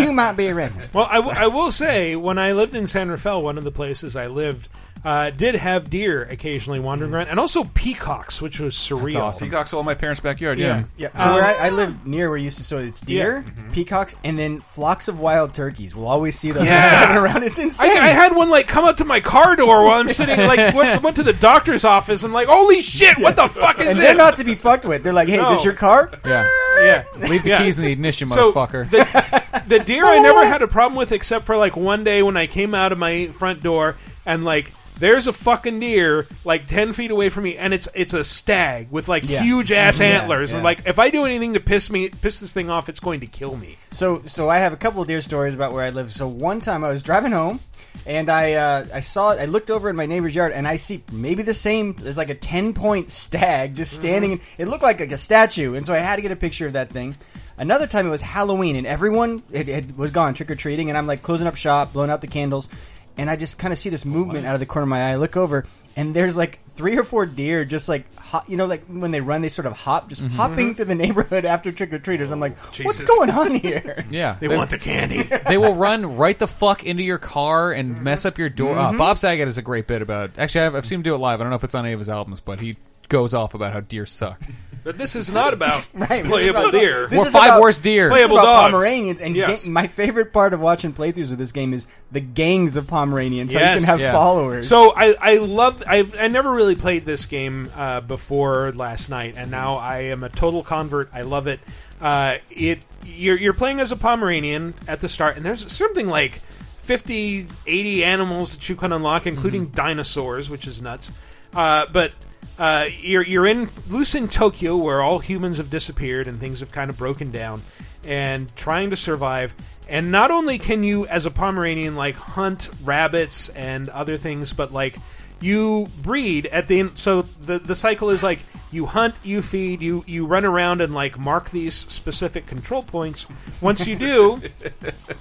D: you might be a redneck.
B: Well, I, w- I will say, when I lived in San Rafael, one of the places I lived uh, did have deer occasionally wandering around, and also peacocks, which was surreal.
A: Peacocks all in my parents' backyard. Yeah,
D: Yeah. Uh, So where I, I live near, where you used to, so it's deer,
B: Um, Yeah. Mm-hmm.
D: peacocks, and then flocks of wild turkeys. We'll always see those. driving around. It's insane.
B: I, I had one like come up to my car door while I'm sitting like went, went to the doctor's office. I'm like, holy shit, what the fuck is
D: and they're
B: this?
D: not to be fucked with. They're like, hey,
B: No.
D: this your car?
C: Yeah.
B: yeah,
C: Leave the
B: Yeah.
C: keys in the ignition,
B: So,
C: motherfucker.
B: the deer I never had a problem with except for like one day when I came out of my front door and like there's a fucking deer like ten feet away from me and it's it's a stag with like
D: Yeah.
B: huge ass
D: Yeah,
B: antlers
D: yeah.
B: and like if I do anything to piss me piss this thing off it's going to kill me.
D: So, so I have a couple of deer stories about where I live. So one time I was driving home, and I uh, I saw it. I looked over in my neighbor's yard, and I see maybe the same. There's like a ten point stag just standing. It looked like, like a statue, and so I had to get a picture of that thing. Another time it was Halloween, and everyone it, it was gone trick or treating, and I'm like closing up shop, blowing out the candles, and I just kind of see this movement out of the corner of my eye. I look over, and there's like three or four deer just like hop, you know, like when they run, they sort of hop, just hopping through the neighborhood after trick or treaters. I'm like, what's
B: Jesus.
D: going on here?
C: Yeah,
B: They want the candy.
C: they will run right the fuck into your car and mess up your door. Uh,
B: Mm-hmm.
D: Mhm.
C: Bob Saget has a great bit about. Actually, I've, I've seen him do it live. I don't know if it's on any of his albums, but he goes off about how deer suck.
B: But this is not about
D: Right, this is
B: playable
D: about-
B: deer.
D: this
C: We're
D: is
C: five
D: about-
C: worse deer.
D: this is
B: Playable
D: about
B: dogs.
D: Pomeranians, and
B: Yes.
D: ga- my favorite part of watching playthroughs of this game is the gangs of Pomeranians, so you
B: Yes.
D: can have
B: Yeah.
D: followers.
B: So I, I love I I never really played this game uh, before last night, and now I am a total convert. I love it. Uh, it you're you're playing as a Pomeranian at the start, and there's something like 50, 80 animals that you can unlock, including
D: Mm-hmm.
B: dinosaurs, which is nuts. Uh, but uh, you're you're in loose in Tokyo, where all humans have disappeared and things have kind of broken down, and trying to survive. And not only can you, as a Pomeranian, like hunt rabbits and other things, but like you breed at the end. So the the cycle is like you hunt, you feed, you you run around and like mark these specific control points. Once you do,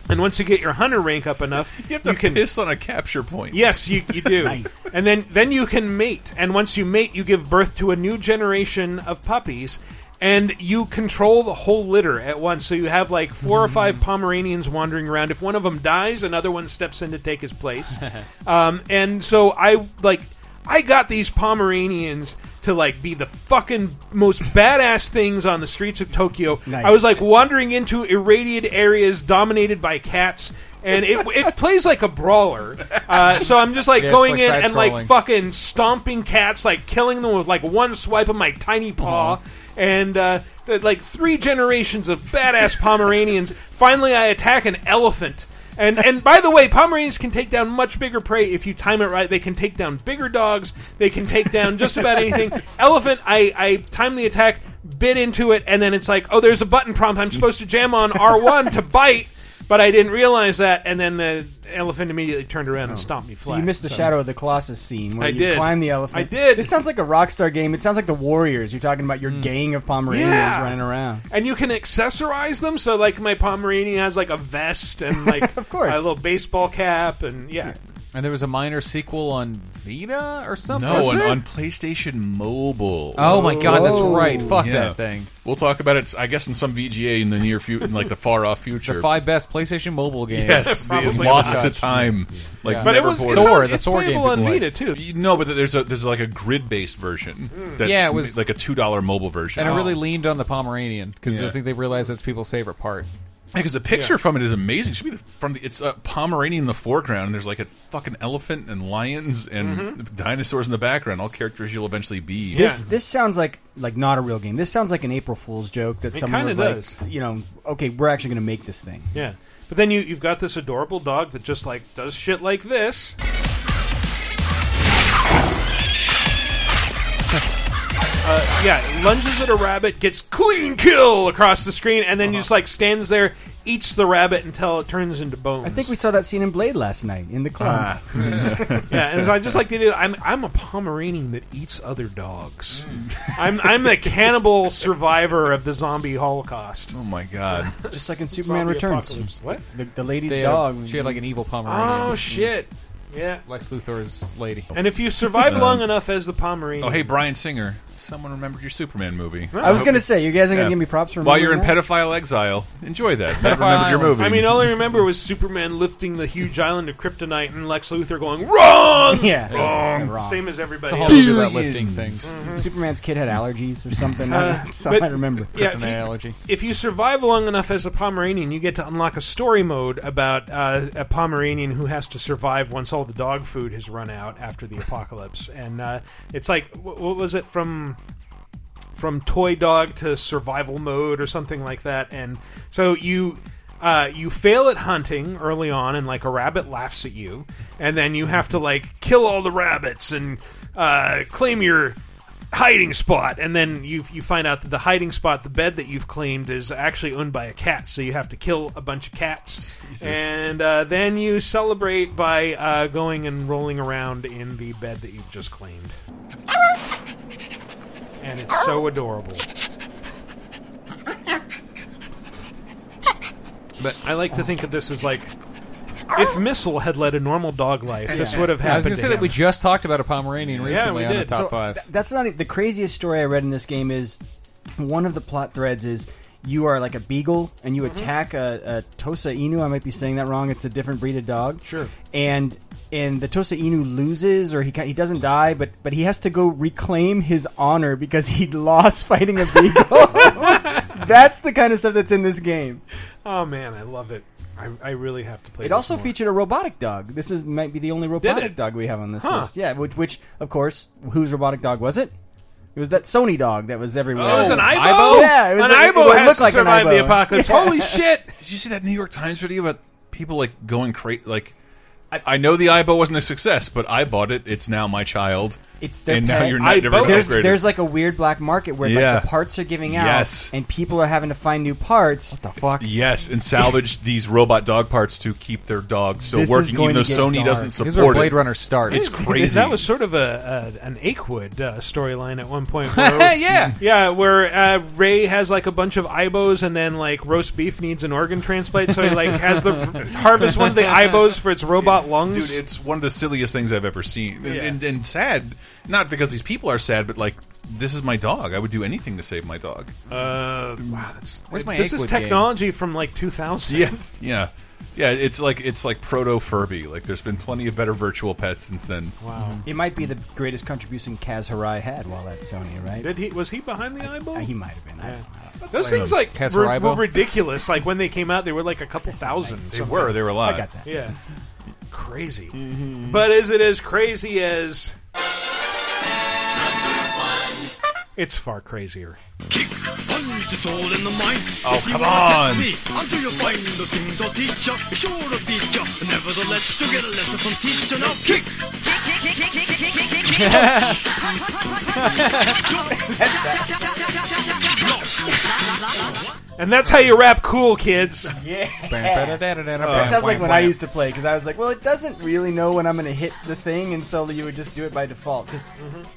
B: and once you get your hunter rank up enough,
A: You have to piss on a capture point.
B: Yes, you, you do. And then then you can mate, and once you mate, you give birth to a new generation of puppies, and you control the whole litter at once. So you have like four or five Pomeranians wandering around. If one of them dies, another one steps in to take his place.
D: Oh,
B: um, and so I like. I got these Pomeranians to like be the fucking most badass things on the streets of Tokyo.
D: Nice.
B: I was like wandering into irradiated areas dominated by cats, and it, it plays like a brawler. Uh, so I'm just like
C: Yeah, it's
B: going
C: like
B: in and like
C: side-scrolling.
B: fucking stomping cats, like killing them with like one swipe of my tiny paw,
D: Uh-huh.
B: and uh, th- like three generations of badass Pomeranians. Finally, I attack an elephant. And, and by the way, Pomeranians can take down much bigger prey if you time it right. They can take down bigger dogs. They can take down just about anything. Elephant, I, I time the attack, bit into it, and then it's like, oh, there's a button prompt. I'm supposed to jam on R1 to bite, but I didn't realize that. And then the elephant immediately turned around and stomped me flat.
D: Oh. So you missed the Shadow of the Colossus scene where
B: I
D: you
B: did.
D: climb the elephant.
B: I did. Mm.
D: This sounds like a Rockstar game. It sounds like the Warriors. You're talking about your gang of Pomeranians
B: Yeah.
D: running around.
B: and you can accessorize them. So like my Pomeranian has like a vest and like
D: Of course.
B: a little baseball cap and yeah.
C: And there was a minor sequel on Vita or something.
A: No,
C: wasn't
A: on,
C: there?
A: on PlayStation Mobile.
C: Oh my god, that's
D: Whoa.
C: right. Fuck
A: Yeah.
C: that thing.
A: We'll talk about it, I guess, in some VGA in the near future, in like the far off future.
C: The five best PlayStation mobile games.
A: yes, the
B: Probably
A: lost
C: not.
A: to time, like
C: Yeah.
B: But it
A: never
B: was
A: before.
B: it's,
C: Thor,
B: on,
C: the
B: it's
C: Thor game
B: playable on
C: people
B: Vita
C: liked.
B: too. Mm.
A: No, but there's a there's like a grid based version. That's
C: Yeah, it was-
A: like a two dollar mobile version.
C: And I really leaned on the Pomeranian because
A: Yeah.
C: I think they realized that's people's favorite part.
A: because the picture from it is amazing. It should be the, from the it's a Pomeranian in the foreground, and there's like a fucking elephant and lions and
B: Mm-hmm.
A: dinosaurs in the background. All characters you'll eventually be.
D: This this sounds like like not a real game. This sounds like an April Fool's joke that
B: It
D: someone was
B: kinda does.
D: like, you know, okay, we're actually going to make this thing.
B: Yeah. But then you you've got this adorable dog that just like does shit like this. Uh, yeah, lunges at a rabbit, gets clean kill across the screen, and then
D: Uh-huh.
B: just like stands there, eats the rabbit until it turns into bones.
D: I think we saw that scene in Blade last night in the club.
B: Yeah, and so I just like the idea. I'm I'm a Pomeranian that eats other dogs. I'm I'm the cannibal survivor of the zombie holocaust.
A: Oh my god.
D: Just like in Superman
B: Zombie
D: Returns.
B: apocalypse. What?
D: The, the lady's
C: They had a-
D: dog.
C: she had like an evil Pomeranian.
B: Oh shit! Yeah.
C: Lex Luthor's lady.
B: And if you survive long enough as the Pomeranian,
A: Oh hey, Brian Singer. Someone remembered your Superman movie.
D: I was going to say, you guys are going to
A: Yeah.
D: give me props for
A: While you're in
D: remembering
A: pedophile exile, enjoy that. Never remembered your movie.
B: I mean, all I remember was Superman lifting the huge island of kryptonite and Lex Luthor going wrong.
D: that? Yeah.
A: Wrong.
D: Wrong. wrong. Mm-hmm.
B: Same as everybody
C: It's a whole
B: else. Mm-hmm.
C: issue about lifting things.
D: Superman's kid had allergies or something.
B: Uh,
D: That's all
B: but-
D: I remember.
B: Yeah, if, you, if you survive long enough as a Pomeranian, you get to unlock a story mode about uh, a Pomeranian who has to survive once all the dog food has run out after the apocalypse. And uh, it's like, wh- what was it from? From toy dog to survival mode or something like that, and so you uh, you fail at hunting early on, and like a rabbit laughs at you, and then you have to like kill all the rabbits and uh, claim your hiding spot, and then you you find out that the hiding spot, the bed that you've claimed, is actually owned by a cat. So you have to kill a bunch of cats, and uh, then you celebrate by uh, going and rolling around in the bed that you've just claimed. And it's so adorable. But I like to think of this as like. If Missile had led a normal dog life, this would have happened.
C: I was
B: to
C: going to say that
B: him.
C: we just talked about a Pomeranian
B: Yeah,
C: recently
B: we
C: on the
B: did.
C: top
B: So,
C: five.
D: Th- that's not e- the craziest story I read in this game. Is one of the plot threads is you are like a beagle and you attack a, a Tosa Inu. I might be saying that wrong. It's a different breed of dog. Sure. And and the Tosa Inu loses or he ca- he doesn't die, but but he has to go reclaim his honor because he lost fighting a beagle. that's the kind of stuff that's in this game.
B: Oh man, I love it. I, I really have to play.
D: It
B: this
D: also
B: more.
D: featured a robotic dog. This is might be the only robotic
B: it?
D: dog we have on this
B: Huh.
D: list. Yeah, which, which of course, whose robotic dog was it? It was that Sony dog that was everywhere.
B: Oh, it was an Ibo? Yeah, it was An like- Ibo it has looked to like an survive the Ibo. apocalypse. Holy shit!
A: Did you see that New York Times video about people like going crazy? Like, I, I know the Ibo wasn't a success, but I bought it. It's now my child.
D: It's their
A: and
D: pet.
A: now you're not, never
D: there's,
A: upgraded.
D: there's like a weird black market where
A: Yeah.
D: like the parts are giving out,
A: Yes.
D: and people are having to find new parts. What the fuck?
A: Yes, and salvage these robot dog parts to keep their dog still
D: This is
A: working,
D: going
A: even though
D: to get
A: Sony
D: dark.
A: doesn't
D: This is
A: support
D: where
A: it.
D: Blade Runner starts.
A: It's crazy.
B: That was sort of a, a an Akewood uh, storyline at one point. Where, yeah, yeah, where uh, Ray has like a bunch of ibos, and then like roast beef needs an organ transplant, so he like has the harvest one of the ibos for its robot lungs.
A: Dude, it's one of the silliest things I've ever seen, and,
B: Yeah.
A: and, and sad. Not because these people are sad, but like this is my dog. I would do anything to save my dog.
B: Uh, wow, that's,
A: Where's my
B: this is
A: Akewood game?
B: technology from like 2000.
A: Yeah, yeah, yeah. It's like it's like proto Furby. Like there's been plenty of better virtual pets since then.
B: Wow.
D: It might be the greatest contribution Kaz Harai had while at Sony, right?
B: Did he was he behind the eyeball?
D: He might have been. I don't know.
B: Those
D: Blame
B: things
D: him.
B: like
D: Cast
B: were,
D: for Ibo?
B: were ridiculous. Like when they came out, they were like a couple thousand.
A: They
B: something.
A: were, they were a lot. I got
D: that.
B: Yeah, crazy. But is it as crazy as? It's far crazier.
K: It's all in the mind.
B: Oh,
K: If you
B: come
K: wanna test
B: on.
K: Me, until you find the things I'll teach ya, sure to beat ya. Nevertheless, to get a lesson from teacher, now kick.
B: And that's how you rap cool, kids.
D: Yeah.
B: That Uh,
D: that sounds like when I used to play because I was like, well, it doesn't really know when I'm going to hit the thing, and so you would just do it by default. Because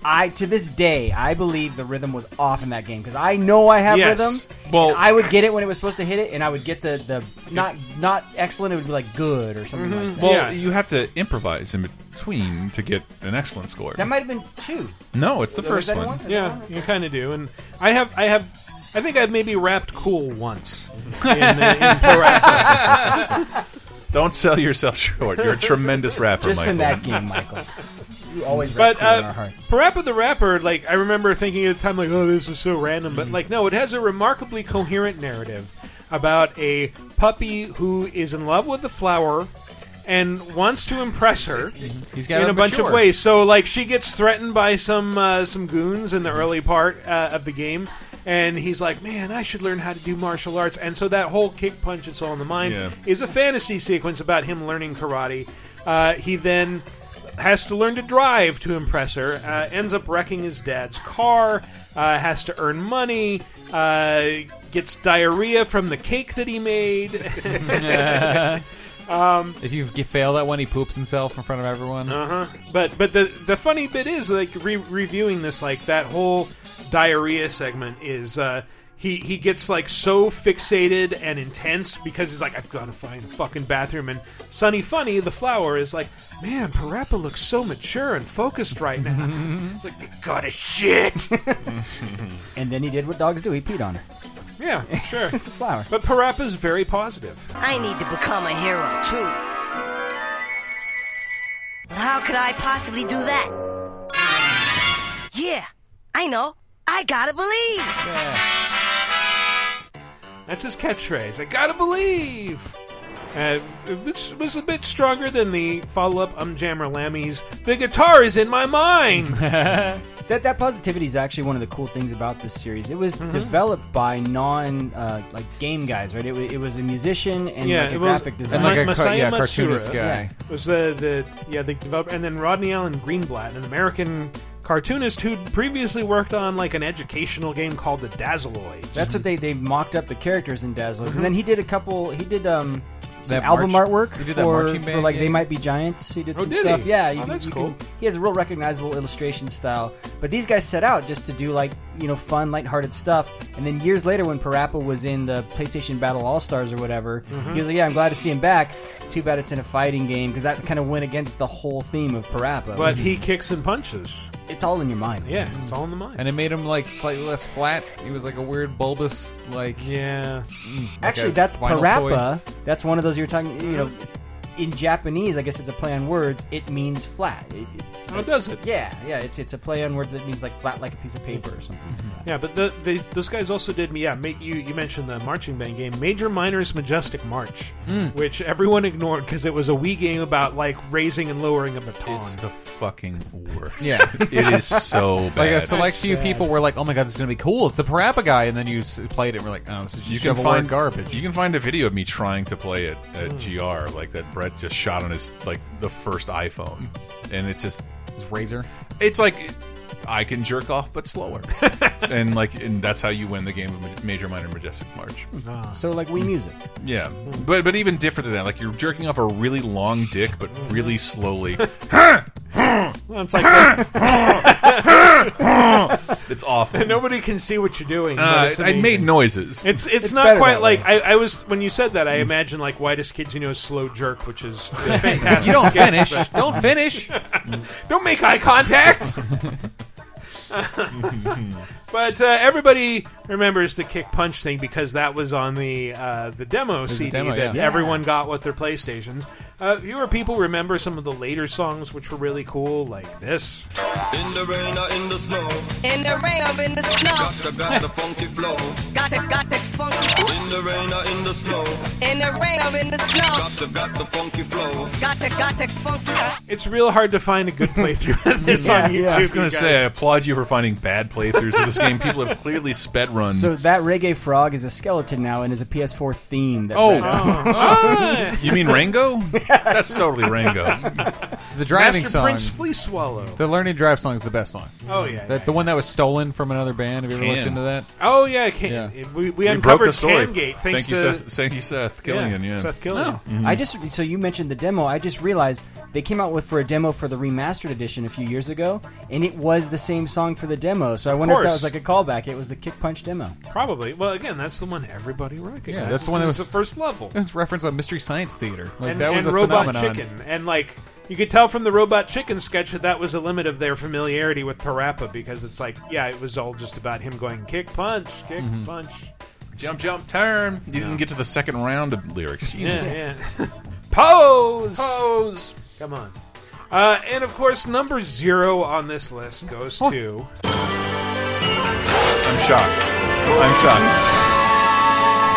D: I, to this day, I believe the rhythm was off in that game because I know I have
B: Yes.
D: rhythm.
B: Well-
D: and I would get it when it was supposed to hit it, and I would get the the not not excellent. It would be like good or something
B: Mm-hmm.
D: like that.
A: Mm-hmm. Well, you have to improvise in between to get an excellent score.
D: that might have been two.
A: no, Oh, it's the
D: Was
A: first
D: that
A: one.
D: one?
B: Yeah, you kind of do. And I have, I have, I think I've maybe rapped cool once. in, uh, in pro rap.
A: Don't sell yourself short. You're a tremendous rapper,
D: Just
A: Michael.
D: in that game, Michael. You always
B: But
D: rap cool in our
B: uh,
D: hearts.
B: Parappa the Rapper, like I remember thinking at the time, like, oh, this is so random. But like, no, it has a remarkably coherent narrative about a puppy who is in love with a flower and wants to impress her
C: He's got
B: in
C: to
B: a bunch of
C: mature.
B: ways. So like, she gets threatened by some uh, some goons in the early part uh, of the game. And he's like, man, I should learn how to do martial arts. And so that whole kick punch, it's all in the mind,
A: Yeah.
B: is a fantasy sequence about him learning karate. Uh, he then has to learn to drive to impress her, uh, ends up wrecking his dad's car, uh, has to earn money, uh, gets diarrhea from the cake that he made. um,
C: if you g- fail that one, he poops himself in front of everyone.
B: uh-huh. But but the the funny bit is like re- reviewing this like that whole diarrhea segment is uh he he gets like so fixated and intense because he's like I've got to find a fucking bathroom and Sunny Funny the flower is like man Parappa looks so mature and focused right now. it's like gotta shit.
D: and then he did what dogs do. He peed on her.
B: yeah, sure.
D: It's a flower.
B: But Parappa's very positive.
M: I need to become a hero too. But how could I possibly do that? Yeah, I know. I gotta believe.
B: That's his catchphrase. I gotta believe. Uh, which was a bit stronger than the follow-up Um Jammer Lammy's "The Guitar Is in My Mind."
D: that that positivity is actually one of the cool things about this series. It was
B: Mm-hmm.
D: developed by non uh, like game guys, right? It, wa- it was a musician and like a
B: it was-
D: graphic designer,
B: Ma- Masaya Matsura, yeah, was the the yeah the developer, and then Rodney Allen Greenblatt, an American cartoonist who would previously worked on like an educational game called The Dazzleoids.
D: That's what they they mocked up the characters in Dazzlers,
B: Mhm.
D: and then he did a couple. He did um. Some
B: That
D: album
B: march-
D: artwork
B: he did that
D: for,
B: marching
D: for
B: band
D: like they
B: game?
D: might be giants. He did
B: Oh,
D: some
B: did
D: stuff.
B: he?
D: Yeah,
B: Oh, that's
D: can-
B: cool.
D: he has a real recognizable illustration style. But these guys set out just to do like you know fun, lighthearted stuff. And then years later, when Parappa was in the PlayStation Battle All Stars or whatever,
B: Mhm.
D: he was like, "Yeah, I'm glad to see him back." Too bad it's in a fighting game because that kind of went against the whole theme of Parappa.
B: But Mm-hmm. he kicks and punches.
D: It's all in your mind.
B: Yeah, it's all in the mind.
C: And it made him like slightly less flat. He was like a weird bulbous, like mm,
B: yeah.
D: Actually, that's Parappa. That's one of those you were talking. You know, in Japanese, I guess it's a play on words. It means flat. It, it-
B: Oh, does it?
D: Yeah, yeah. It's it's a play on words that means like flat, like a piece of paper or something.
B: Yeah, but the, they, those guys also did. Yeah, ma- you you mentioned the marching band game, Major Minor's Majestic March,
A: Mm.
B: which everyone ignored because it was a Wii game about like raising and lowering a baton.
A: It's the fucking worst.
C: Yeah,
A: it is so bad.
C: Like a select few people were like, "Oh my god, this is gonna be cool." It's the Parappa guy, and then you s- played it. and We're like, "Oh, this is just
A: You can
C: shovel-ware
A: find
C: garbage."
A: You can find a video of me trying to play it at GR, like that Brett just shot on his like the first iPhone, and it's just
C: his razor.
A: It's like I can jerk off, but slower, and like and that's how you win the game of Ma- Major Minor Majestic March.
D: So like we music.
A: Yeah, but but even different than that, like you're jerking off a really long dick, but really slowly.
B: Well, it's like
A: it's awful.
B: Nobody can see what you're doing. but
A: Uh,
B: it's
A: I made
B: amazing.
A: noises.
B: It's it's,
A: It's
B: not
A: better
B: quite
A: that
B: like I, I was when you said that. I imagine like whitest kids you know slow jerk, which is a fantastic.
C: You don't
B: sketch,
C: finish.
B: but-
C: Don't finish.
B: don't make eye contact. but uh, everybody remembers the kick punch thing because that was on the uh, the demo
C: was a
B: CD
C: demo,
B: that
C: yeah.
B: everyone got with their PlayStations. Uh, fewer people remember some of the later songs, which were really cool, like this.
K: In the rain or in the snow.
M: In the rain or in the snow.
K: Got to grab the funky flow.
M: Got to, got to funky.
K: In the rain or in the snow.
M: In the rain or in the snow.
K: Got to grab the funky flow.
M: Got to, got to funky.
B: It's real hard to find a good playthrough of this on YouTube.
A: I was going
B: you
A: to
B: guys.
A: say, I applaud you for finding bad playthroughs of this game. People have clearly sped run.
D: So that reggae frog is a skeleton now and is a PS4 theme. That
A: Oh.
D: Brett owned.
C: uh-huh.
A: Oh. You mean Rango? That's totally Rango.
C: The driving
B: Master
C: song.
B: Prince Flea Swallow.
C: The learning drive song is the best song.
B: Oh, yeah,
C: that, the one that was stolen from another band. Have you ever looked
A: Can.
C: into that?
B: Oh yeah, it can,
C: Yeah.
B: We, we,
A: We broke
B: uncovered
A: the story.
B: Cangate
A: Thank
B: thanks
A: you,
B: to
A: Seth. Thank you, Seth Killian. Yeah, Mm-hmm.
B: Seth Killian.
D: Oh. I just so you mentioned the demo. I just realized they came out with for a demo for the remastered edition a few years ago, and it was the same song for the demo. So I wonder if that
B: course.
D: was like a callback. It was the Kick Punch demo.
B: Probably. Well, again, that's the one everybody recognizes.
C: Yeah, that's the one that
B: This is
C: was-
B: the first level.
C: It was referenced on Mystery Science Theater. Like
B: and,
C: that was
B: and
C: a
B: Robot
C: phenomenon.
B: Chicken, and like you could tell from the Robot Chicken sketch that that was the limit of their familiarity with Parappa because it's like, yeah, it was all just about him going kick, punch, kick,
C: Mm-hmm.
A: Mhm.
B: punch.
A: Jump, jump, turn. You didn't get to the second round of lyrics. Jesus.
B: Yeah, yeah. Pose.
A: Pose.
B: Come on. Uh, and of course, number zero on this list goes to.
A: I'm shocked. I'm shocked.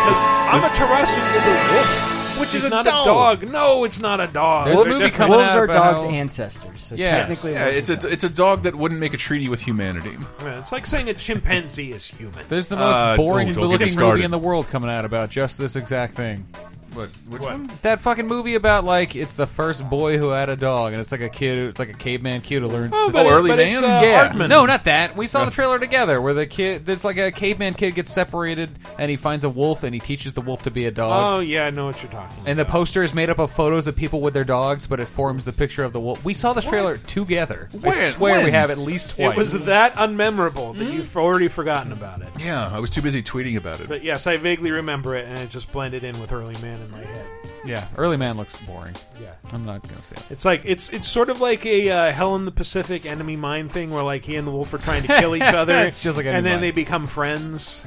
B: Because Amaterasu is a wolf, which
A: He's
B: is
A: a
B: not
A: dog.
B: a dog. No, it's not a dog.
A: There's a movie
B: different.
A: coming
D: Wolves
A: out
D: are
A: about
D: dogs'
A: how-
D: ancestors, so
A: Yes.
D: technically,
A: yeah,
D: wolves
A: it's
D: are
A: a it's a dog that wouldn't make a treaty with humanity.
B: Yeah, It's like saying a chimpanzee is human.
C: There's the most
A: Uh,
C: boring
A: don't- don't get me
C: looking
A: started.
C: movie in the world coming out about just this exact thing.
A: What? Which
B: What?
A: one?
C: That fucking movie about like it's the first boy who had a dog, and it's like a kid, who- it's like a caveman kid who learns.
A: Oh, but Oh, it- Early but it's, Man? uh,
C: yeah.
A: Aardman.
C: No, not that. We saw
A: Yeah.
C: the trailer together where the kid, there's like a caveman kid gets separated, and he finds a wolf, and he teaches the wolf to be a dog.
B: Oh yeah, I know what you're talking.
C: And the poster is made up of photos of people with their dogs, but it forms the picture of the wolf. We saw this trailer together. I swear we have at least twice.
B: It was that unmemorable that you've already forgotten about it.
A: Yeah, I was too busy tweeting about it.
B: But yes, I vaguely remember it, and it just blended in with Early Man in my head.
C: yeah, early man looks boring.
B: Yeah.
C: I'm not gonna say it.
B: It's like it's it's sort of like a uh, Hell in the Pacific enemy mine thing where like he and the wolf are trying to kill each other,
C: It's just like
B: and
C: Enemy
B: then
C: Mine.
B: they become friends.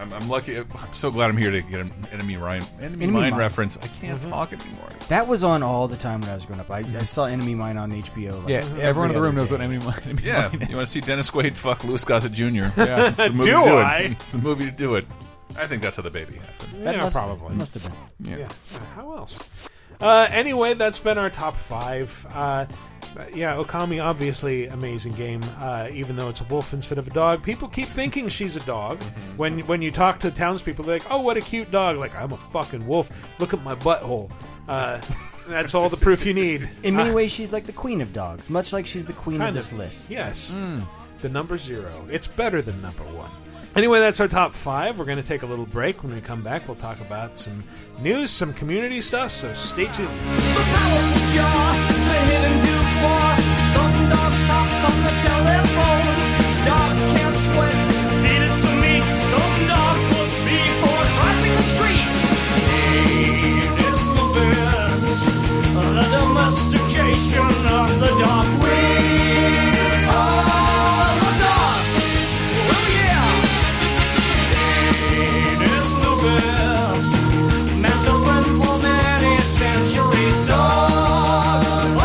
A: I'm, I'm lucky. I'm so glad I'm here to get an enemy Ryan enemy, Mm-hmm.
D: Enemy
A: mine,
D: Mine.
A: reference. I can't talk anymore.
D: That was on all the time when I was growing up. I, I saw Enemy Mine on HBO. Like
C: Yeah,
D: every
C: everyone in the
D: other
C: room knows
D: day.
C: what enemy mine. Enemy
A: Yeah,
C: mine is.
A: you want to see Dennis Quaid fuck Louis Gossett Jr. Yeah,
C: Do
A: do
C: I?
A: It. It's the movie to do it. I think that's how the baby happened.
B: Yeah, probably.
D: must have been.
A: Yeah.
B: How else? Uh, anyway, that's been our top five. Uh, yeah, Okami, obviously amazing game. Uh, even though it's a wolf instead of a dog, people keep thinking she's a dog.
C: Mm-hmm.
B: When when you talk to townspeople, they're like, "Oh, what a cute dog!" Like, I'm a fucking wolf. Look at my butthole. Uh, that's all the proof you need.
D: In many
B: Uh,
D: ways, she's like the queen of dogs, much like she's the queen of
B: Kind
D: this list.
B: Yes. The number zero. It's better than number one. Anyway, that's our top five. We're going to take a little break. When we come back, we'll talk about some news, some community stuff, so stay tuned.
K: The domestication of the dog. We are the dogs. Oh yeah. It is Lucas. Master's been for many centuries. Dogs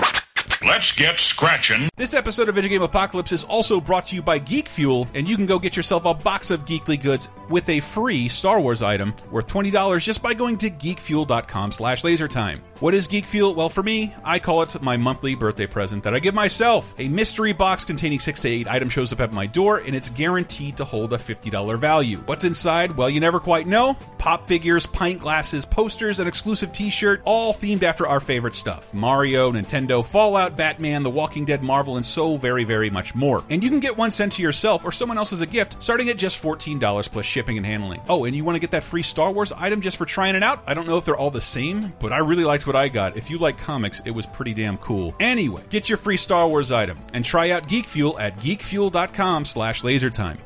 K: always lead.
A: Let's get scratching. This episode of Video Game Apocalypse is also brought to you by Geek Fuel, and you can go get yourself a box of geekly goods with a free Star Wars item worth twenty dollars just by going to geekfuel.com/slash lasertime. What is Geek Fuel? Well, for me, I call it my monthly birthday present that I give myself. A mystery box containing six to eight items shows up at my door, and it's guaranteed to hold a fifty dollar value. What's inside? Well, you never quite know. Pop figures, pint glasses, posters, an exclusive T-shirt, all themed after our favorite stuff: Mario, Nintendo, Fallout, Batman, The Walking Dead, Marvel, and so very, very much more. And you can get one sent to yourself or someone else as a gift, starting at just $14 plus shipping and handling. Oh, and you want to get that free Star Wars item just for trying it out? I don't know if they're all the same, but I really liked what I got. If you like comics, it was pretty damn cool. Anyway, get your free Star Wars item and try out Geek Fuel at geekfuel.com slash lasertime.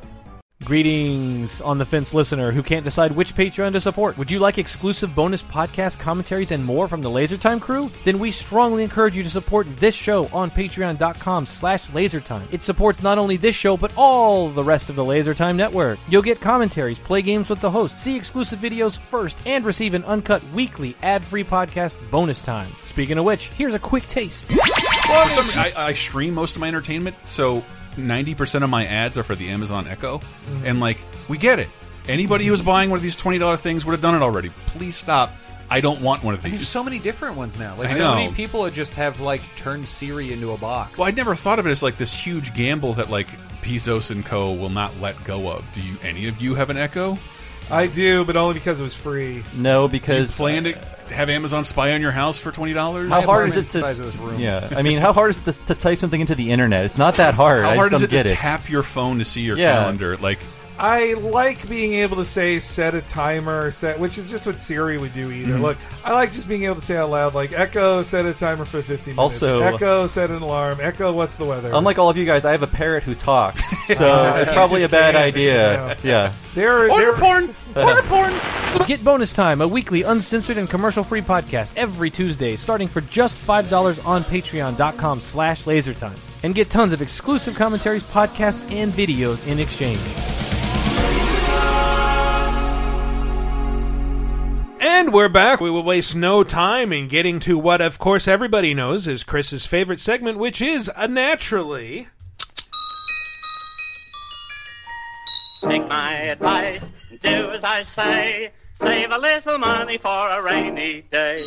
N: Greetings, on the fence listener who can't decide which Patreon to support. Would you like exclusive bonus podcast commentaries and more from the Lasertime crew? Then we strongly encourage you to support this show on patreon.com slash lasertime. It supports not only this show, but all the rest of the Lasertime network. You'll get commentaries, play games with the host, see exclusive videos first, and receive an uncut weekly ad-free podcast bonus time. Speaking of which, here's a quick taste.
A: For some reason, I, I stream most of my entertainment, so ninety percent of my ads are for the Amazon Echo,
K: Mhm.
A: and like we get it. Anybody who's buying one of these twenty dollar things would have done it already. Please stop. I don't want one of
C: There's
A: these.
C: so many different ones now. Like
A: I
C: so
A: know.
C: many people just have like turned Siri into a box.
A: Well, I never thought of it as like this huge gamble that like Bezos and Co. will not let go of. Do you? Any of you have an Echo?
O: I do, but only because it was free.
A: No,
O: because-
A: do you plan to have Amazon spy on your house for twenty dollars.
O: How hard is it to? Yeah, I mean, how hard is this to type something into the internet? It's not that hard.
A: How
O: I
A: hard
O: just
A: is
O: don't
A: it
O: get
A: to
O: it.
A: tap your phone to see your
O: Yeah.
A: calendar? Like
O: I like being able to say set a timer, set which is just what Siri would do either.
A: Mhm.
O: Look, I like just being able to say out loud like Echo set a timer for 15 minutes.
A: Also-
O: Echo set an alarm. Echo what's the weather?
A: Unlike
O: all of you guys, I have a parrot who talks.
N: so it's probably a bad
O: idea.
N: Yeah.
O: There
N: Order
A: porn.
N: Order
A: porn.
N: Get Bonus Time, a weekly uncensored and commercial-free podcast every Tuesday, starting for just $5 on patreon.com slash lasertime. And get tons of exclusive commentaries, podcasts, and videos in exchange.
B: And we're back. We will waste no time in getting to what, of course, everybody knows is Chris's favorite segment, which is a naturally.
P: Take my advice, and do as I say. Save a little money for a rainy day.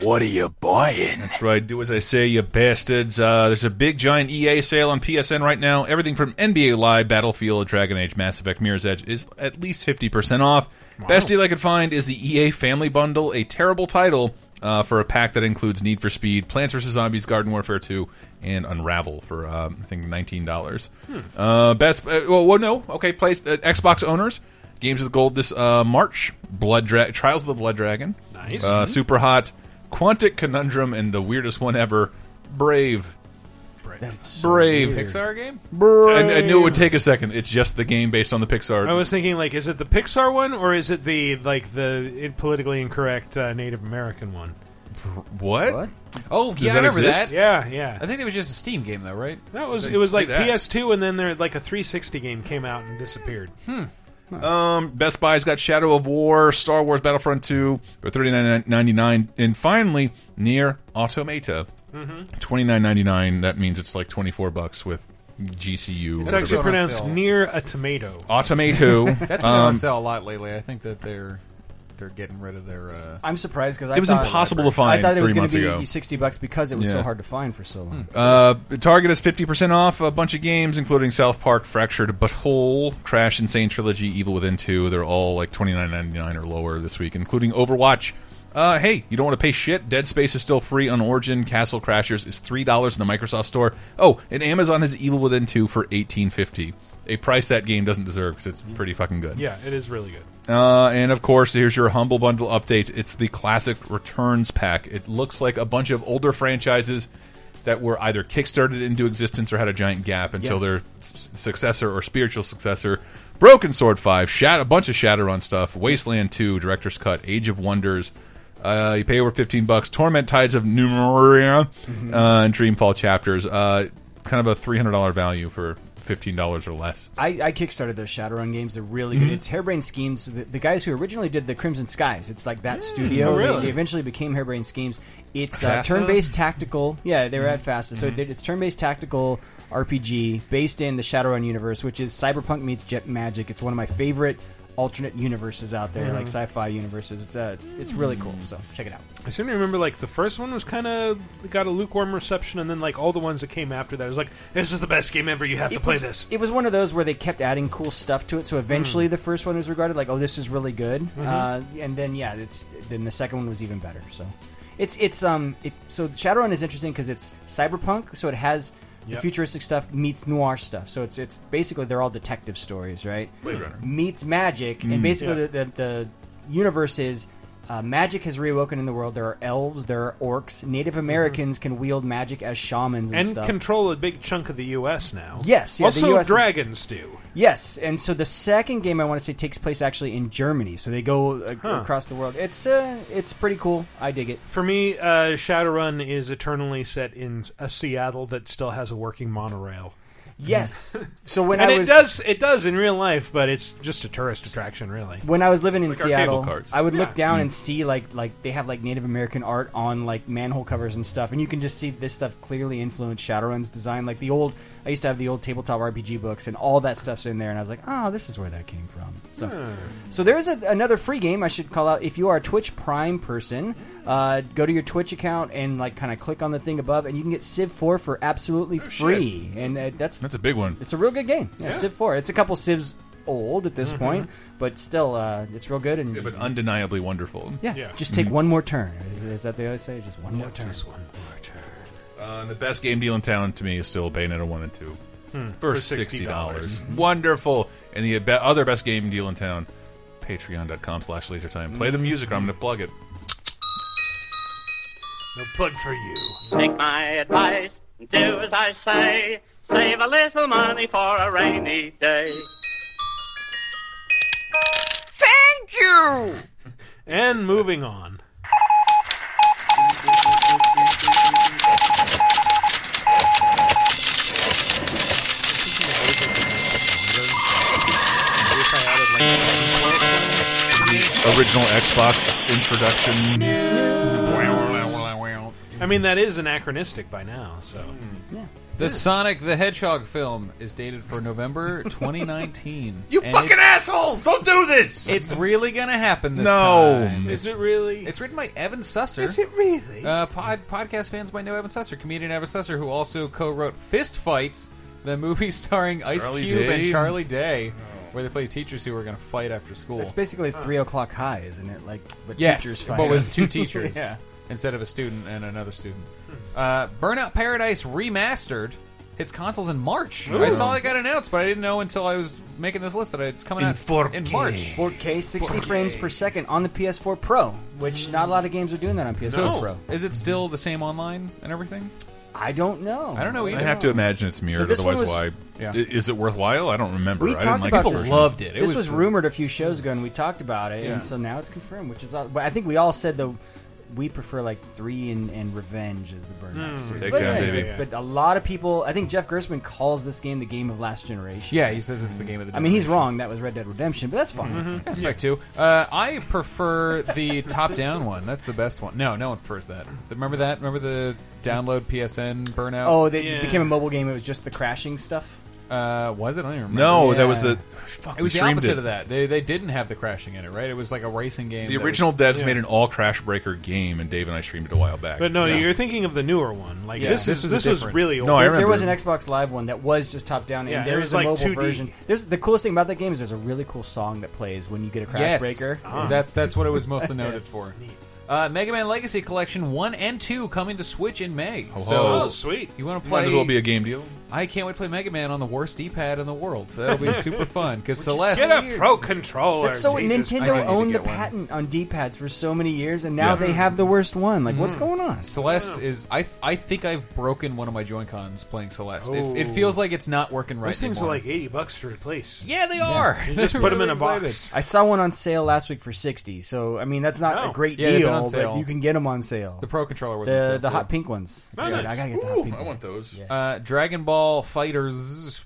A: What are you buying? That's right. Do as I say, you bastards. Uh, there's a big giant EA sale on PSN right now. Everything from NBA Live, Battlefield, Dragon Age, Mass Effect, Mirror's Edge is at least 50% off. Best deal I could find is the EA Family Bundle, a terrible title uh, for a pack that includes Need for Speed, Plants vs. Zombies, Garden Warfare 2, and Unravel for, um, I think, $19. Uh, best, uh, well, well, no. Okay, play, uh, Xbox owners. Games of the Gold this uh, March. Blood Dra- Trials of the Blood Dragon.
B: Nice. Mm-hmm.
A: Uh, super hot. Quantic Conundrum and the weirdest one ever, Brave. Brave.
C: Pixar game?
A: I, I knew it would take a second. It's just the game based on the Pixar.
B: I was thinking, like, is it the Pixar one or is it the like the politically incorrect uh, Native American one?
A: What?
C: Oh,
A: Does
C: yeah, I
A: that
C: remember
A: exist?
C: that.
B: Yeah, yeah.
C: I think it was just a Steam game, though, right?
B: That was it was like PS2, and then there like a 360 game came out and disappeared.
C: Hmm.
A: Um, Best Buy's got Shadow of War, Star Wars Battlefront 2 for thirty nine ninety nine, and finally Near Automata,
B: Mhm.
A: twenty nine ninety nine. That means it's like twenty four bucks with GCU.
B: It's
A: whatever.
B: actually pronounced near a tomato.
A: Automato.
C: That's been on
A: um,
C: sale a lot lately. I think that they're they're getting rid of their. Uh,
D: I'm surprised because
A: It was impossible to find
D: I thought it was
A: three
D: gonna
A: months
D: be
A: ago.
D: sixty bucks because it was so
A: Yeah.
D: hard to find for so
C: Hmm.
D: long.
A: Uh, Target is 50% off a bunch of games, including South Park, Fractured But Whole, Crash Insane Trilogy, Evil Within 2. They're all like twenty nine ninety nine or lower this week, including Overwatch. Uh, hey, you don't want to pay shit? Dead Space is still free on Origin. Castle Crashers is $3 in the Microsoft Store. Oh, and Amazon has Evil Within 2 for eighteen fifty. A price that game doesn't deserve because it's pretty fucking good.
B: Mm-hmm. Yeah, it is really good.
A: Uh, and of course, here's your humble bundle update. It's the classic returns pack. It looks like a bunch of older franchises that were either kickstarted into existence or had a giant gap until
B: Yeah.
A: their s- successor or spiritual successor. Broken Sword Five, Shat a bunch of Shadowrun stuff, Wasteland Two, Director's Cut, Age of Wonders. Uh, you pay over fifteen bucks. Torment Tides of Numeria uh, and Dreamfall Chapters. Uh, kind of a three hundred dollar value for fifteen dollars or less.
D: I, I kickstarted those Shadowrun games. They're really
A: Mhm.
D: good. It's Hairbrained Schemes. The, the guys who originally did the Crimson Skies. It's like that studio.
A: Oh,
D: They-
A: really?
D: They, eventually became Hairbrained Schemes. It's uh,
A: FASA?
D: turn-based tactical. Yeah, they were at FASA. So
A: Mhm.
D: they- it's turn-based tactical RPG based in the Shadowrun universe, which is cyberpunk meets jet magic. It's one of my favorite alternate universes out there,
B: Mhm.
D: like sci-fi universes. It's uh, it's really cool. So check it out.
B: I seem to remember like the first one was kind of got a lukewarm reception, and then like all the ones that came after that was like, this is the best game ever. You have to
D: It
B: play
D: was-
B: this. Hmm.
D: It was one of those where they kept adding cool stuff to it. So eventually, the first one was regarded like, "Oh, this is really good,"
B: Mm-hmm.
D: uh, and then yeah, it's then the second one was even better. So it's it's um it, so Shadowrun is interesting because it's cyberpunk, so it has
B: Yep.
D: the futuristic stuff meets noir stuff. So it's it's basically they're all detective stories, right?
B: Blade Runner.
D: meets magic,
B: Mm.
D: and basically
B: Yeah.
D: the, the the universe is. Uh, magic has reawoken in the world. There are elves, there are orcs. Native Americans can wield magic as shamans and,
B: Mm-hmm. And
D: stuff.
B: control a big chunk of the U.S. now.
D: Yes, yeah, the
B: also
D: US is-
B: dragons do.
D: Yes, and so the second game I want to say takes place actually in Germany, so they go uh,
B: Huh.
D: across the world. It's uh, it's pretty cool. I dig it.
B: For me, uh, Shadowrun is eternally set in a Seattle that still has a working monorail.
D: Yes. So when
B: and
D: I
B: it
D: was
B: does it does in real life, but it's just a tourist attraction, really.
D: when I was living in
B: Like our cable
D: Seattle,
B: cars.
D: I would
B: Yeah.
D: look down
B: Mm.
D: and see like like they have like Native American art on like manhole covers and stuff, and you can just see this stuff clearly influenced Shadowrun's design. Like the old, I used to have the old tabletop RPG books, and all that stuff's in there, and I was like, oh, this is where that came from. So.
B: Hmm.
D: So there's a, another free game I should call out. If you are a Twitch Prime person, uh, go to your Twitch account and like kind of click on the thing above, and you can get Civ 4 for absolutely free. And uh, that's
A: that's a big one.
D: It's a real good game. Oh, Yeah, Mm-hmm.
A: Yeah.
D: Civ 4. It's a couple Civs old at this
A: Mhm.
D: point, but still, uh, it's real good. And
A: Yeah, but undeniably wonderful.
D: yeah, Mm-hmm. just
C: Mm-hmm.
D: take one more turn. Is, is that they always say? Just one more turn.
B: one more turn.
A: Uh, the best game deal in town to me is still Bayonetta 1 and 2
B: Hmm,
A: for,
B: for
A: $60.
B: $60.
A: Wonderful. And the be other best game deal in town, patreon.com slash lasertime. Play the music or I'm going to plug it.
B: No plug for you.
P: Take my advice, do as I say. Save a little money for a rainy day.
B: Thank you. And moving on.
A: Original Xbox introduction.
B: I mean, that is anachronistic by now. So
C: The Sonic the Hedgehog film is dated for November 2019.
B: You
C: And
B: fucking
C: it's-
A: assholes! Don't do this!
C: It's really gonna happen this
A: No.
C: time.
A: Is
B: it really?
C: It's written by Evan Susser.
B: Is it really?
C: Uh, pod, podcast fans might know Evan Susser, comedian Evan Susser, who also co-wrote Fist Fight, the movie starring Ice
D: Charlie
C: Cube and
D: Day?
C: Charlie Day, where they play teachers who are gonna fight after school.
D: It's basically three o'clock high, isn't it? Like, but
C: yes,
D: teachers fight.
C: but with two teachers
D: yeah.
C: instead of a student and another student.
D: Hmm.
C: Uh, Burnout Paradise Remastered hits consoles in March.
D: Ooh.
C: I saw it got announced, but I didn't know until I was making this list that it's coming
D: In
C: out in March.
D: 4K, 60
C: 4K.
D: frames per second on the PS4 Pro, which not a lot of games are doing that on PS4
C: So
D: Pro.
C: is it still the same online and everything?
D: I don't know.
C: I don't know either.
A: Oh, I have to imagine it's
D: So
A: mirrored,
D: this one
A: otherwise why?
D: was- Yeah.
A: I- Is it worthwhile? I don't remember.
D: We
A: I didn't
D: talked
A: like
D: about
A: it.
D: this.
A: personally.
D: This was rumored a few shows ago, and we talked about it,
A: Yeah.
D: and so now it's confirmed, which is. But I think we all said the we prefer like three and, and Revenge as the Burnout
B: Hmm.
C: Mm.
D: series.
C: Take
D: but,
C: that, baby.
D: but a lot of people, I think Jeff Gerstmann calls this game the game of last generation.
C: Yeah, he says it's the game of the Mm-hmm.
D: I mean, he's wrong. That was Red Dead Redemption, but that's fine.
B: Mm-hmm.
C: Aspect two. Uh, I prefer the top-down one. That's the best one. No, no one prefers that. Remember that? Remember the download PSN burnout?
D: Oh, they it became a mobile game. It was just the crashing stuff.
C: Uh, was it? I don't even remember.
A: No, that was the- fuck,
C: it was
A: we
C: the
A: streamed
C: opposite
A: it.
C: of that. They, they didn't have the crashing in it, right? It was like a racing game.
A: The
C: that
A: original
C: was-
A: devs
C: Yeah.
A: made an all Crash Breaker game, and Dave and I streamed it a while back.
B: But no,
A: Yeah.
B: you're thinking of the newer one. Like
A: Yeah,
B: this
A: this
B: is
A: was
B: this,
A: a
B: was
A: different-
B: really
A: No,
B: old.
A: I
D: There
A: remember.
D: was an Xbox Live one that was just top down, and
B: Yeah, it
D: there
B: was
D: is a
B: like
D: mobile
B: 2D.
D: version. There's the coolest thing about that game is there's a really cool song that plays when you get a crash
C: Yes.
D: breaker.
C: Ah. That's that's what it was mostly noted for. Uh, Mega Man Legacy Collection one and two coming to Switch in May.
A: Ho,
C: so
A: ho. Oh,
B: sweet!
C: You want to play?
A: Might as well be a game deal.
C: I can't wait to play Mega Man on the worst D-pad in the world. That'll be super fun because Celeste.
B: Get a pro controller.
D: That's so
B: Jesus
D: Nintendo
B: Christ.
D: owned the patent on D-pads for so many years, and now they have the worst one. Like,
B: Mm.
D: what's going on?
C: Celeste is. I I think I've broken one of my Joy Cons playing Celeste.
B: Oh.
C: It, it feels like it's not working right
B: Those things
C: anymore.
B: are like eighty bucks to replace.
C: Yeah, they are.
B: You just put them in a box.
D: I saw one on sale last week for sixty. So I mean, that's not
B: Oh.
D: a great
C: Yeah, they've been on
D: deal,
C: sale.
D: but you can get them on sale. The
C: Pro controller was
D: the,
C: on sale,
D: the
C: too.
D: hot pink ones.
C: Oh,
D: Dude,
C: nice.
D: I gotta get the hot pink.
A: I want those.
C: Uh, Dragon Ball Fighters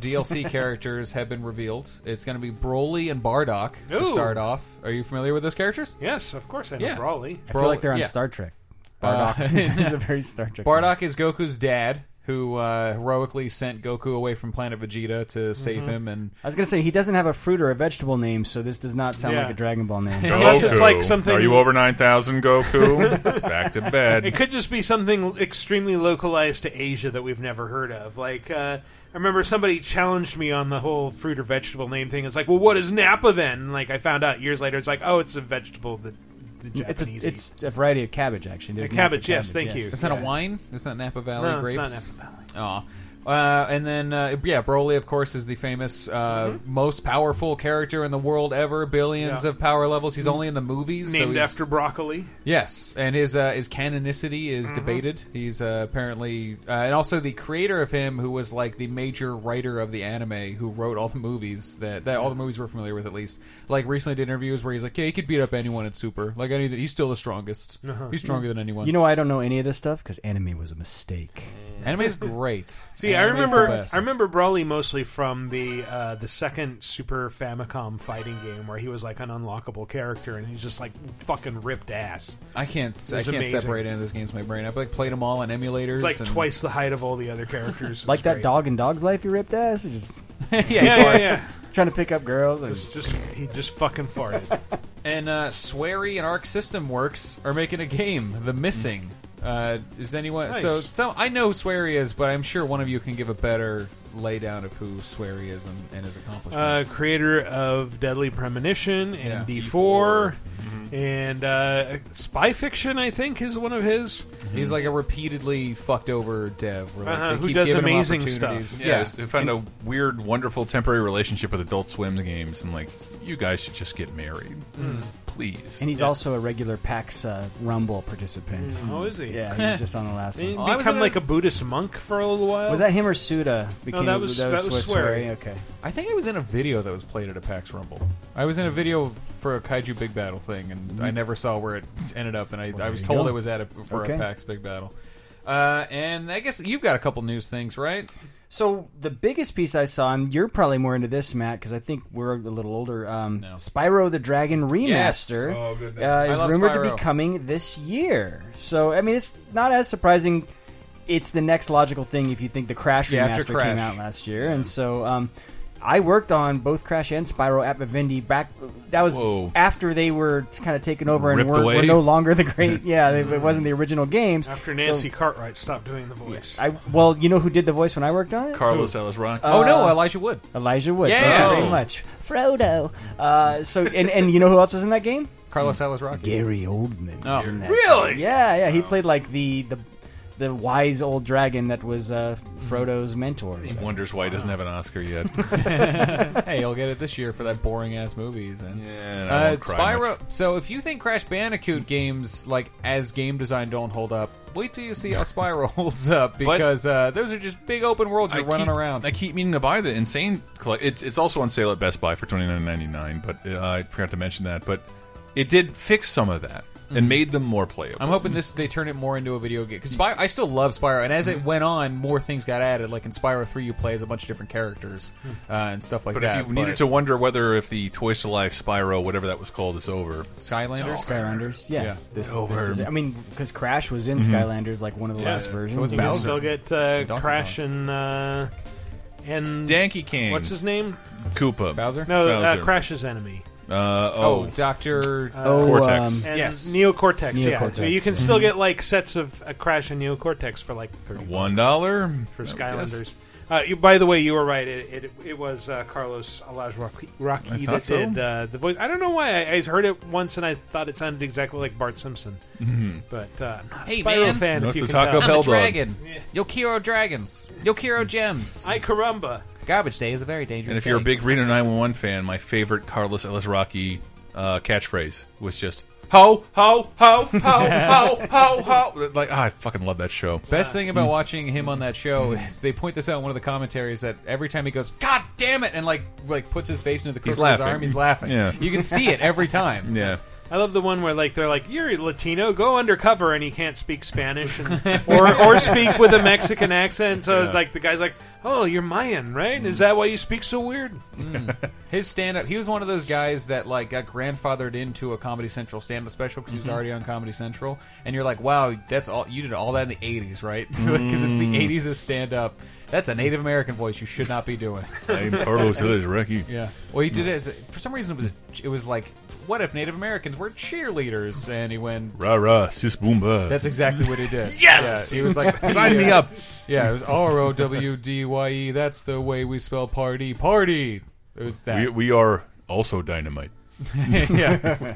C: DLC characters have been revealed. It's going to be Broly and Bardock to
B: Ooh.
C: start off. Are you familiar with those characters?
B: Yes, of course I know
C: Yeah.
B: Brawly.
D: I feel like they're on
C: yeah.
D: Star Trek.
C: Uh,
D: Bardock is a very Star Trek.
C: Bardock is Goku's dad, who uh, heroically sent Goku away from planet Vegeta to save
B: Mm-hmm.
D: Mhm.
C: him. And
D: I was gonna say he doesn't have a fruit or a vegetable name, so this does not sound
C: Yeah.
D: like a Dragon Ball name.
B: Unless it's like something.
A: Are you over 9,000, Goku? Back to bed.
B: It could just be something extremely localized to Asia that we've never heard of. Like, uh, I remember somebody challenged me on the whole fruit or vegetable name thing. It's like, well, what is Napa then? And, like, I found out years later, it's like, oh, it's a vegetable that the
D: It's a,
B: Japanese
D: it's a variety of cabbage, actually.
B: eat.
D: There's
B: A
D: not
B: cabbage, yes,
D: cabbage,
B: thank you.
C: Is that a wine? Is that Napa Valley
B: No, it's
C: grapes?
B: not
C: Aw. Uh, and then, uh, yeah, Broly, of course, is the famous uh, most powerful character in the world ever. Billions
B: Mm-hmm. Yeah. Mm-hmm.
C: of power levels. He's only in the movies. so
B: named
C: he's-
B: after broccoli.
C: Yes, and his uh, his canonicity is
B: Mm-hmm.
C: debated. He's uh, apparently, uh, and also the creator of him, who was like the major writer of the anime, who wrote all the movies that, that all the movies we're familiar with, at least. Like recently did interviews where he's like, "Yeah, he could beat up anyone in Super. Like any, he's still the strongest.
B: Uh-huh.
C: He's stronger than anyone."
D: You know, why I don't know any of this stuff because anime was a mistake.
C: anime's great.
B: See, I
C: Anime's the
B: remember,
C: best.
B: I remember Brawly mostly from the uh, the second Super Famicom fighting game where he was like an unlockable character and he's just like fucking ripped ass.
C: I can't.
B: It
C: I
B: was
C: can't
B: amazing.
C: separate any of those games in my brain. I've like played them all on emulators.
B: It's like
C: and-
B: twice the height of all the other characters. It
D: like
B: was
D: that
B: great.
D: dog in Dog's Life, you ripped ass. Or just
C: yeah, yeah, yeah.
D: Trying to pick up girls. Like,
B: Just, just he just fucking farted.
C: And uh, Swery and Arc System Works are making a game, The Missing. Uh, is anyone
B: Nice.
C: so? So I know who Swery is, but I'm sure one of you can give a better laydown of who Swery is and, and his
B: uh,
C: accomplishments.
B: creator of Deadly Premonition and
C: Yeah.
B: D4, and uh, Spy Fiction, I think, is one of his.
C: Mm-hmm. He's like a repeatedly fucked over dev. where, like,
B: Uh-huh,
C: they
B: who
C: keep
B: does
C: giving him
B: amazing
C: opportunities.
B: stuff.
A: Yeah, I found a weird, wonderful temporary relationship with Adult Swim games. I'm like, you guys should just get married,
C: Hmm.
D: Mm.
A: please.
D: and he's also a regular PAX uh, Rumble participant.
B: Oh, is he?
D: Yeah, he was just on the last
B: He
D: one.
B: become like a Buddhist monk for a little while.
D: Was that him or Suda? Became,
B: that was- that was
D: Swery,
B: Swery.
D: Okay.
C: I think I was in a video that was played at a PAX Rumble. I was in a video for a Kaiju Big Battle thing, and I never saw where it ended up. And I, I
B: Mm.
C: was
B: you
C: told
B: go.
C: it was at a, for
B: Okay.
C: a PAX Big Battle. Uh, and I guess you've got a couple news things, right?
D: So the biggest piece I saw, and you're probably more into this, Matt, because I think we're a little older. Um, Spyro the Dragon
C: Yes.
D: remaster
C: Oh, goodness.
D: uh,
C: I
D: is
C: love
D: rumored to
C: Spyro.
D: be coming this year. So I mean, it's not as surprising. It's the next logical thing if you think the Crash
C: Yeah, after
D: remaster
C: Crash.
D: came out last year, and so. Um, I worked on both Crash and Spyro at Vivendi back. That was
A: Whoa.
D: after they were kind of taken over and
A: Ripped
D: were,
A: away?
D: were no longer the great. Yeah, they, it wasn't the original games.
B: After
D: So
B: Nancy Cartwright stopped doing the voice.
D: I well, you know who did the voice when I worked on it?
A: Carlos Ellis Rock.
C: Oh, no, Elijah Wood.
D: Elijah Wood.
C: Yeah.
D: Thank you
C: Oh.
D: Uh, very much, Frodo. Uh, so, and, and you know who else was in that game?
C: Carlos Salas Rocky.
D: Gary Oldman.
C: Oh.
D: was in that
C: Really?
D: game. Yeah, yeah. He played like the the the wise old dragon that was uh, Frodo's mentor.
A: He wonders why he doesn't have an Oscar yet.
C: hey, you'll get it this year for that boring ass movies. And,
A: and I won't cry
C: Uh, Spyro. So if you think Crash Bandicoot games like as game design don't hold up, wait till you see how Spyro holds up because uh, those are just big open worlds you're
A: I
C: running
A: keep-
C: around.
A: I keep meaning to buy the insane. Collect it's it's also on sale at Best Buy for twenty nine ninety nine. But uh, I forgot to mention that. But it did fix some of that. and made them more playable.
C: Hmm. I'm hoping this they turn it more into a video game because Spyro, I still love Spyro, and as
A: Mm-hmm.
C: it went on, more things got added. Like in Spyro Three, you play as a bunch of different characters uh, and stuff like
A: Hmm. but
C: that.
A: if you needed to wonder whether if the Toys to Life Spyro, whatever that was called, is over,
C: Skylanders?
A: It's over.
D: Skylanders, yeah. This,
A: It's over.
D: this is, I mean, because Crash was in
A: Mhm.
D: Skylanders like one of the last versions.
B: you can still get uh, Crash and uh, and
A: Danky King.
B: What's his name?
A: Koopa, Bowser,
B: No, Uh, Crash's enemy.
A: Uh,
C: Oh,
A: oh,
C: Doctor
A: Oh, Cortex. um,
B: and
C: yes.
B: Neocortex.
A: Neocortex,
B: Yeah, you can
A: yeah.
B: still get like sets of a Crash and Neocortex for like thirty.
A: one dollar
C: Oh,
B: for Skylanders. Uh, you, by the way, you were right. It it, it was uh, Carlos Alaj Rocky,
A: I
B: Rocky
A: thought
B: that
A: so.
B: did uh, the voice. I don't know why I, I heard it once and I thought it sounded exactly like Bart Simpson.
A: Mhm.
B: But uh, I'm not a
C: Hey,
B: Spyro
C: man.
B: fan. if you
C: the
B: can tell.
C: I'm a dragon. Yokiro dragons. Yokiro gems.
B: I caramba.
C: Garbage day is a very dangerous.
A: Hmm. And if you're a
C: day.
A: big Reno 911 fan, my favorite Carlos Ellis Rocky uh, catchphrase was just "Ho ho ho ho ho ho ho." Like ah, I fucking love that show.
C: Best thing
A: Hmm.
C: about watching him on that show is they point this out in one of the commentaries that every time he goes, "God damn it!" and like like puts his face into the
A: He's
C: crook of his
A: laughing.
C: arm, he's laughing.
A: Yeah.
C: You can see it every time.
A: Yeah.
B: I love the one where like they're like you're Latino, go undercover, and he can't speak Spanish and, or or speak with a Mexican accent. So
C: Yeah.
B: it's like the guy's like, "Oh, you're Mayan, right? Is
A: Hmm.
B: that why you speak so weird?"
C: Hmm. His stand up, he was one of those guys that like got grandfathered into a Comedy Central stand up special because he was
A: Mm-hmm.
N: Mhm.
C: already on Comedy Central, and you're like, wow, that's all you did all that in the '80s, right? Because it's the
A: Mm.
C: '80s as stand up. That's a Native American voice you should not be doing.
A: I'm Carlos Ellis Rocky.
C: Yeah. Well, he
A: Mm.
C: did it as a, for some reason. It was a, it was like, what if Native Americans were cheerleaders? And he went,
A: Rah rah, sis boomba.
C: That's exactly what he did.
A: Yes!
C: Yeah, he was like,
A: Sign me
C: yeah.
A: up.
C: Yeah, it was R O W D Y E. That's the way we spell party. Party. It was that.
A: We, we are also dynamite.
C: yeah.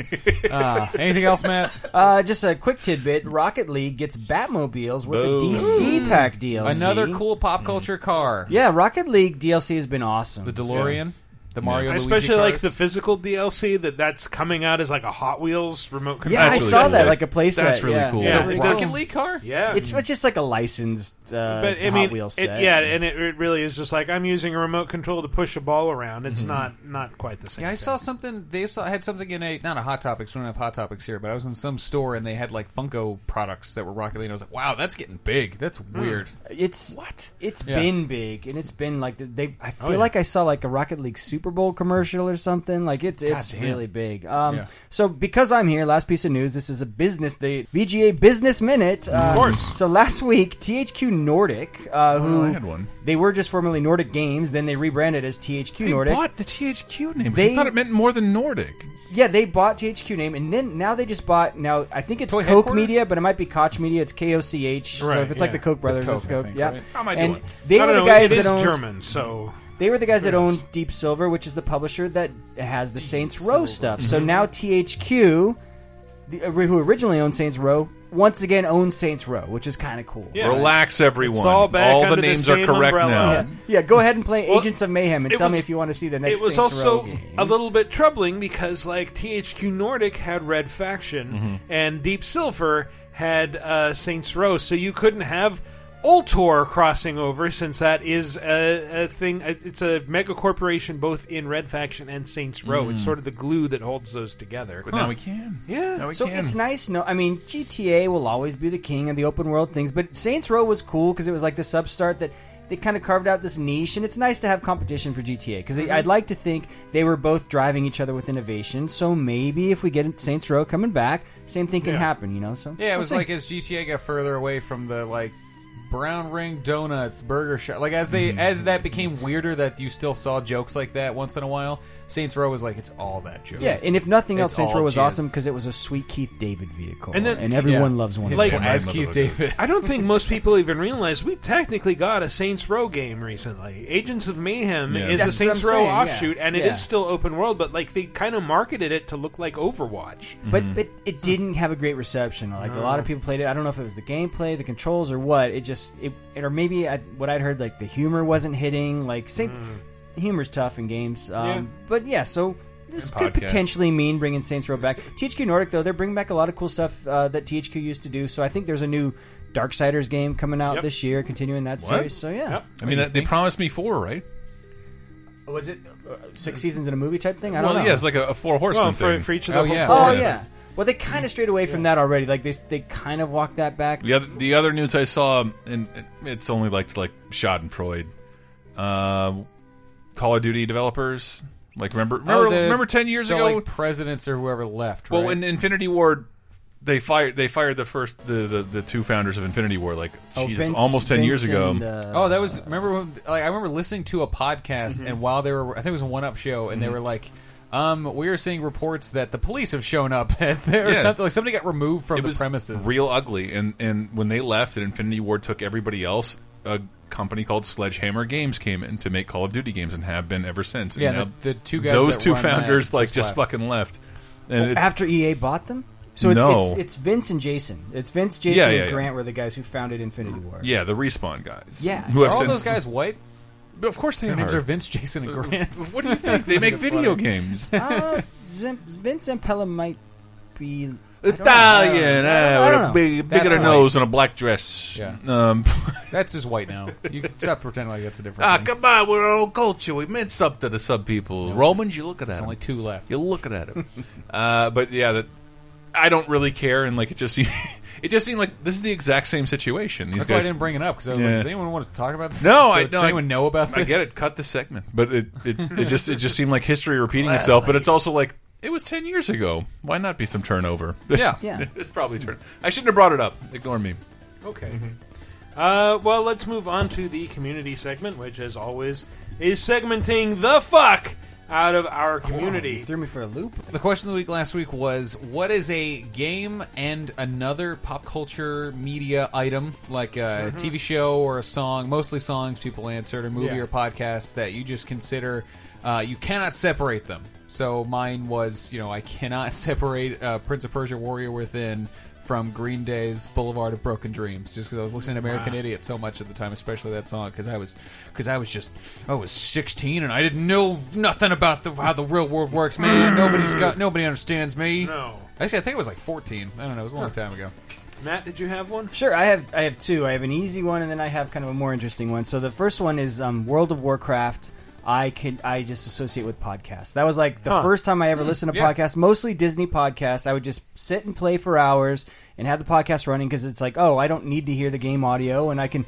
C: Uh, anything else, Matt?
D: Ah. Uh, just a quick tidbit: Rocket League gets Batmobiles with
C: Boom.
D: a DC
C: Mm.
D: pack DLC.
C: Another cool
A: Mm.
C: pop culture car.
D: Yeah, Rocket League DLC has been awesome. The
C: DeLorean, the Mario
B: I especially like the physical DLC that that's coming out as like a Hot Wheels remote control.
D: Yeah, I saw that like a playset. yeah.
B: Yeah, it does-
C: car.
B: Yeah,
D: it's, it's just like a licensed uh,
B: but I
D: Hot
B: mean,
D: Wheels
B: it-
D: set.
B: yeah, and it, it really is just like I'm using a remote control to push a ball around. It's
C: Mhm.
B: not not quite the same.
C: Yeah, I saw something. They saw had something in a not a hot topics. We don't have hot topics here, but I was in some store and they had like Funko products that were Rocket League. And I was like, wow, that's getting big. That's weird.
D: Mm. It's what it's
C: Yeah.
D: been big, and it's been like they. I feel
B: Oh,
C: yeah.
D: like I saw like a Rocket League Super Bowl commercial or something. Like it's it's
C: damn.
D: really big. Um,
C: Yeah.
D: So because I'm here, last piece of news. This is a business the VGA Business Minute. Uh,
A: course.
D: So last week, THQ Nordic, uh, who
A: Oh, I had one.
D: they were just formerly Nordic Games, then they rebranded as THQ
A: They
D: Nordic.
A: bought the THQ name.
D: They-
A: I thought it meant more than Nordic.
D: Yeah, they bought THQ name, and then now they just bought. Now I think it's
A: Toy
D: Coke
A: headquarters?
D: Media, but it might be Koch Media. It's K O C H. So
B: Right,
D: if it's like
B: yeah.
D: the Koch
B: It's
D: brothers,
B: Coke,
D: it's
B: I
D: Coke.
B: think,
D: yeah.
B: right? How am I
D: and
B: doing?
D: They
B: I
D: were
B: don't
D: the
B: know,
D: guys
B: it
D: that
B: is
D: owned
B: German, so-
D: they were the guys
B: Who
D: that owned Deep Silver, which is the publisher that has the Saints Row stuff.
A: Mm-hmm.
D: So now THQ, the, uh, who originally owned Saints Row, once again owns Saints Row, which is kind of cool.
A: Relax, everyone.
B: It's all back under
A: the
B: the
A: names are
B: same
A: correct
B: umbrella.
A: now.
D: Yeah. Yeah, go ahead and play
B: Well,
D: Agents of Mayhem and
B: it
D: tell me
B: was-
D: if you want to see the next.
B: it was
D: Saints Row
B: also
D: game.
B: a little bit troubling because like THQ Nordic had Red Faction
D: Mm-hmm.
B: and Deep Silver had uh, Saints Row, so you couldn't have Ultor crossing over since that is a, a thing. It's a mega corporation both in Red Faction and Saints Row.
A: Mm.
B: It's sort of the glue that holds those together.
A: But now we can.
B: Yeah. Now we
D: so
B: can.
D: it's nice. No, I mean GTA will always be the king of the open world things, but Saints Row was cool because it was like the substart that they kind of carved out this niche, and it's nice to have competition for GTA because
B: Mhm.
D: I'd
C: Mm-hmm.
D: like to think they were both driving each other with innovation. So maybe if we get Saints Row coming back, same thing can
C: Yeah.
D: happen. You know? So
C: Yeah, it
D: we'll
C: was
D: see.
C: like as GTA got further away from the like brown ring donuts burger shop. Like as
D: Mm-hmm.
C: they as that became weirder, that you still saw jokes like that once in a while. Saints Row was like it's all that joke.
D: yeah, and if nothing else,
C: It's
D: Saints
C: all
D: Row was
C: jizz.
D: awesome because it was a sweet Keith David vehicle,
B: And
D: and,
B: then-
D: everyone
C: Yeah.
D: loves one. of
B: Like
D: those.
C: as Keith David.
B: I don't think most people even realize we technically got a Saints Row game recently. Agents of Mayhem
A: Yeah.
B: is
A: That's
B: a
A: what
B: Saints
A: I'm
B: Row
A: saying, yeah.
B: offshoot, and it
A: Yeah.
B: is still open world, but like they kind of marketed it to look like Overwatch.
D: Mm-hmm. But but it didn't have a great reception. Like a lot of
B: No.
D: people played it. I don't know if it was the gameplay, the controls, or what. It just it, it or maybe I, what I'd heard like the humor wasn't hitting. Like Saints, humor's tough in games. Um,
B: Yeah.
D: But yeah, so. This
B: And
D: could
B: podcasts.
D: potentially mean bringing Saints Row back. THQ Nordic though, they're bringing back a lot of cool stuff uh, that THQ used to do. So I think there's a new Darksiders game coming out
A: Yep.
D: this year, continuing that
A: What?
D: series. So yeah,
A: I mean, that, they promised me four, right?
D: was it uh, six seasons in a movie type thing? I don't
A: Well,
D: know.
A: yeah, it's like a, a four horseman
B: Well, for-
A: thing.
B: for each of the
D: Oh yeah. Well, they kind of strayed away from that already. Like they they kind of walked that back.
A: The other, the other news I saw, and it's only like like Schadenfreude. Uh, Call of Duty developers, like remember remember,
C: Oh, the-
A: remember ten years
C: the,
A: ago.
C: like, presidents or whoever left.
A: well,
C: right?
A: in Infinity War, they fired they fired the first the, the, the two founders of Infinity War. Like
C: Oh,
A: Jesus,
C: Vince-
A: almost ten years
C: Vince
A: ago.
C: and, oh, that was remember when, like I remember listening to a
A: Mm-hmm.
C: podcast and while they were I think it was a one up show and they
A: Mhm.
C: were like um we are seeing reports that the police have shown up at there or
A: Yeah.
C: something like somebody got removed from the premises.
A: real ugly. And and when they left, and Infinity War took everybody else. A company called Sledgehammer Games came in to make Call of Duty games, and have been ever since. And
C: Yeah, the-
A: now
C: the two guys
A: those
C: that
A: two
C: run that
A: founders, like
C: just
A: just
C: left.
A: fucking left. And it's,
D: after EA bought them, so it's,
A: No.
D: it's it's Vince and Jason. It's Vince, Jason,
A: Yeah, yeah,
D: and
A: yeah.
D: Grant were the guys who founded Infinity War.
A: yeah, the respawn guys.
D: Yeah.
A: who have
C: are all
A: since
C: those guys white?
A: Of course they
C: Their names
A: are. Uh,
C: are Vince, Jason, and Grant.
A: what do you think? They make video games.
D: uh, Zim- Vince Impella might be I don't know.
A: Italian,
D: I
A: eh,
D: don't- I don't
A: with
D: know.
A: a big,
D: That's
A: bigger
D: fine.
A: nose and a black dress.
C: Yeah.
A: Um,
C: That's just white now. You can stop pretending like that's a different.
A: ah,
C: thing.
A: come on, we're our own culture. We meant up to the sub people. Romans, you look at that.
C: There's only two left.
A: You're looking at him. uh, but yeah, that I don't really care, and like it just seemed, it just seemed like this is the exact same situation. These
C: That's
A: guys,
C: why I didn't bring it up because I was
A: Yeah.
C: like, does anyone want to talk about this?
A: No,
C: Does
A: I no, I-
C: anyone know about this?
A: I get it. Cut the segment, but it it, it just it just seemed like history repeating itself. But it's also like it was ten years ago. Why not be some turnover?
C: Yeah.
D: Yeah.
A: it's probably turn. I shouldn't have brought it up. Ignore me.
B: Okay. Uh, well, let's move on to the community segment, which, as always, is segmenting the fuck out of our community.
D: threw me for a loop.
C: The question of the week last week was what is a game and another pop culture media item, like a
A: Mm-hmm.
N: Mhm.
C: TV show or a song, mostly songs people answered, or movie
N: Yeah.
C: or podcast that you just consider uh, you cannot separate them? So mine was, you know, I cannot separate uh, Prince of Persia Warrior Within from Green Day's Boulevard of Broken Dreams, just because I was listening to American
N: Wow.
C: Idiot so much at the time, especially that song, because I was, because I was just, I was 16 and I didn't know nothing about the, how the real world works, man. Nobody's got, nobody understands me.
B: No.
C: Actually, I think it was like 14. I don't know. It was a long time ago.
B: Matt, did you have one?
D: Sure, I have I have two. I have an easy one, and then I have kind of a more interesting one. So the first one is um, World of Warcraft. I could I just associate with podcasts. That was like the
N: Huh.
D: first time I ever
N: Mm,
D: listened to
N: yeah.
D: podcasts, mostly Disney podcasts. I would just sit and play for hours and have the podcast running because it's like, oh, I don't need to hear the game audio, and I can.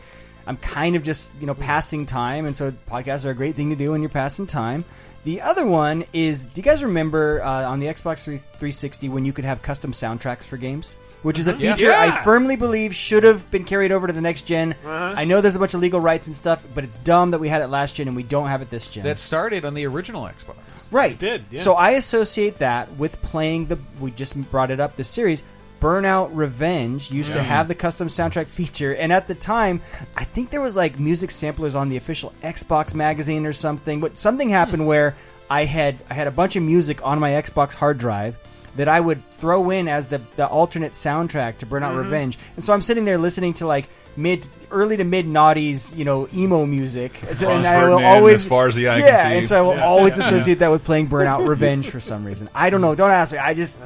D: I'm kind of just you know passing time, and so podcasts are a great thing to do when you're passing time. The other one is, do you guys remember uh, on the Xbox 3- 360 when you could have custom soundtracks for games? Which is a
N: Mhm. Yeah.
D: feature I
N: Yeah.
D: firmly believe should have been carried over to the next general
C: Uh-huh.
D: I know there's a bunch of legal rights and stuff, but it's dumb that we had it last gen and we don't have it this gen.
C: That started on the original Xbox.
D: right.
C: did, yeah.
D: So I associate that with playing the. We just brought it up. The series Burnout Revenge used to
N: Yeah.
D: have the custom soundtrack feature, and at the time, I think there was like music samplers on the official Xbox magazine or something. But something happened where I had I had a bunch of music on my Xbox hard drive. That I would throw in as the, the alternate soundtrack to
N: Mhm.
D: Burnout
C: Mm-hmm.
D: Revenge, and so I'm sitting there listening to like mid, early to mid noughties, you know, emo music,
A: Franz
D: and I will
A: Ferdinand,
D: always
A: As Far As the Eye Can
D: yeah,
A: See.
D: and so I will
A: Yeah.
D: always
A: Yeah.
D: associate that with playing Burnout Revenge for some reason. I don't know. Don't ask me. I just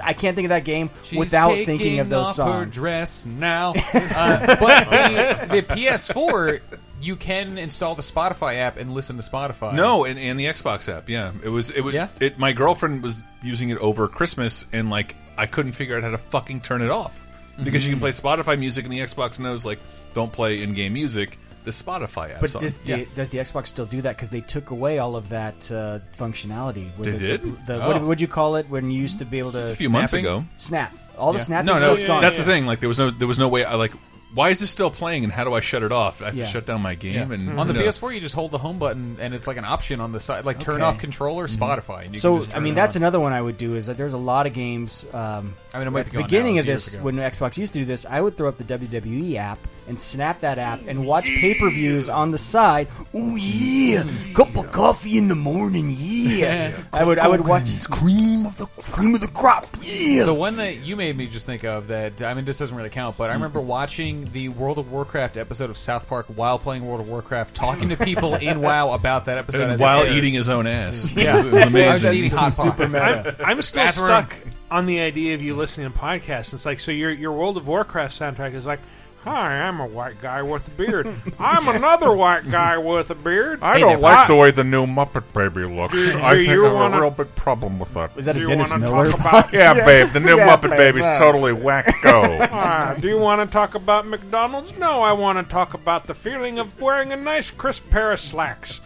D: I can't think of that game
C: She's
D: without
C: taking
D: thinking of those
C: off Her
D: songs.
C: dress now, uh, but the, the PS4, you can install the Spotify app and listen to Spotify.
A: No, and, and the Xbox app. Yeah, it was. It was. It. My girlfriend was using it over Christmas, and like I couldn't figure out how to fucking turn it off because you can
D: Mm-hmm.
A: play Spotify music, and the Xbox knows like don't play in-game music. The Spotify app.
D: But
A: song.
D: does the, does the Xbox still do that? Because they took away all of that uh, functionality. with
A: They
D: the,
A: did?
D: The,
A: Oh.
D: what would you call it when you used to be able to?
A: Just a few months ago.
D: Snap. All the
A: Yeah.
D: snapping
A: No, no,
D: stuff's gone.
A: that's the thing. Like there was no, there was no way. I like, why is this still playing? And how do I shut it off? I have
C: Yeah.
A: to shut down my game.
C: Yeah.
A: And
D: Hmm. Mm-hmm.
C: on the
A: no.
C: PS4, you just hold the home button, and it's like an option on the side, like turn
D: Okay. Mm-hmm.
C: off controller, Spotify. And you can
D: So
C: just
D: I
C: turn
D: mean,
C: it
D: that's
C: on.
D: another one I would do. Is that there's a lot of games. Um,
C: I mean, it might
D: at
C: be
D: the
C: gone now,
D: beginning
C: it
D: of
C: was years
D: this,
C: ago.
D: when Xbox used to do this, I would throw up the WWE app and snap that app and watch pay per views on the side. Ooh yeah, cup of coffee in the morning. Yeah, I would. I would watch
A: cream of the cream of the crop. Yeah.
C: The one that you made me just think of that I mean this doesn't really count,
D: Mm.
C: but I remember watching the World of Warcraft episode of South Park while playing World of Warcraft, talking to people in WoW about that episode
A: And
C: as it
A: while
C: aired.
A: eating his own ass.
C: Yeah,
A: It was- it was amazing.
C: I was just eating hot
A: Super
C: pockets.
B: I'm still
C: Bathroom.
B: stuck on the idea of you listening to podcasts. It's like so your your World of Warcraft soundtrack is like. Hi, I'm a white guy with a beard. I'm another white guy with a beard.
Q: I don't like the way the new Muppet Baby looks.
B: Do-
Q: I
B: do
Q: think
B: you
Q: I have
B: wanna-
Q: a real big problem with that.
B: Is that a Do you Dennis wanna Miller talk
Q: About
B: about-
Q: yeah,
B: Yeah.
Q: babe, the new
B: Yeah,
Q: Muppet
B: babe,
Q: Baby's
B: uh.
Q: totally wacko.
B: Ah, do you want to talk about McDonald's? No, I want to talk about the feeling of wearing a nice crisp pair of slacks.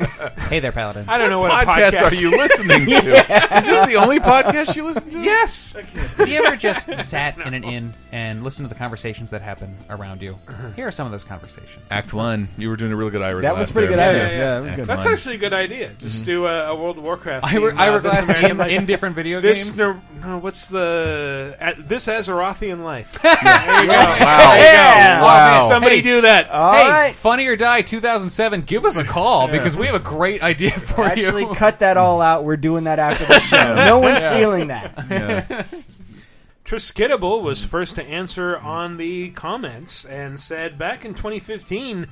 N: Hey there, Paladins.
B: I don't know what a
N: podcast
B: podcast
N: are you listening to? Is this the only podcast you listen to?
B: Yes.
C: Have you ever just sat in an inn and listened to the conversations that happen around you? Here are some of those conversations.
A: Act one. You were doing a really good Ira.
C: That
A: Glass
C: was pretty
A: there.
C: good Ira. Yeah, yeah, Mm-hmm. it was
A: Act
C: good.
B: That's
A: one.
B: actually a good idea. Just
A: Mhm.
B: do a, a World of Warcraft.
C: Ira-
B: theme,
C: Ira
B: this
C: Glass
B: American
C: in-
B: Life.
C: in different video
B: this,
C: games?
B: No, no, what's the uh, this Azerothian life? there you go.
C: Wow.
B: There you
C: Yeah.
B: go.
C: Wow.
B: Somebody
C: Hey.
B: do that.
C: hey, Funny or Die 2007, give us a call
B: Yeah.
C: because we have a great idea for
D: Actually,
C: you.
D: cut that all out. We're doing that after the show. No one's stealing that.
B: Triskidable was first to answer on the comments and said back in 2015,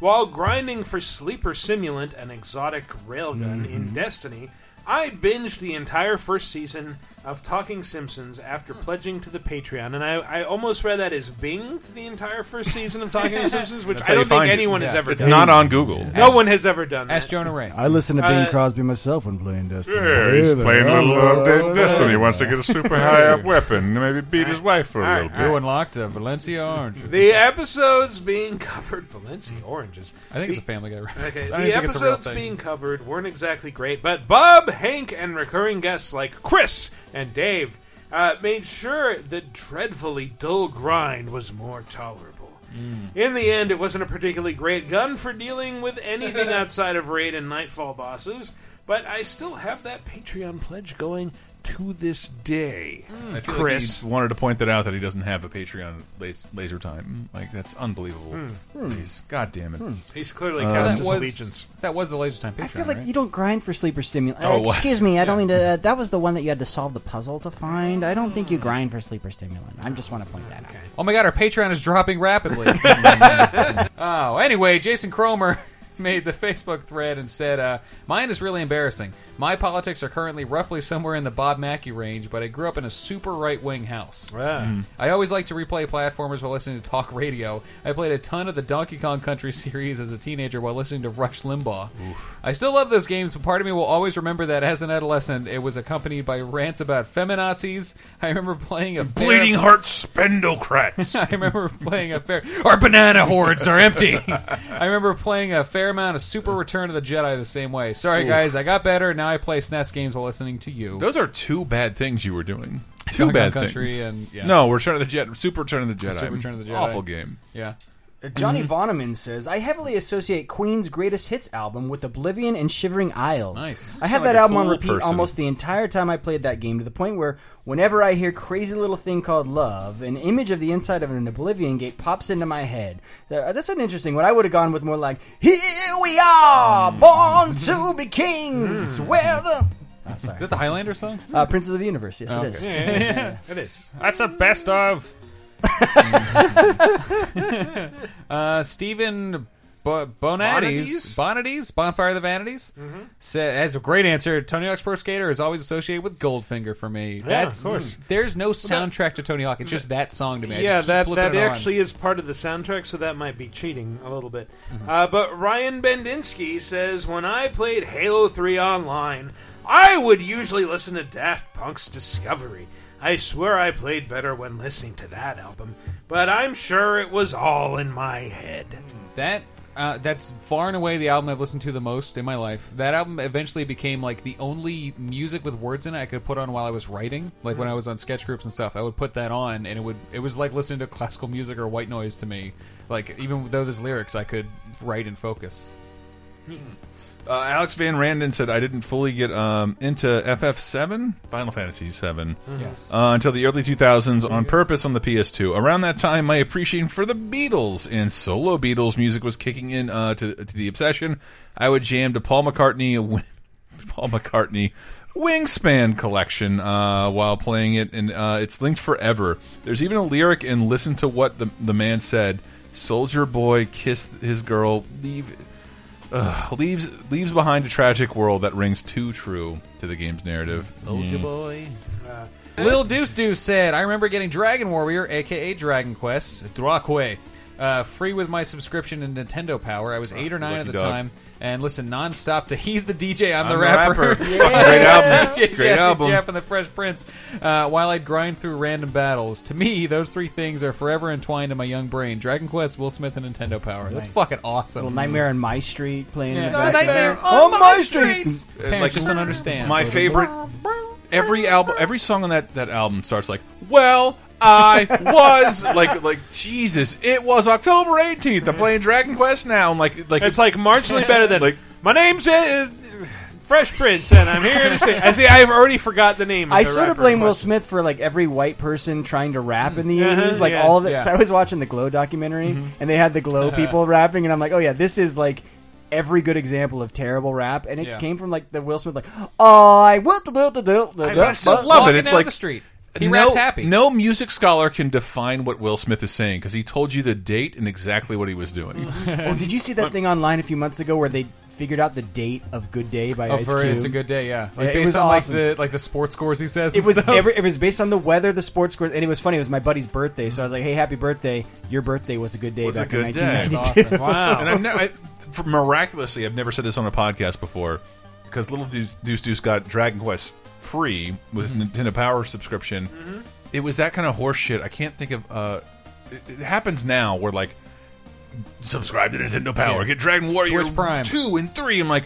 B: while grinding for Sleeper Simulant, an exotic railgun in
A: Mm-hmm.
B: Destiny, I binged the entire first season of Talking Simpsons after pledging to the Patreon. And I, I almost read that as binged the entire first season of Talking Simpsons, which
A: That's
B: I
A: how you
B: don't think
A: find it.
B: anyone has
A: Yeah.
B: ever
A: It's
B: done.
A: not on Google.
B: No
A: Ask-
B: one has ever done that.
C: Ask Jonah Ray.
D: I listen to Bing
B: Uh,
D: Crosby myself when playing Destiny.
Q: Yeah, he's playing a little update Destiny. He wants to get a super high up weapon. Maybe beat his wife for a little bit.
C: You unlocked a Valencia orange.
B: The episodes being covered, Valencia oranges.
C: I think it's
B: The-
C: a Family Guy reference.
B: Okay,
C: I don't
B: the
C: think it's a real
B: episodes
C: thing.
B: being covered weren't exactly great, but Bob, Hank, and recurring guests like Chris and Dave uh, made sure the dreadfully dull grind was more tolerable.
D: Mm.
B: In the end, it wasn't a particularly great gun for dealing with anything outside of raid and nightfall bosses, but I still have that Patreon pledge going to this day.
C: Hmm.
A: I feel like
B: Chris.
A: he wanted to point that out that he doesn't have a Patreon la- laser time. Like that's unbelievable.
B: Hmm.
A: Jeez, God damn it.
B: Hmm. He's clearly
A: Um,
B: cast his
A: that was-
B: allegiance.
C: That was the laser time Patreon,
D: I feel like
C: right?
D: you don't grind for sleeper stimulant.
C: Oh, it was.
D: excuse me, I don't mean to. Uh, that was the one that you had to solve the puzzle to find. I don't think you grind for sleeper stimulant. I just want to point that out.
C: Oh my god, our Patreon is dropping rapidly. oh, anyway, Jason Cromer made the Facebook thread and said, uh, Mine is really embarrassing. My politics are currently roughly somewhere in the Bob Mackey range, but I grew up in a super right wing house.
R: Hmm.
B: Mm.
C: I always like to replay platformers while listening to talk radio. I played a ton of the Donkey Kong Country series as a teenager while listening to Rush Limbaugh. I still love those games, but part of me will always remember that as an adolescent, it was accompanied by rants about feminazis. I remember playing a
Q: Bleeding
C: bear-
Q: heart spendocrats.
C: I remember playing a fair. Our banana hordes are empty. I remember playing a fair amount of Super Return of the Jedi the same way. Sorry,
A: Oof.
C: guys, I got better. Now I play SNES games while listening to you.
A: Those are two bad things you were doing. Two
C: Donkey
A: bad
C: Kong Country
A: things.
C: and- yeah.
A: No, Return of the Jedi. Super Return of the Jedi.
C: Super Return of the Jedi.
A: Awful game.
C: Yeah.
D: Johnny
C: Mm-hmm.
D: Vonneman says, I heavily associate Queen's greatest hits album with Oblivion and Shivering Isles.
C: Nice.
D: I had
C: Sound like
D: that
C: a
D: album on
C: cool
D: repeat
C: person.
D: almost the entire time I played that game to the point where whenever I hear crazy little thing called love, an image of the inside of an Oblivion gate pops into my head. Th- uh, That's an interesting one. I would have gone with more like, Here we are,
C: Mm.
D: born to be kings, where the...
C: Is that the Highlander song?
D: Uh, Princes of the Universe, yes
C: Oh,
D: it is.
C: okay. Yeah, yeah, yeah.
B: It is.
C: That's a best of. uh, Stephen Bo- Bonatti's Bonatti's Bonfire of the Vanities
B: Mm-hmm.
C: said as a great answer. Tony Hawk's Pro Skater is always associated with Goldfinger for me. That's
B: of course.
C: There's no soundtrack to Tony Hawk. It's just that song to me. I
B: Yeah,
C: just
B: that
C: flip
B: that
C: it on.
B: actually is part of the soundtrack, so that might be cheating a little bit.
C: Mm-hmm.
B: Uh, but Ryan Bendinsky says when I played Halo Three online, I would usually listen to Daft Punk's Discovery. I swear I played better when listening to that album, but I'm sure it was all in my head.
C: That uh, that's far and away the album I've listened to the most in my life. That album eventually became like the only music with words in it I could put on while I was writing. Like when I was on sketch groups and stuff, I would put that on, and it would it was like listening to classical music or white noise to me. Like even though there's lyrics, I could write and focus.
A: Uh, Alex Van Randen said, "I didn't fully get um, into FF7, Final Fantasy 7,
C: Yes.
A: uh, until the early 2000s on purpose on the PS2. Around that time, my appreciation for the Beatles and solo Beatles music was kicking in uh, to, to the obsession. I would jam to Paul McCartney, Paul McCartney." Wingspan collection uh, while playing it, and uh, it's linked forever. There's even a lyric in "Listen to What the, the Man Said." Soldier boy kissed his girl. Leave Ugh, leaves leaves behind a tragic world that rings too true to the game's narrative.
C: Soldier
A: Mm.
C: boy.
B: Uh,
C: Lil Deuce Deuce said, I remember getting Dragon Warrior, aka Dragon Quest, Drakwe, uh, free with my subscription to Nintendo Power. I was eight or nine at
O: lucky
C: the
O: dog.
C: time, and listened nonstop to "He's the DJ, I'm,
O: I'm
C: the
O: the
C: Rapper."
O: Rapper. Great album.
C: DJ
O: Great
C: Jazzy
O: album.
C: Jeff and the Fresh Prince. Uh, while I'd grind through random battles, to me, those three things are forever entwined in my young brain: Dragon Quest, Will Smith, and Nintendo Power. That's
D: Nice.
C: fucking awesome.
D: Little Nightmare on My Street playing.
C: Yeah.
D: in the
C: It's a
D: background.
C: nightmare
D: on, my
C: street.
D: street.
A: Uh,
C: Parents just don't understand.
A: My favorite. Every album, every song on that that album starts like, "Well, I was like, like Jesus, it was October eighteenth. I'm playing Dragon Quest now." I'm like, like
B: It's like marginally better than like my name's uh, Fresh Prince, and I'm here to say. I see. I've already forgot the name.
D: I
B: the
D: sort of
B: rapper
D: blame
B: in
D: Will
B: question.
D: Smith for like every white person trying to rap in the
B: Uh-huh,
D: 80s, like
B: yeah.
D: all of it.
B: Yeah.
D: So I was watching the Glow documentary, and they had the Glow
B: Uh-huh.
D: people rapping, and I'm like, oh yeah, this is like every good example of terrible rap, and it
A: Yeah.
D: came from like the Will Smith, like, oh, I will do do do do do.
A: I still love it. It's like
C: He
A: no,
C: raps happy.
A: No music scholar can define what Will Smith is saying because he told you the date and exactly what he was doing.
D: oh, did you see that thing online a few months ago where they figured out the date of Good Day by
C: Oh,
D: Ice
C: for
D: Cube?
C: it's a good day, yeah. Like
D: Yeah,
C: based
D: it was
C: on
D: awesome.
C: like the like the sports scores he says.
D: It
C: and
D: was
C: stuff.
D: every, it was based on the weather, the sports scores, and it was funny. It was my buddy's birthday, so I was like, "Hey, happy birthday! Your birthday was a good day
A: was a
D: back in
A: good day.
D: 1992."
A: And I've never, I, for- miraculously, I've never said this on a podcast before because Little Deuce Deuce, Deuce got Dragon Quest free with his
C: Mm-hmm.
A: Nintendo Power subscription. It was that kind of horse shit. I can't think of. Uh, it, it happens now where like subscribe to Nintendo Power,
Q: Yeah.
A: get Dragon Warrior
Q: Twitch Prime.
A: two and three. I'm like,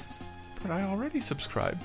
A: but I already subscribed.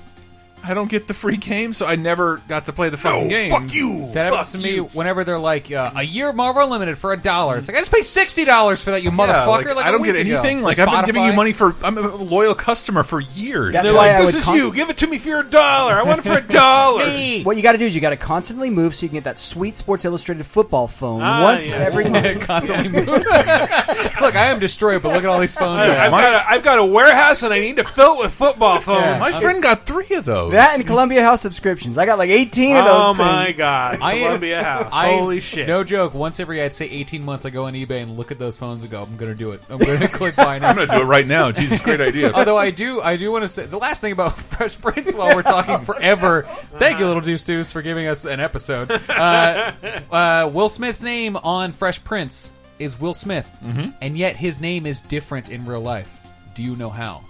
A: I don't get the free game, so I never got to play the fucking game.
C: fuck you. That happens to me whenever they're like uh, a year of Marvel Unlimited for a dollar. It's like I just paid sixty dollars for that, you motherfucker.
A: Yeah,
C: like,
A: I
C: a
A: don't get
C: week ago.
A: anything. Like
C: Or
A: I've been giving you
C: Spotify.
A: money for. I'm a loyal customer for years.
D: That's
B: They're
D: why
B: like,
D: I
B: this
D: would
B: is
D: con-
B: you. Give it to me for your dollar. I want it for a dollar.
D: What you got to do is you got to constantly move so you can get that sweet Sports Illustrated football phone
B: Ah,
D: once every month.
C: constantly move. look, I am destroyed, but look at all these phones.
B: I, have got a, I've got a warehouse and I need to fill it with football phones.
C: Yeah. My friend
A: got three of those.
D: That and Columbia House subscriptions. I got like 18 of those.
B: Oh, my
D: things.
B: God.
C: I-
B: Columbia House.
C: I-
B: Holy shit.
C: No joke. Once every, I'd say eighteen months, I go on eBay and look at those phones and go, "I'm going to do it. I'm going to click buy now.
A: I'm gonna do it right now. Jesus, great idea.
C: Although I do, I do want to say the last thing about Fresh Prince while we're talking forever. Thank you, Little Deuce Deuce, for giving us an episode. Uh, uh, Will Smith's name on Fresh Prince is Will Smith,
A: Mm-hmm.
C: and yet his name is different in real life. Do you know how?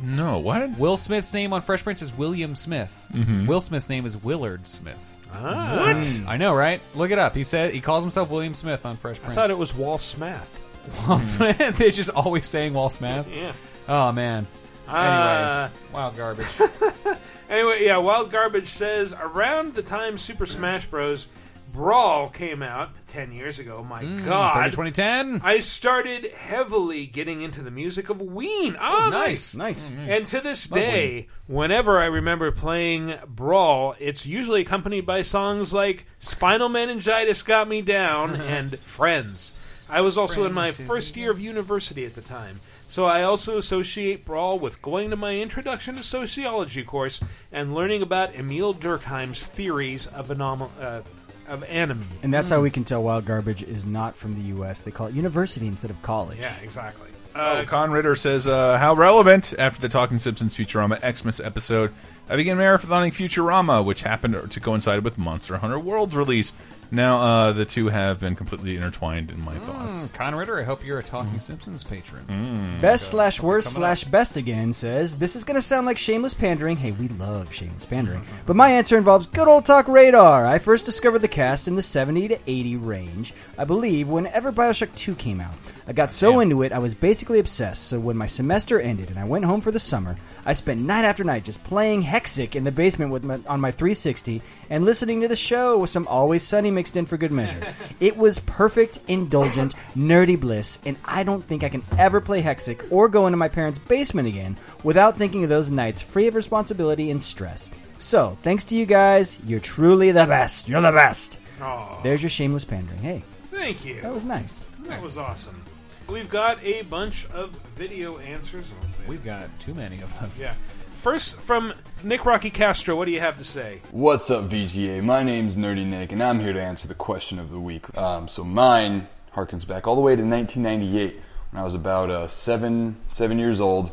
A: No, what?
C: Will Smith's name on Fresh Prince is William Smith.
A: Mhm.
C: Will Smith's name is Willard Smith. Mm.
B: Ah.
A: What?
C: I know, right? Look it up. He said he calls himself William Smith on Fresh
B: I
C: Prince.
B: thought it was Wall Smith.
C: Wall Smith. They're just always saying Wall Smith.
B: Yeah.
C: Oh man. Anyway,
B: Uh,
C: wild garbage.
B: Anyway, yeah, Wild Garbage says around the time Super Smash Bros. Brawl came out 10 years ago, my
C: Mm, Hmm,
B: God.
C: 2010.
B: I started heavily getting into the music of Ween. Ah,
C: nice.
D: nice.
B: And to this
D: Love
B: day, whenever I remember playing Brawl, it's usually accompanied by songs like "Spinal Meningitis Got Me Down" and "Friends." I was also in my first year of university at the time, so I also associate Brawl with going to my introduction to sociology course and learning about Emile Durkheim's theories of anomal- uh, of anime.
D: And that's how we can tell Wild Garbage is not from the U.S. They call it university instead of college.
B: Yeah, exactly.
A: oh, Con Ritter says, uh, "How relevant?" After the Talking Simpsons Futurama Xmas episode, I began marathoning Futurama, which happened to coincide with Monster Hunter World's release. Now, uh, the two have been completely intertwined in my thoughts.
C: Mm, Con Ritter, I hope you're a
D: Mm-hmm.
C: Talking Simpsons patron.
A: Mm.
D: Best slash worst slash best again says, This is going to sound like shameless pandering. Hey, we love shameless pandering. But my answer involves good old talk radar. I first discovered the cast in the 70 to 80 range, I believe, whenever Bioshock 2 came out. I got so into it, I was basically obsessed. So when my semester ended and I went home for the summer, I spent night after night just playing Hexic in the basement with my, on my 360 and listening to the show with some Always Sunny mixed in for good measure. it was perfect, indulgent, nerdy bliss, and I don't think I can ever play Hexic or go into my parents' basement again without thinking of those nights free of responsibility and stress. So, thanks to you guys, you're truly the best. You're the best.
B: Aw.
D: There's your shameless pandering. Hey,
B: Thank you.
D: That was nice.
B: That was awesome. We've got a bunch of video answers.
C: We've got too many of them.
B: Yeah. First, from Nick Rocky Castro, what do you have to say?
R: What's up, VGA? My name's Nerdy Nick, and I'm here to answer the question of the week. Um, so mine harkens back all the way to 1998 when I was about uh, seven, seven years old.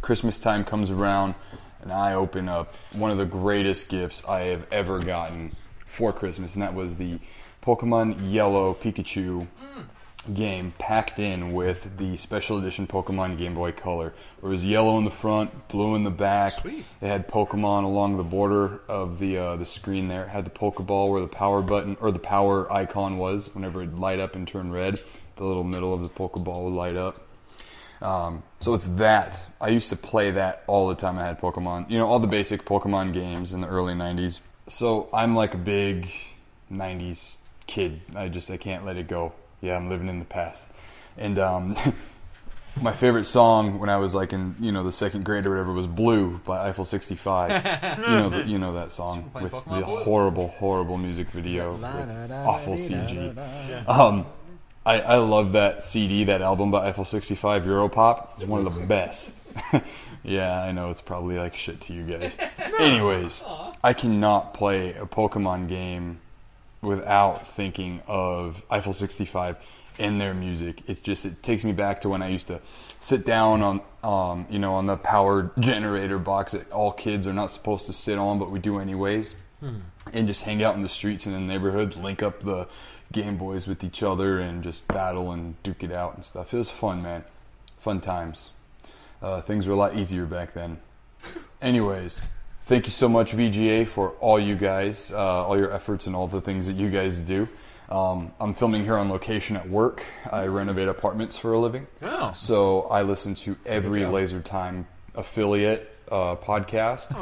R: Christmas time comes around, and I open up one of the greatest gifts I have ever gotten for Christmas, and that was the Pokemon Yellow Pikachu game packed in with the special edition Pokemon Game Boy Color. It was yellow in the front, blue in the back.
L: Sweet.
R: It had Pokemon along the border of the uh, the screen there. It had the Pokeball where the power button or the power icon was. Whenever it would light up and turn red, the little middle of the Pokeball would light up. Um, so it's that. I used to play that all the time. I had Pokemon, you know, all the basic Pokemon games in the early '90s. So I'm like a big '90s kid. I just I can't let it go. Yeah, I'm living in the past. And um, my favorite song when I was like in you know the second grade or whatever was "Blue" by Eiffel 65. you know, the, you know that song
Q: Playing
R: with the
Q: Pokemon Blue?
R: horrible, horrible music video, with
Q: la-da-da-da-dee-da-da-da.
R: awful CG.
Q: Yeah.
R: Um, I, I love that CD, that album by Eiffel 65, Europop. One of the best. yeah, I know it's probably like shit to you guys. Anyways, I cannot play a Pokemon game without thinking of Eiffel 65 and their music. It just it takes me back to when I used to sit down on um, you know on the power generator box that all kids are not supposed to sit on, but we do anyways
Q: Hmm.
R: and just hang out in the streets and in the neighborhoods, link up the Game Boys with each other, and just battle and duke it out and stuff. It was fun, man. Fun times. Uh, things were a lot easier back then. Anyways, thank you so much, VGA, for all you guys, uh, all your efforts, and all the things that you guys do. Um, I'm filming here on location at work. I renovate apartments for a living.
Q: Oh.
R: So I listen to every
Q: job.
R: Laser Time affiliate uh, podcast.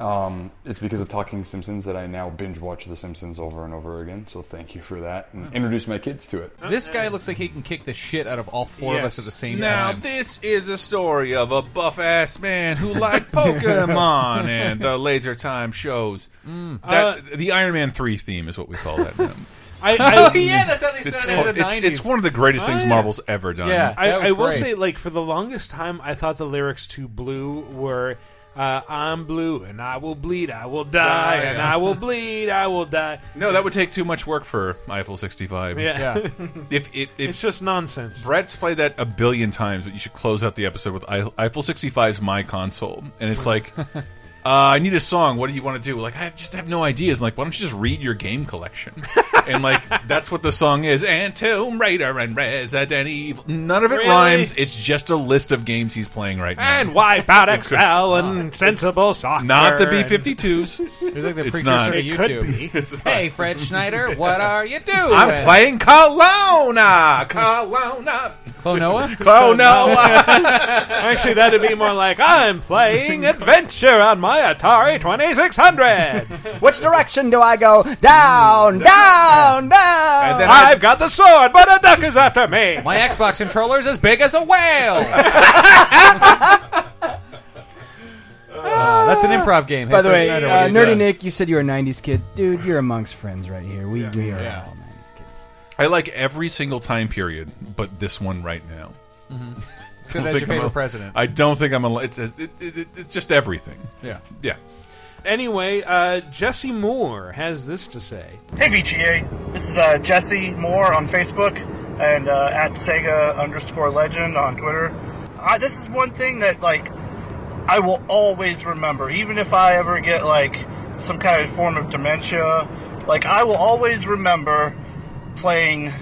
R: Um, it's because of Talking Simpsons that I now binge watch The Simpsons over and over again. So thank you for that, and introduce my kids to it.
C: This guy looks like he can kick the shit out of all four of us at the same
A: now,
C: time.
A: this is a story of a buff ass man who liked Pokemon and the Laser Time shows.
B: Mm.
A: That, the Iron Man 3 theme is what we call that. now.
B: Uh, I, I,
C: Oh, yeah, that's how they
A: it's,
C: said it in the
A: it's-
C: 90s.
A: it's one of the greatest
B: Oh,
A: things
B: yeah.
A: Marvel's ever done.
B: I, I will say, like for the longest time, I thought the lyrics to "Blue" were uh, "I'm blue and I will bleed, I will die,
A: Die,
B: and
A: yeah.
B: I will bleed, I will die."
A: No, that would take too much work for Eiffel 65.
B: Yeah. Yeah.
A: if, it if
B: It's just nonsense.
A: Brett's played that a billion times, but you should close out the episode with I- Eiffel 65's My Console. And it's like, uh, I need a song. What do you want to do? Like, I just have no ideas. Like, why don't you just read your game collection? and, like, that's what the song is. And Tomb Raider and Resident Evil. None of it
B: Really?
A: rhymes. It's just a list of games he's playing right now.
B: And wipe out XL and sensible soccer.
A: Not the
B: and-
A: B-52s.
C: It's like the
A: It's
C: precursor
A: not.
C: to
A: It could
C: YouTube.
A: It's
C: hey, Fred Schneider, what are you doing?
A: I'm playing Kelowna. Kelowna.
C: Clonoa?
B: Actually, that'd be more like I'm playing adventure on my Atari 2600.
D: Which direction do I go? Down, down, down.
B: I've got the sword, but a duck is after me.
C: My Xbox controller's as big as a whale. Ah, that's an improv game. Hey,
D: By the
C: Fred
D: way,
C: Schneider,
D: uh,
C: what do you
D: Nerdy
C: say?
D: Nick, you said you were a '90s kid, dude. You're amongst friends right here. We, we are.
A: Yeah.
D: all '90s kids.
A: I like every single time period, but this one right now.
B: Mm-hmm.
C: Mhm.
A: I
C: So
A: don't think
C: that's your
A: I'm
C: favorite
A: al-
C: president.
A: I don't think I'm. Al- it's, it, it, it- it's just everything.
C: Yeah.
A: Yeah.
B: Anyway, uh, Jesse Moore has this to say.
S: Hey VGA, this is uh, Jesse Moore on Facebook and uh, at Sega underscore Legend on Twitter. I, this is one thing that like I will always remember, even if I ever get like some kind of form of dementia. Like I will always remember playing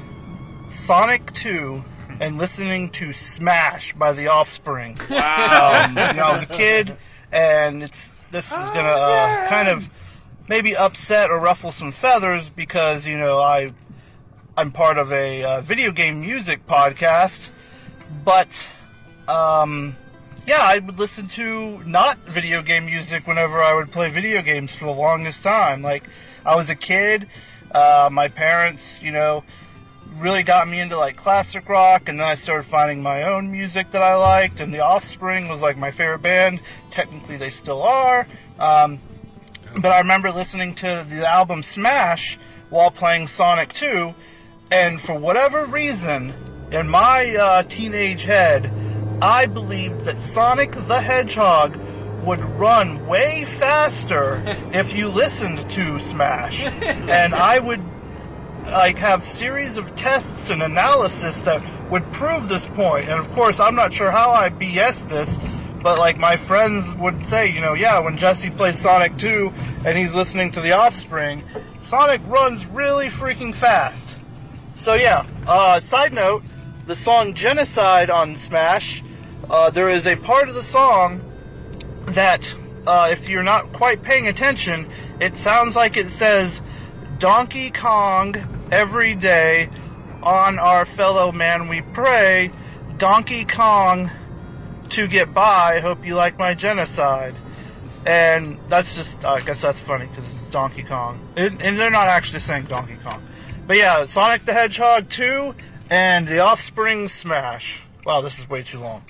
S: Sonic 2 and listening to Smash by The Offspring. Wow. when I was a kid, and it's this is gonna uh, kind of maybe upset or ruffle some feathers because you know I I'm part of a uh, video game music podcast, but um, yeah, I would listen to not video game music whenever I would play video games for the longest time. Like I was a kid, uh, my parents, you know, really got me into like classic rock, and then I started finding my own music that I liked, and The Offspring was like my favorite band. Technically, they still are. Um, but I remember listening to the album Smash while playing Sonic 2, and for whatever reason, in my uh, teenage head, I believed that Sonic the Hedgehog would run way faster if you listened to Smash. And I would like have series of tests and analysis that would prove this point. And of course, I'm not sure how I BS this, but like my friends would say, you know, yeah, when Jesse plays Sonic 2 and he's listening to The Offspring, Sonic runs really freaking fast. So yeah. Uh, side note: the song "Genocide" on Smash. Uh, there is a part of the song that, uh, if you're not quite paying attention, it sounds like it says "Donkey Kong every day on our fellow man we pray." Donkey Kong to get by. Hope you like my genocide. And that's just, uh, I guess that's funny because it's Donkey Kong. And, and they're not actually saying Donkey Kong. But yeah, Sonic the Hedgehog 2 and The Offspring Smash. Wow, this is way too long.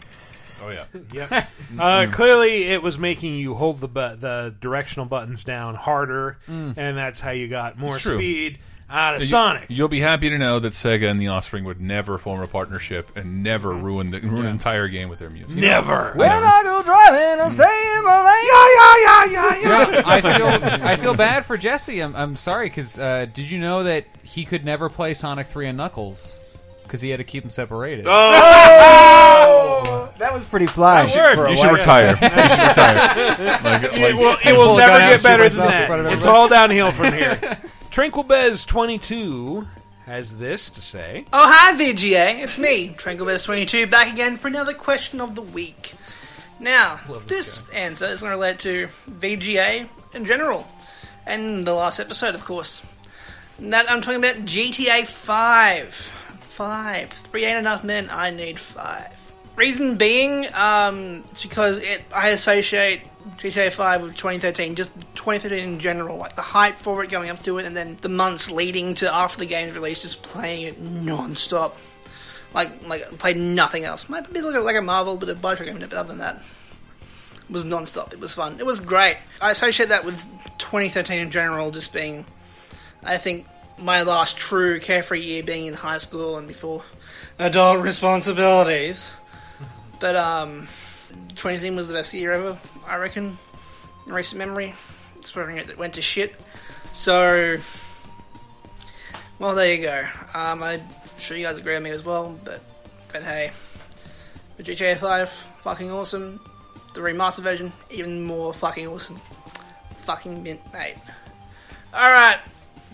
A: Oh, yeah.
B: Yep. Uh, clearly, it was making you hold the bu- the directional buttons down harder,
C: Mm.
B: and that's how you got more
A: It's true.
B: speed out of
A: You-
B: Sonic.
A: You'll be happy to know that Sega and the Offspring would never form a partnership and never ruin the ruin an entire game with their music.
B: Mm-hmm. Never.
D: When I go driving, I stay in my lane. Yeah, yeah, yeah, yeah,
C: Yeah, I feel I feel bad for Jesse. I'm, I'm sorry because uh, did you know that he could never play Sonic Three and Knuckles because he had to keep them separated.
D: Oh! That was pretty fly.
C: That worked.
D: for a
C: You should
D: while.
C: retire. You should
B: retire. it will, it will never get better than that. It's all downhill from here. Tranquil Bez 22 has this to say.
T: Oh, hi, VGA. It's me, TrankleBiz22, back again for another question of the week. Now, this answer is going to relate to VGA in general, and the last episode, of course. Now, I'm talking about GTA 5. 5. Three ain't enough men, I need five. Reason being, um, it's because it, I associate GTA 5 with 2013, just 2013 in general, like the hype for it going up to it, and then the months leading to after the game's release, just playing it non-stop. Like, like I played nothing else. Might be like a, like a Marvel, bit of Bioshock game, but other than that, it was non-stop. It was fun. It was great. I associate that with 2013 in general, just being, I think, my last true carefree year being in high school and before adult responsibilities. But um, 2013 was the best year ever, I reckon. In recent memory, it's where it went to shit. So, well, there you go. Um, I'm sure you guys agree with me as well, but but hey, the GTA 5, fucking awesome. The remastered version, even more fucking awesome. Fucking mint, mate. All right,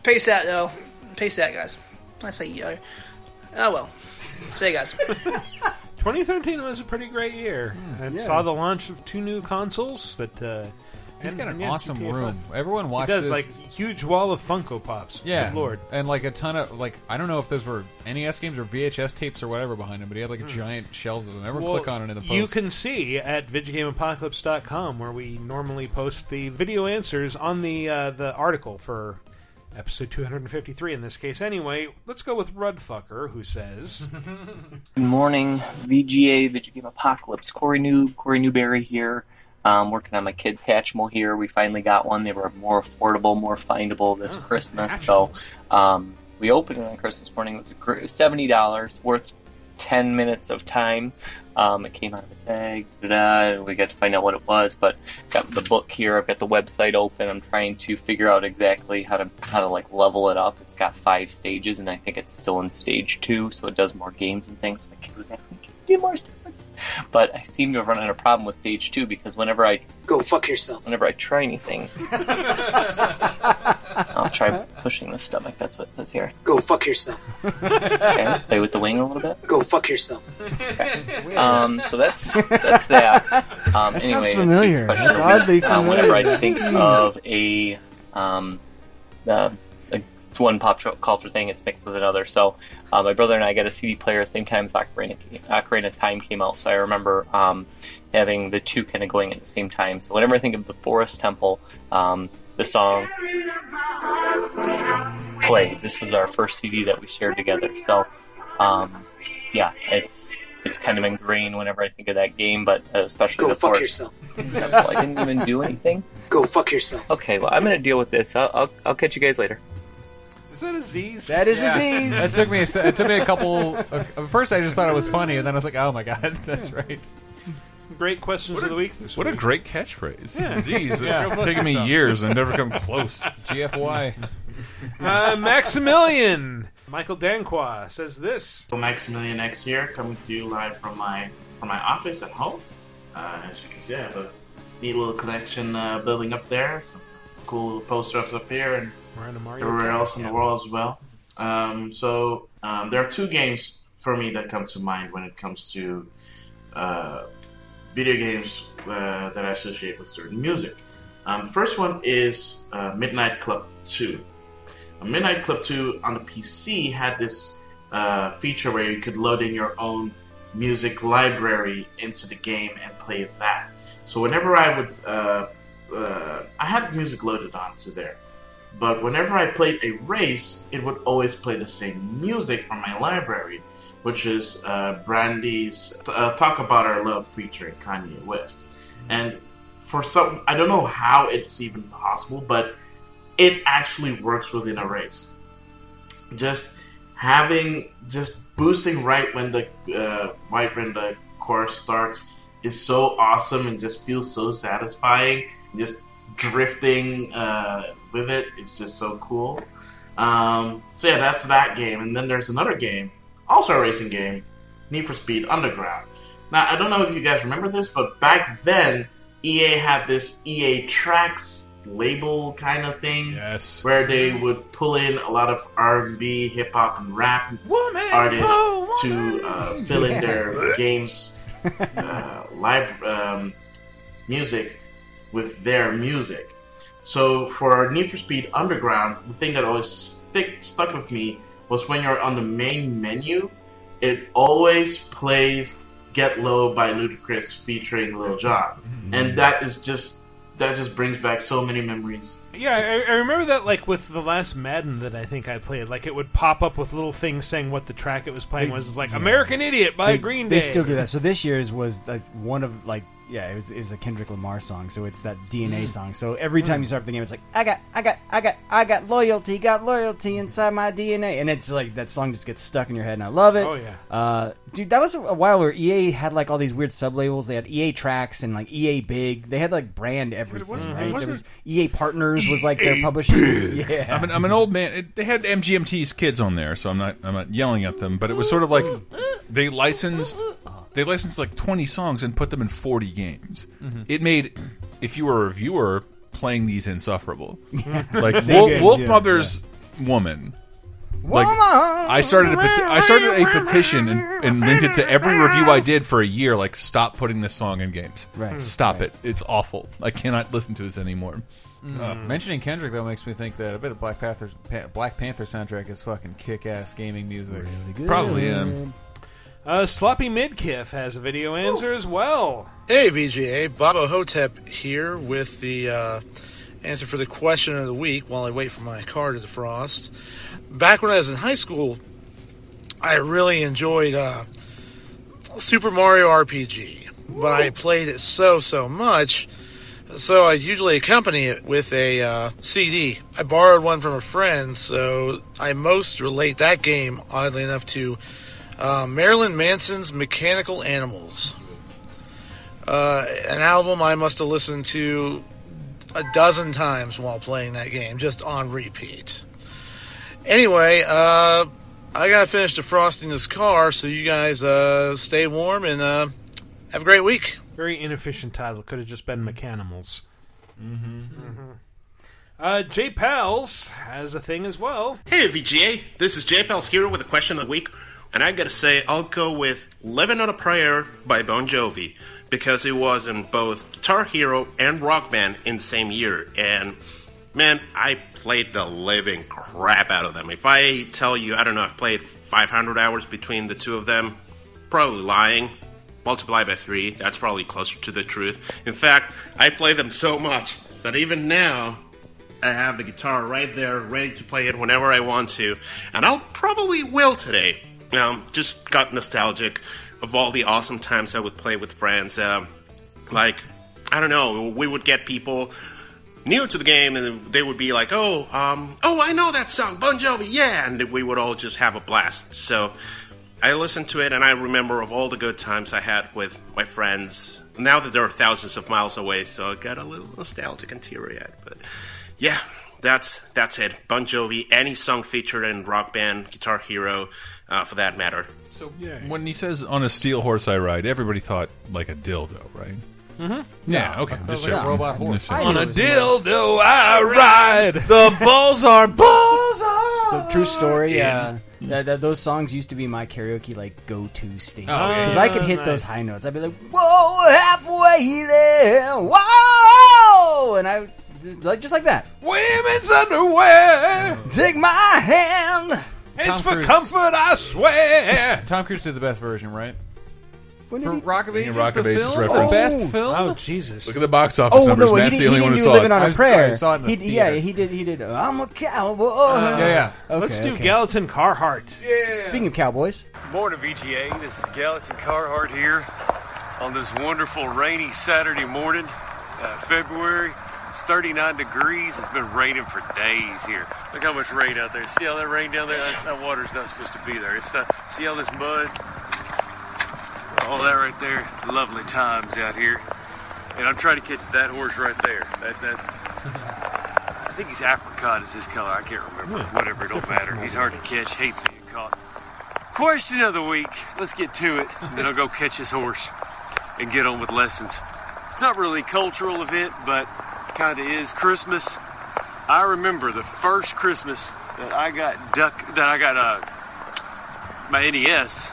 T: peace out, yo. Peace out, guys. I say yo. Oh well. See you guys.
B: 2013 was a pretty great year.
C: Hmm.
B: I
T: yeah.
B: saw the launch of two new consoles that. Uh,
C: He's
B: and-
C: got an
B: yeah,
C: awesome
B: GTA five.
C: room. Everyone watch
B: He does
C: this.
B: like huge wall of Funko Pops. Good
C: Yeah,
B: lord.
C: and like a ton of like I don't know if those were NES games or VHS tapes or whatever behind him, but he had like a giant shelves of them. Everyone
B: Hmm. Well,
C: click on it in the post.
B: You can see at VideoGameApocalypse.com where we normally post the video answers on the uh, the article for episode 253 in this case. Anyway, let's go with Rudfucker who says,
U: Good morning, VGA, Video Game Apocalypse. Corey New, Corey Newberry here. Um, working on my kids' hatchimal here. We finally got one. They were more affordable, more findable this Christmas. So um, we opened it on Christmas morning. It was a gr- seventy dollars, worth ten minutes of time. Um, it came out of its egg. da-da. We got to find out what it was, but got the book here. I've got the website open. I'm trying to figure out exactly how to how to like level it up. It's got five stages, and I think it's still in stage two, so it does more games and things. My kid was asking, "Can you do more stuff?" But I seem to have run into a problem with stage two because whenever I go fuck yourself, whenever I try anything, I'll try pushing the stomach. That's what it says here. Go fuck yourself. okay, play with the wing a little bit. Go fuck yourself. Um, so that's that's that. Um,
D: That sounds
U: anyway,
D: familiar.
U: It's
D: That's oddly
U: Um, whenever I
D: familiar.
U: think of a um, uh, a one pop culture thing, it's mixed with another. So uh, my brother and I got a CD player at the same time as Ocarina, Ocarina of Time came out. So I remember um, having the two kind of going at the same time. So whenever I think of the Forest Temple, um, the song plays. This was our first CD that we shared together. So, um, yeah, it's it's kind of ingrained whenever I think of that game, but especially
V: Go
U: the
V: fuck
U: fourth.
V: yourself.
U: Well, I didn't even do anything. Go fuck yourself. Okay, well, I'm gonna deal with this. I'll I'll, I'll catch you guys later.
B: "Is that a Z's?
D: That is
C: Yeah.
D: a Z's.
C: That took me. A, se- it took me a couple. uh, At first, I just thought it was funny, and then I was like, "Oh my god, that's
B: Hmm.
C: right."
B: "Great questions of the week this
A: what a
B: week."
A: great catchphrase.
B: Yeah.
A: Jeez,
B: Yeah.
A: it's taken me years and I've never come close.
C: GFY.
B: uh, Maximilian Michael Danqua says this.
W: Well, Maximilian next year, coming to you live from my from my office at home. Uh, as you can see, I have a neat little collection uh, building up there. Some cool posters up here and
B: We're in a Mario
W: everywhere
B: Kart.
W: else in the world as well. Um, so um, there are two games for me that come to mind when it comes to uh, video games uh, that I associate with certain music. Um, first one is uh, Midnight Club 2. Uh, Midnight Club 2 on the PC had this uh, feature where you could load in your own music library into the game and play that. So whenever I would, uh, uh, I had music loaded onto there, but whenever I played a race, it would always play the same music from my library, which is uh, Brandy's uh, "Talk About Our Love" featuring Kanye West. And for some, I don't know how it's even possible, but it actually works within a race. Just having just boosting right when the uh, right when the course starts is so awesome and just feels so satisfying. Just drifting uh, with it, it's just so cool. Um, so yeah, that's that game. And then there's another game, also a racing game, Need for Speed Underground. Now I don't know if you guys remember this, but back then EA had this EA Tracks label kind of thing, yes. where they would pull in a lot of R&B, hip hop, and rap artists to uh, fill in their
K: Yeah.
W: games uh, live um, music with their music. So for Need for Speed Underground, the thing that always stick, stuck with me was when you're on the main menu, it always plays "Get Low" by Ludacris featuring Lil Jon, and that is just that just brings back so many memories.
B: Yeah, I, I remember that like with the last Madden that I think I played. Like it would pop up with little things saying what the track it was playing was. It's like American Idiot by
D: they,
B: Green Day.
D: They still do that. So this year's was like, one of like yeah, it was it was a Kendrick Lamar song. So it's that DNA
E: Mm.
D: song. So every time
E: Mm.
D: you start up the game, it's like I got I got I got I got loyalty, got loyalty inside my DNA, and it's like that song just gets stuck in your head, and I love it.
B: Oh, yeah.
D: uh, dude, that was a while where EA had like all these weird sub labels. They had EA Tracks and like EA Big. They had like brand everything.
A: wasn't- it
D: right? There
A: wasn't
D: was EA Partners was like
A: EA
B: E
D: their publishing.
A: Big.
D: Yeah,
A: I'm an, I'm an old man. It, they had MGMT's kids on there, so I'm not I'm not yelling at them. But it was sort of like they licensed they licensed like 20 songs and put them in 40 games.
K: Mhm.
A: It made if you were a viewer playing these insufferable. like
K: Same
A: Wolf,
K: games,
A: Wolf
K: yeah,
A: Mother's Woman. Like
K: Woman!
A: I started a peti- I started a petition and, and linked it to every review I did for a year. Like stop putting this song in games.
D: Right.
A: Stop it. It's awful. I cannot listen to this anymore.
B: Hmm.
C: Uh, mentioning Kendrick though makes me think that I bet the Black Panther pa- Black Panther soundtrack is fucking kick-ass gaming music. Really
A: good. Probably, yeah.
B: Uh, Sloppy Midkiff has a video answer as well.
F: Hey, VGA, Bob Hotep here with the uh, answer for the question of the week while I wait for my car to defrost. Back when I was in high school, I really enjoyed uh, Super Mario RPG, but I played it so, so much, so I usually accompany it with a uh, CD. I borrowed one from a friend, so I most relate that game, oddly enough, to uh, Marilyn Manson's Mechanical Animals uh, an album I must have listened to a dozen times while playing that game, just on repeat. Anyway, uh, I got to finish defrosting this car, so you guys uh, stay warm and uh, have a great week.
B: Very inefficient title. Could have just been Mechanimals. Mm-hmm. Uh, J Pals has a thing as well.
V: Hey, VGA, this is J Pals here with a question of the week, and I gotta say, I'll go with Living on a Prayer by Bon Jovi, because it was in both Guitar Hero and Rock Band in the same year, and man, I played the living crap out of them. If I tell you, I don't know, I've played 500 hours between the two of them, probably lying. Multiply by three, that's probably closer to the truth. In fact, I play them so much that even now, I have the guitar right there, ready to play it whenever I want to, and I'll probably will today. Um, just got nostalgic of all the awesome times I would play with friends. Um, like, I don't know, we would get people new to the game, and they would be like, "Oh, um, oh, I know that song, Bon Jovi, yeah!" And we would all just have a blast. So, I listened to it, and I remember of all the good times I had with my friends. Now that they're thousands of miles away, so I got a little nostalgic and teary-eyed, but. Yeah, that's that's it. Bon Jovi, any song featured in Rock Band, Guitar Hero, uh, for that matter.
A: So when he says on a steel horse I ride, everybody thought like a dildo, right?
B: Mm-hmm.
A: Yeah, okay.
B: that
A: Just
B: was like a
A: joking.
B: robot horse.
A: Just
B: I
A: joking.
B: knew it was a robot. On a dildo I ride.
A: The balls are balls.
D: So true story.
B: In-
D: Uh, that, that those songs used to be my karaoke like go-to staples
B: Oh, yeah.
D: because I could hit
B: Nice.
D: those high notes. I'd be like,
E: Whoa, halfway there.
D: "Whoa!" and I like just like that.
B: Women's underwear.
K: Oh.
D: Take my hand.
B: It's
C: Tom
B: for
C: Cruise.
B: comfort, I swear.
C: Tom Cruise did the best version, right?
D: When
C: For Rock of
A: Yeah,
C: Ages,
A: Rock
C: the
A: of Ages
C: film?
A: reference.
C: The best film?
B: Oh Jesus!
A: Look at the box office numbers.
D: Oh, he
A: Matt's
D: did-
A: the only
D: he
A: one who
D: didn't
A: saw
D: do
A: it.
D: Living on
A: I
D: a
A: was-
D: Prayer.
A: I saw it in the
D: He- yeah,
A: theater.
D: he did. He did. uh, I'm a cowboy. Okay,
B: Let's do
D: okay.
B: Gallatin Carhart.
D: Yeah. Speaking of cowboys,
G: Morning, VGA. This is Gallatin Carhart here on this wonderful rainy Saturday morning, uh, February. It's 39 degrees. It's been raining for days here. Look how much rain out there. See all that rain down there? That's, that water's not supposed to be there. It's not. See all this mud? All that right there. Lovely times out here. And I'm trying to catch that horse right there. That that. I think he's apricot is his color. I can't remember. Yeah. Whatever, it don't Different matter. from He's the hard to catch. Hates being caught. Question of the week. Let's get to it. and then I'll go catch his horse and get on with lessons. It's not really a cultural event, but kind of is Christmas. I remember the first Christmas that I got duck that I got uh, my NES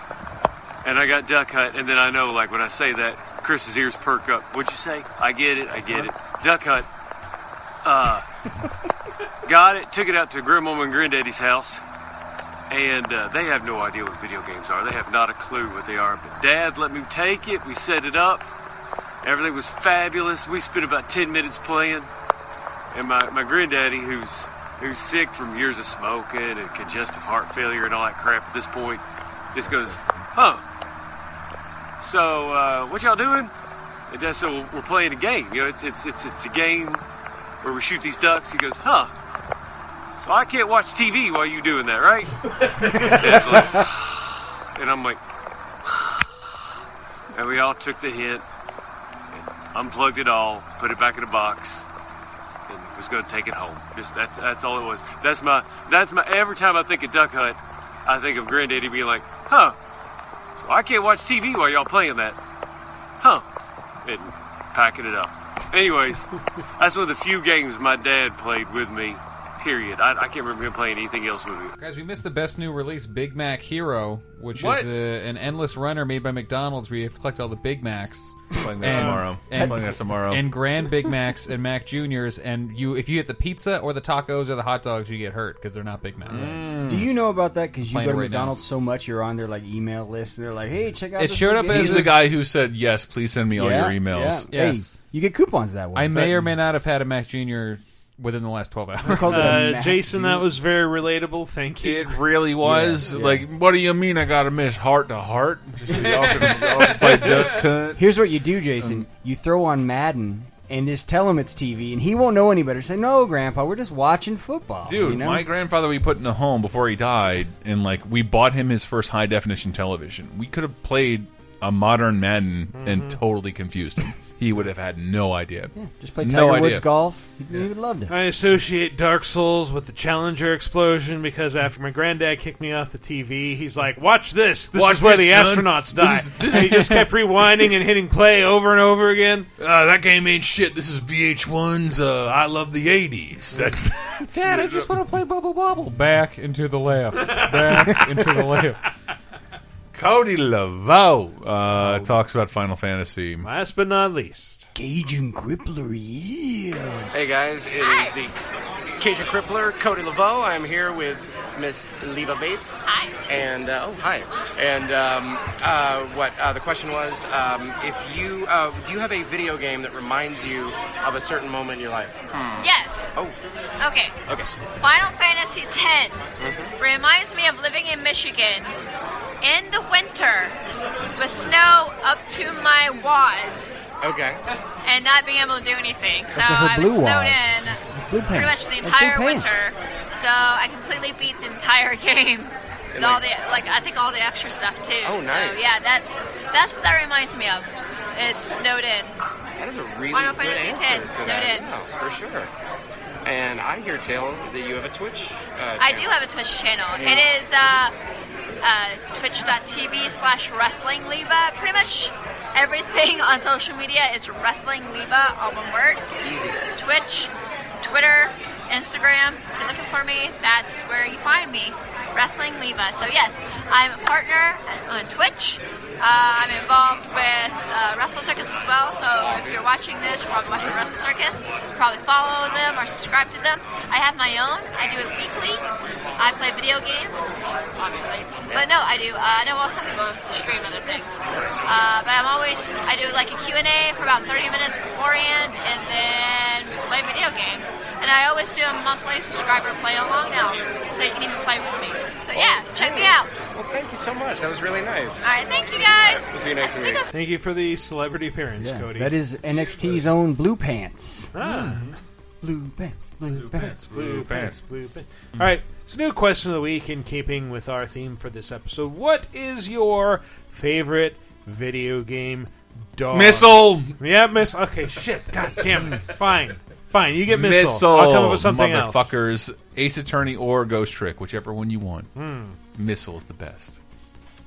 G: and I got Duck Hunt, and then I know, like, when I say that, Chris's ears perk up. What'd you say? I get it, I get it. Duck Hunt. Uh, got it, took it out to Grandmama and Granddaddy's house, and uh, they have no idea what video games are. They have not a clue what they are. But Dad let me take it, we set it up, everything was fabulous. We spent about 10 minutes playing, and my, my granddaddy, who's Who's sick from years of smoking and congestive heart failure and all that crap at this point, just goes, huh, so uh, what y'all doing? And Dad said, well, we're playing a game. You know, it's it's it's it's a game where we shoot these ducks. He goes, huh. So I can't watch TV while you doing that, right? Dad's like, and I'm like, and we all took the hit, and unplugged it all, put it back in a box, and was going to take it home. Just that's that's all it was. That's my that's my every time I think of duck hunt, I think of Granddaddy being like, huh. So I can't watch TV while y'all playing that. Huh. And packing it up. Anyways, that's one of the few games my dad played with me, period. I, I can't remember him playing anything else with me.
C: Guys, we missed the best new release, Big Mac Hero, which is
G: What?
C: uh, an endless runner made by McDonald's where you have to collect all the Big Macs.
A: Playing that tomorrow. Playing that tomorrow.
C: And Grand Big Macs and Mac Juniors, and you if you get the pizza or the tacos or the hot dogs, you get hurt because they're not Big Macs.
A: Mm.
D: do you know about that? Because you
C: Playing
D: go to
C: right now.
D: McDonald's so much, you're on their like email list, and they're like, "Hey, check out."
C: It
D: this
C: showed up
D: new game."
A: He's the guy who said, yes, please send me all
D: Yeah,
A: your emails.
D: yeah. Hey, you get coupons that way.
C: I may or may not have had a Mac Junior within the last twelve hours.
B: Uh, Jason, that was very relatable. Thank you.
A: It really was. Like, what do you mean I got to miss heart to heart? Just so y'all can- y'all can play duck hunt. Um,
D: Here's what you do, Jason. you throw on Madden and just tell him it's TV, and he won't know any better. Say, "No, Grandpa, we're just watching football."
A: Dude,
D: you know?
A: my grandfather we put in a home before he died, and like we bought him his first high definition television. We could have played a modern Madden and totally confused him. He would have had no idea.
D: just play Tiger
A: no idea.
D: Woods golf. He would love it.
B: I associate Dark Souls with the Challenger explosion because after my granddad kicked me off the TV, he's like, "Watch this! This
A: Watch
B: is where
A: this,
B: the
A: son.
B: astronauts die."
A: This is- this
B: and he
A: is-
B: just kept rewinding and hitting play over and over again.
A: Uh, that game ain't shit. This is VH1's. Uh, I love the '80s. That's
C: Dad, I just want to play Bubble Bobble. Back into the left. Back into the left.
A: Cody Laveau uh, talks about Final Fantasy.
B: Last but not least,
D: Cajun Crippler.
H: Hey guys, it is the Cajun Crippler, Cody Laveau. I'm here with Miss Leva Bates. Hi. And uh, oh, hi. And um, uh, what uh, the question was? Um, if you uh, do you have a video game that reminds you of a certain moment in your life?
X: Yes.
H: Oh.
X: Okay.
H: Okay.
X: Final Fantasy X
H: Mhm.
X: reminds me of living in Michigan in the winter with snow up to my was
H: Okay.
X: and not being able to do anything.
H: to
X: So
H: her
X: I was
H: blue
X: snowed
H: was.
X: in
H: That's blue
X: pretty much
H: pants.
X: the
H: That's blue
X: entire
H: pants.
X: winter. So I completely beat the entire game. With
H: And
X: all the
H: like-
X: like I think all the extra stuff too.
H: Oh, nice.
X: So yeah, that's that's what that reminds me of. Is snowed in.
H: That is a really
X: Final
H: good
X: Fantasy
H: answer
X: X,
H: to
X: snowed
H: that.
X: in.
H: Yeah, for sure. And I hear tale that you have a Twitch. Uh,
X: I
H: channel.
X: do have a Twitch channel.
H: Yeah.
X: It is uh, uh, twitch.tv slash wrestling leva. Pretty much everything on social media is wrestling leva, all one word.
H: Easy.
X: Twitch, Twitter, Instagram. If you're looking for me, that's where you find me. Wrestling Leva. So yes, I'm a partner on Twitch. Uh, I'm involved with uh, Wrestle Circus as well. So if you're watching this, you're probably watching Wrestle Circus. You probably follow them or subscribe to them. I have my own. I do it weekly. I play video games, obviously. But no, I do. Uh, I know also people stream other things.
A: Mm.
X: Uh, but I'm always I do like a Q&A for about 30 minutes beforehand, and then we play video games. And I always do a monthly subscriber play along now, so you can even play with me. So yeah, check me out.
H: Well, thank you so much. That was really nice.
X: All right, thank you guys.
H: We'll see you next week.
B: Thank you for the celebrity appearance, Cody.
D: That is NXT's own Blue Pants.
B: Ah.
D: Blue Pants, Blue, Pants,
B: blue pants, blue pants. All right, it's a new question of the week in keeping with our theme for this episode. What is your favorite video game dog?
A: Missile.
B: Yeah, missile. Okay, shit. God damn it. Fine. Fine, you get missile. I'll come up with something else.
A: motherfuckers. Ace Attorney or Ghost Trick, whichever one you want.
B: Hmm.
A: Missile is the best.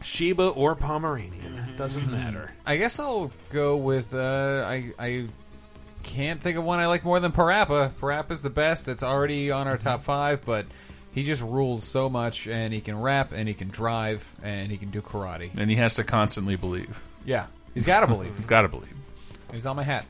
B: Sheba or Pomeranian. Doesn't matter.
C: I guess I'll go with. Uh, I I can't think of one I like more than Parappa. Parappa's the best. It's already on our top five, but he just rules so much, and he can rap, and he can drive, and he can do karate.
A: And he has to constantly believe.
C: Yeah, he's got to believe.
A: he's got to believe.
C: He's on my hat.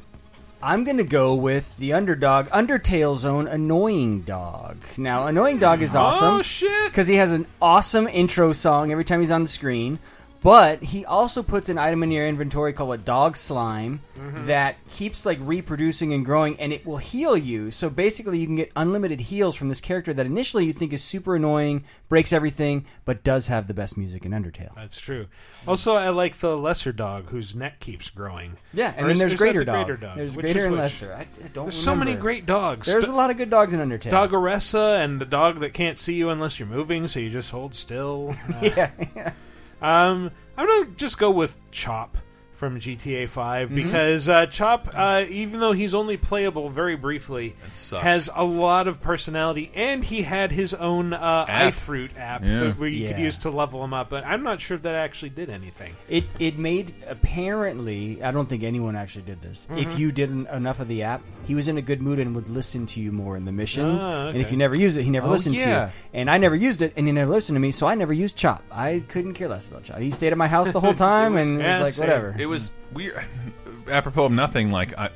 D: I'm going to go with the underdog, Undertale's own Annoying Dog. Now, Annoying Dog is
B: Oh,
D: awesome.
B: shit!
D: Because he has an awesome intro song every time he's on the screen. But he also puts an item in your inventory called a dog slime
B: Mm-hmm.
E: Mhm.
D: that keeps like reproducing and growing and it will heal you. So basically you can get unlimited heals from this character that initially you think is super annoying, breaks everything, but does have the best music in Undertale.
B: That's true. Also, I like the lesser dog whose neck keeps growing.
D: Yeah, and
B: Or
D: then
B: is-
D: there's
B: is that
D: greater
B: the
D: dog.
B: greater dog.
D: There's
B: Which
D: greater
B: is
D: and
B: which?
D: lesser. I, I don't
B: There's so many
D: remember.
B: great dogs.
D: There's a lot of good dogs in Undertale.
B: Doggeressa and the dog that can't see you unless you're moving, so you just hold still. Uh,
D: yeah,
B: Um, I'm gonna just go with Chop from GTA 5
D: Mm-hmm.
E: Mhm.
B: because uh, Chop, uh, even though he's only playable very briefly,
A: sucks.
B: has a lot of personality, and he had his own uh,
A: App.
B: iFruit app
A: Yeah.
B: that- where you could
D: Yeah.
B: use to level him up. But I'm not sure if that actually did anything.
D: It it made apparently. I don't think anyone actually did this.
B: Mhm.
D: If you did en- enough of the app, he was in a good mood and would listen to you more in the missions.
B: Ah,
D: And if
B: okay.
D: you never use it, he never
B: Oh,
D: listened to
B: yeah.
D: you. And I never used it, and he never listened to me, so I never used Chop. I couldn't care less about Chop. He stayed at my house the whole time, and it was like whatever.
A: It was weird. Apropos of nothing, like I,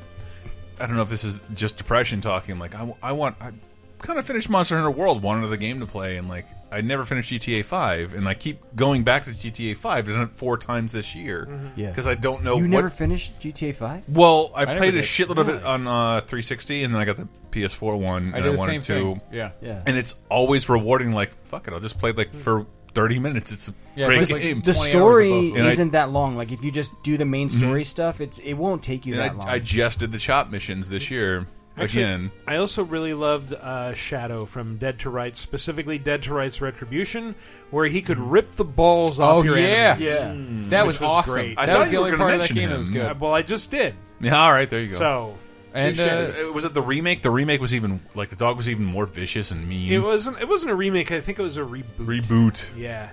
A: I don't know if this is just depression talking. Like I, I want, I kind of finished Monster Hunter World, wanted another game to play, and like I never finished GTA Five, and I keep going back to GTA Five. I've done it four times this year
D: Yeah.
A: because I don't know
D: you
A: what.
D: never finished GTA Five.
A: well, I,
D: Mm-hmm. I never
A: played a
D: did.
A: shitload of it on uh, 360, and then I got the PS4 one,
D: I
A: and
D: did
A: I
D: the
A: wanted
D: same
A: to.
D: thing. Yeah. Hmm. Yeah.
A: and it's always rewarding. Like fuck it, I'll just play like for 30 minutes. It's a great game.
D: The story
A: And I- Mm-hmm.
D: isn't that long. Like if you just do the main story stuff, it's it won't take you
A: And
D: that
A: I,
D: long.
A: I just did the chop missions this year
B: Actually,
A: again.
B: I also really loved uh, Shadow from Dead to Rights, specifically Dead to Rights Retribution, where he could rip the balls
C: Mm. Oh,
B: off your
C: yeah.
B: enemies. Mm.
C: Yeah. That was
B: Which
C: awesome.
B: great.
C: I That thought was the you were only gonna part of that mention game that was him. good.
B: Uh, Well, I just did.
A: Yeah, all right, there you go.
B: So,
C: And, uh,
A: Touche. was it the remake? The remake was even like the dog was even more vicious and
C: Mm.
A: mean.
B: It wasn't. It wasn't a remake. I think it was a reboot.
A: reboot.
B: Yeah.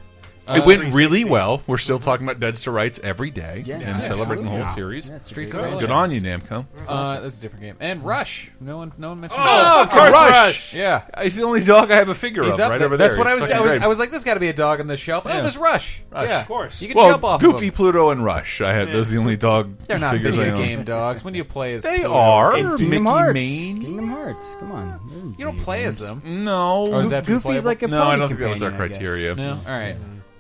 A: it
B: Uh,
A: went really well. We're still talking about Deads to Rights every day
C: Yeah.
A: and
C: Yeah,
A: celebrating the whole
C: absolutely.
A: series.
C: Yeah, it's a Streets
A: good
C: great of
A: on you,
C: franchise.
A: Namco.
C: Uh, that's a different game. And Rush. No one, no one mentioned.
A: Oh,
C: that.
A: of course, Rush.
C: Yeah,
A: he's the only dog I have a figure of right over there.
C: That's what I
A: He's
C: was. I
A: fucking
C: was,
A: great.
C: I was like, there's got to be a dog on this shelf.
A: Yeah.
C: Oh, there's Rush.
A: Rush.
C: Yeah,
A: Of
B: course.
C: You can
A: well,
C: jump off. of
A: Goopy,
C: them.
A: Pluto, and Rush. I had those are the only dog
C: They're not
A: figures I
C: video
A: own.
C: game dogs. When do you play as?
A: They
C: Pluto?
A: are,
C: In
A: Mickey
C: Kingdom Hearts.
A: Mania.
D: Kingdom Hearts. Come on.
C: You don't play as them.
A: No.
C: Or is that
D: Goof- Goofy's
C: playable?
D: like a
A: No, I don't
D: pony
A: think that was our
D: companion, I guess.
A: criteria.
C: No. All right.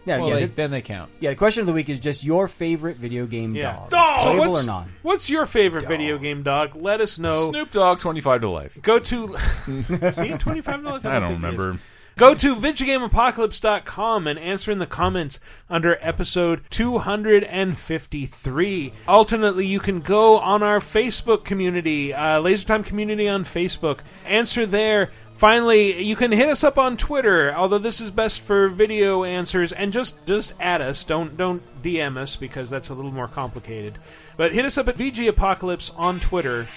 D: Yeah,
C: Well,
D: yeah,
C: they-
D: the-
C: then they count.
D: Yeah, the question of the week is just your favorite video game
B: Yeah.
D: dog.
B: Dog. So
D: Playable
B: what's,
D: or not?
B: What's your favorite video game dog? Let us know.
A: Snoop Dogg, twenty-five to life.
B: Go to. See, twenty-five dollars.
A: I don't remember.
B: Go to VideoGameApocalypse.com and answer in the comments under episode 253. Alternately, you can go on our Facebook community, uh, Lasertime Community on Facebook. Answer there. Finally, you can hit us up on Twitter, although this is best for video answers, and just just add us. Don't don't DM us because that's a little more complicated. But hit us up at VG Apocalypse on Twitter.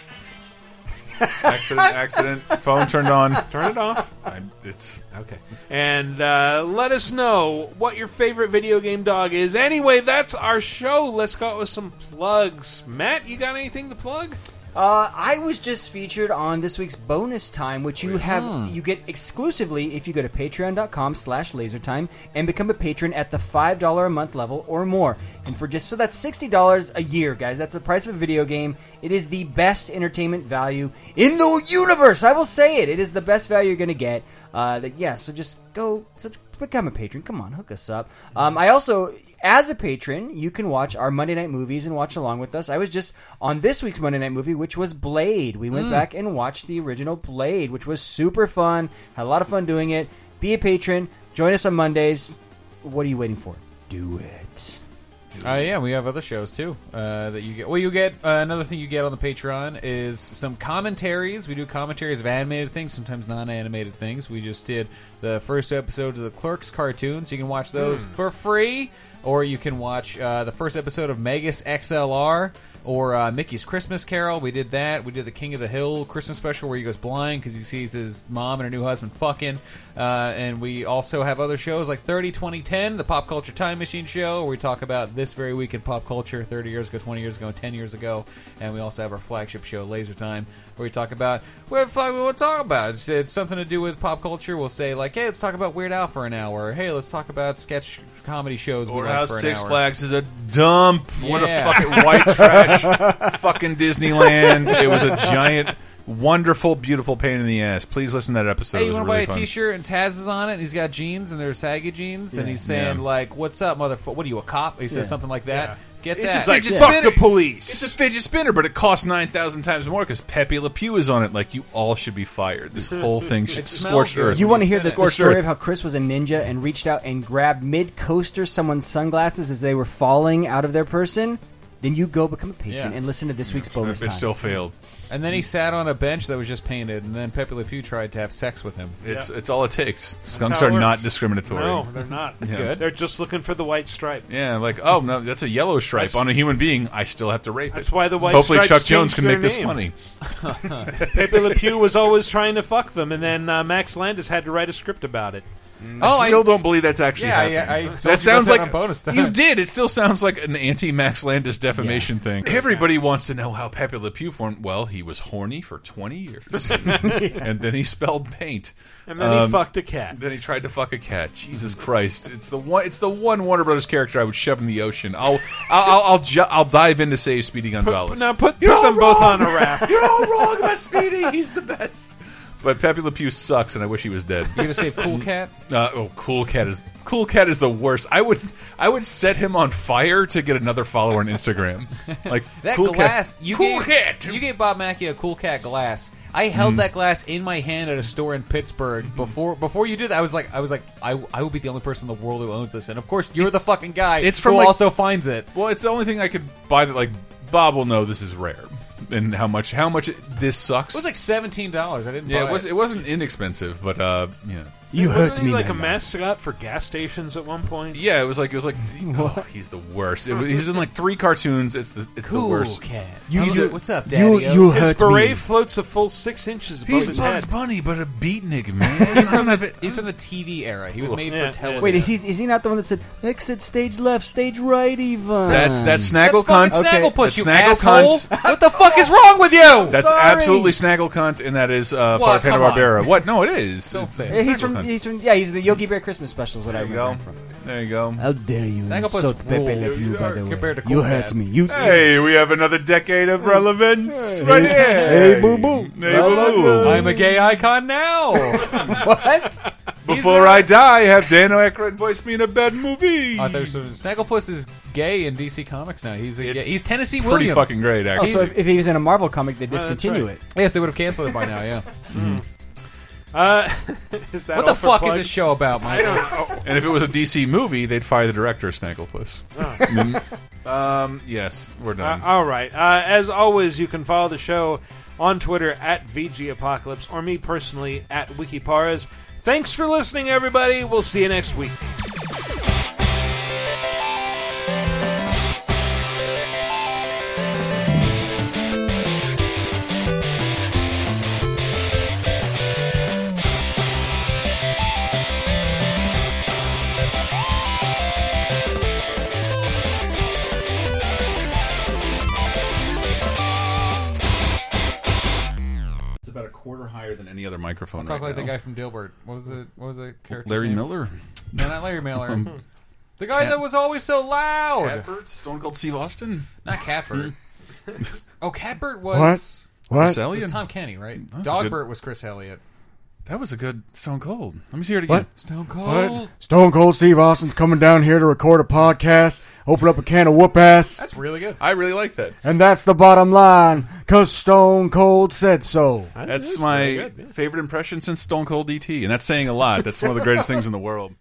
A: accident, accident. Phone turned on.
B: Turn it off.
A: I, it's
B: okay. and uh, let us know what your favorite video game dog is. Anyway, that's our show. Let's go out with some plugs. Matt, you got anything to plug?
D: Uh, I was just featured on this week's bonus time, which you have
C: Hmm.
D: you get exclusively if you go to patreon.com slash lasertime and become a patron at the $5 a month level or more. And for just so that's $60 a year, guys. That's the price of a video game. It is the best entertainment value in the universe. I will say it. It is the best value you're going to get. Uh, that, yeah, so just go sub- become a patron. Come on, hook us up. Um, I also as a patron, you can watch our Monday night movies and watch along with us. I was just on this week's Monday night movie, which was Blade. We went
I: Mm.
D: back and watched the original Blade, which was super fun. Had a lot of fun doing it. Be a patron. Join us on Mondays. What are you waiting for? Do it.
C: Uh, yeah, we have other shows too uh, that you get. Well, you get uh, another thing you get on the Patreon is some commentaries. We do commentaries of animated things, sometimes non-animated things. We just did the first episode of the Clerks cartoons. You can watch those
I: Hmm.
C: for free, or you can watch uh, the first episode of Megas XLR or uh, Mickey's Christmas Carol. We did that. We did the King of the Hill Christmas special where he goes blind because he sees his mom and her new husband fucking. Uh, and we also have other shows like 30 2010, the Pop Culture Time Machine show, where we talk about this very week in pop culture 30 years ago, 20 years ago, 10 years ago. And we also have our flagship show, Laser Time, where we talk about what the fuck we want to talk about. It's, it's something to do with pop culture. We'll say, like, hey, let's talk about Weird Al for an hour. Hey, let's talk about sketch comedy shows. we
A: Or
C: like
A: how
C: for an
A: Six
C: hour.
A: Flags is a dump. What a
C: Yeah.
A: fucking white trash, fucking Disneyland. It was a giant, wonderful, beautiful pain in the ass. Please listen to that episode.
C: Hey,
A: it
C: you
A: was
C: want to
A: really
C: buy a
A: fun.
C: T-shirt and Taz is on it, and he's got jeans and they're saggy jeans, and
A: Yeah.
C: he's saying
A: Yeah.
C: like, "What's up, motherfucker? What are you, a cop?" He says
A: Yeah.
C: something like that. Get
A: It's
C: that.
A: just like fuck the police. It's a fidget spinner, but it costs nine thousand times more because Pepe Le Pew is on it. Like you all should be fired. This whole thing should
C: It
A: scorch
C: smells
A: earth.
D: You want to hear the, the
A: scorched
D: story
A: earth.
D: of how Chris was a ninja and reached out and grabbed mid coaster someone's sunglasses as they were falling out of their person? Then you go become a patron
C: Yeah.
D: and listen to this week's bonus time.
C: And then he sat on a bench that was just painted, and then Pepe Le Pew tried to have sex with him.
A: It's it's all it takes. Skunks
B: how it
A: are not
B: works.
A: discriminatory.
B: No, they're not.
A: That's Yeah. good.
B: They're just looking for the white stripe.
A: Yeah, like oh no, that's a yellow stripe
B: That's-
A: on a human being. I still have to rape it.
B: That's why the white
A: Hopefully,
B: stripes
A: Chuck Jones
B: changed
A: can make
B: their
A: this funny.
B: name. Pepe Le Pew was always trying to fuck them, and then uh, Max Landis had to write a script about it.
A: Oh, I still don't believe that's actually
B: Yeah, I-
A: happening.
B: I told you
A: that
B: about
A: sounds
B: that
A: like
B: on bonus time.
A: you did. It still sounds like an anti-Max Landis defamation thing. Everybody wants to know how Pepe Le Pew formed. Well, he was horny for twenty years, and then he spelled paint, Um,
B: And then he fucked a cat.
A: Then he tried to fuck a cat. Jesus Christ! It's the one. It's the one Warner Brothers character I would shove in the ocean. I'll I'll I'll, I'll, ju- I'll dive in to save Speedy Gonzalez.
B: Now put, put them both on a raft.
A: You're all wrong about Speedy. He's the best. But Pepe Le Pew sucks, and I wish he was dead.
C: You gonna say Cool Cat?
A: Uh, oh, Cool Cat is Cool Cat is the worst. I would I would set him on fire to get another follower on Instagram. Like
C: That
A: Cool
C: glass,
A: Cat,
C: you
A: Cool
C: gave,
A: Cat.
C: You gave Bob Mackey a cool cat glass. I held
A: Mhm.
C: that glass in my hand at a store in Pittsburgh before before you did. that, I was like, I was like, I, I will be the only person in the world who owns this, and of course you're the fucking guy.
A: It's from
C: who
A: like-
C: also finds it.
A: Well, it's the only thing I could buy that. Like Bob will know this is rare, and how much how much it, this
C: It
A: sucks.
C: was like seventeen dollars. I didn't.
A: yeah,
C: buy
A: it was it wasn't inexpensive, but uh, yeah.
B: You Wasn't he like a mascot for gas stations at one point?
A: Yeah, it was like it was like oh, he's the worst. It was, he's in like three cartoons. It's the it's
B: Cool
A: the worst.
B: Cat.
A: You,
B: He's a- His beret floats a full six inches above
A: He's
B: his
A: Bugs
B: head.
A: Bunny, but a beatnik man.
C: he's, from the, he's from the TV era. He was
A: Oof.
C: made
A: Yeah, yeah.
C: for television.
D: Wait, is he, is he not the one that said exit stage left, stage right, Ivan?
A: That's that's
C: That's
A: snaggle cunt.
C: fucking Snagglepuss,
A: That's
C: you
A: snaggle
C: asshole.
A: cunt.
C: What the fuck is wrong with you?
A: That's absolutely snaggle cunt, and that is uh,
D: Well,
A: Fontana
D: come on.
A: Barbera. What? No, it is. Don't
D: Yeah, he's from he's from yeah he's the Yogi Bear Christmas specials. What I
A: There you
D: remember.
A: go. There you go.
D: How dare you
A: Snagglepuss
D: insult Pepe Le
A: rules.
D: Pew, by the way.
A: Compared to
D: you
A: Cool
D: hurt
A: Cat.
D: me. You
A: Hey, we have another decade of relevance right here.
D: Hey, boo boo.
A: Hey, boo boo.
C: I'm a gay icon now.
A: what? Before I die, have Dan Aykroyd voice me in a bad movie.
C: Uh, there's some- Snagglepuss is gay in DC Comics now. He's a gay, he's Tennessee
A: pretty
C: Williams.
A: fucking great,
D: Oh, so if, if he was in a Marvel comic, they
C: that's
D: discontinue
C: right.
D: it.
C: Yes, they would have canceled it by now. Yeah.
B: Uh, is that
C: What the
B: all for
C: fuck is
B: plugs?
C: this show about, Mike?
B: I don't know.
A: And if it was a DC movie, they'd fire the director of Snagglepuss.
C: Ah.
B: Oh.
A: Mm. um, yes, we're done.
B: Uh, all right. Uh, as always, you can follow the show on Twitter at VG Apocalypse or me personally at Wikiparas. Thanks for listening, everybody. We'll see you next week.
A: or higher than any other microphone
C: Talk
A: right
C: like the
A: now. Oh,
C: guy from Dilbert. What was it? What was the character?
A: Larry Miller?
C: No, not Larry Miller.
A: Um,
C: the guy
A: Cat-
C: that was always so loud.
A: Catbird? Stone Cold Steve Austin?
C: Not Catbird.
A: Hmm.
C: oh, Catbird was
A: What? What?
C: Chris
A: Chris Elliott?
C: Was Tom Kenny, right?
A: That's a
C: Dogbert
A: good-
C: was Chris Elliott.
A: That was a good Stone Cold. Let me hear it again.
C: What? Stone Cold.
K: Stone Cold Steve Austin's coming down here to record a podcast, open up a can of whoop ass,
C: That's really good.
A: I really like that.
K: and that's the bottom line, because Stone Cold said so.
A: That's my favorite impression since Stone Cold DT, and that's saying a lot. That's one of the greatest things in the world.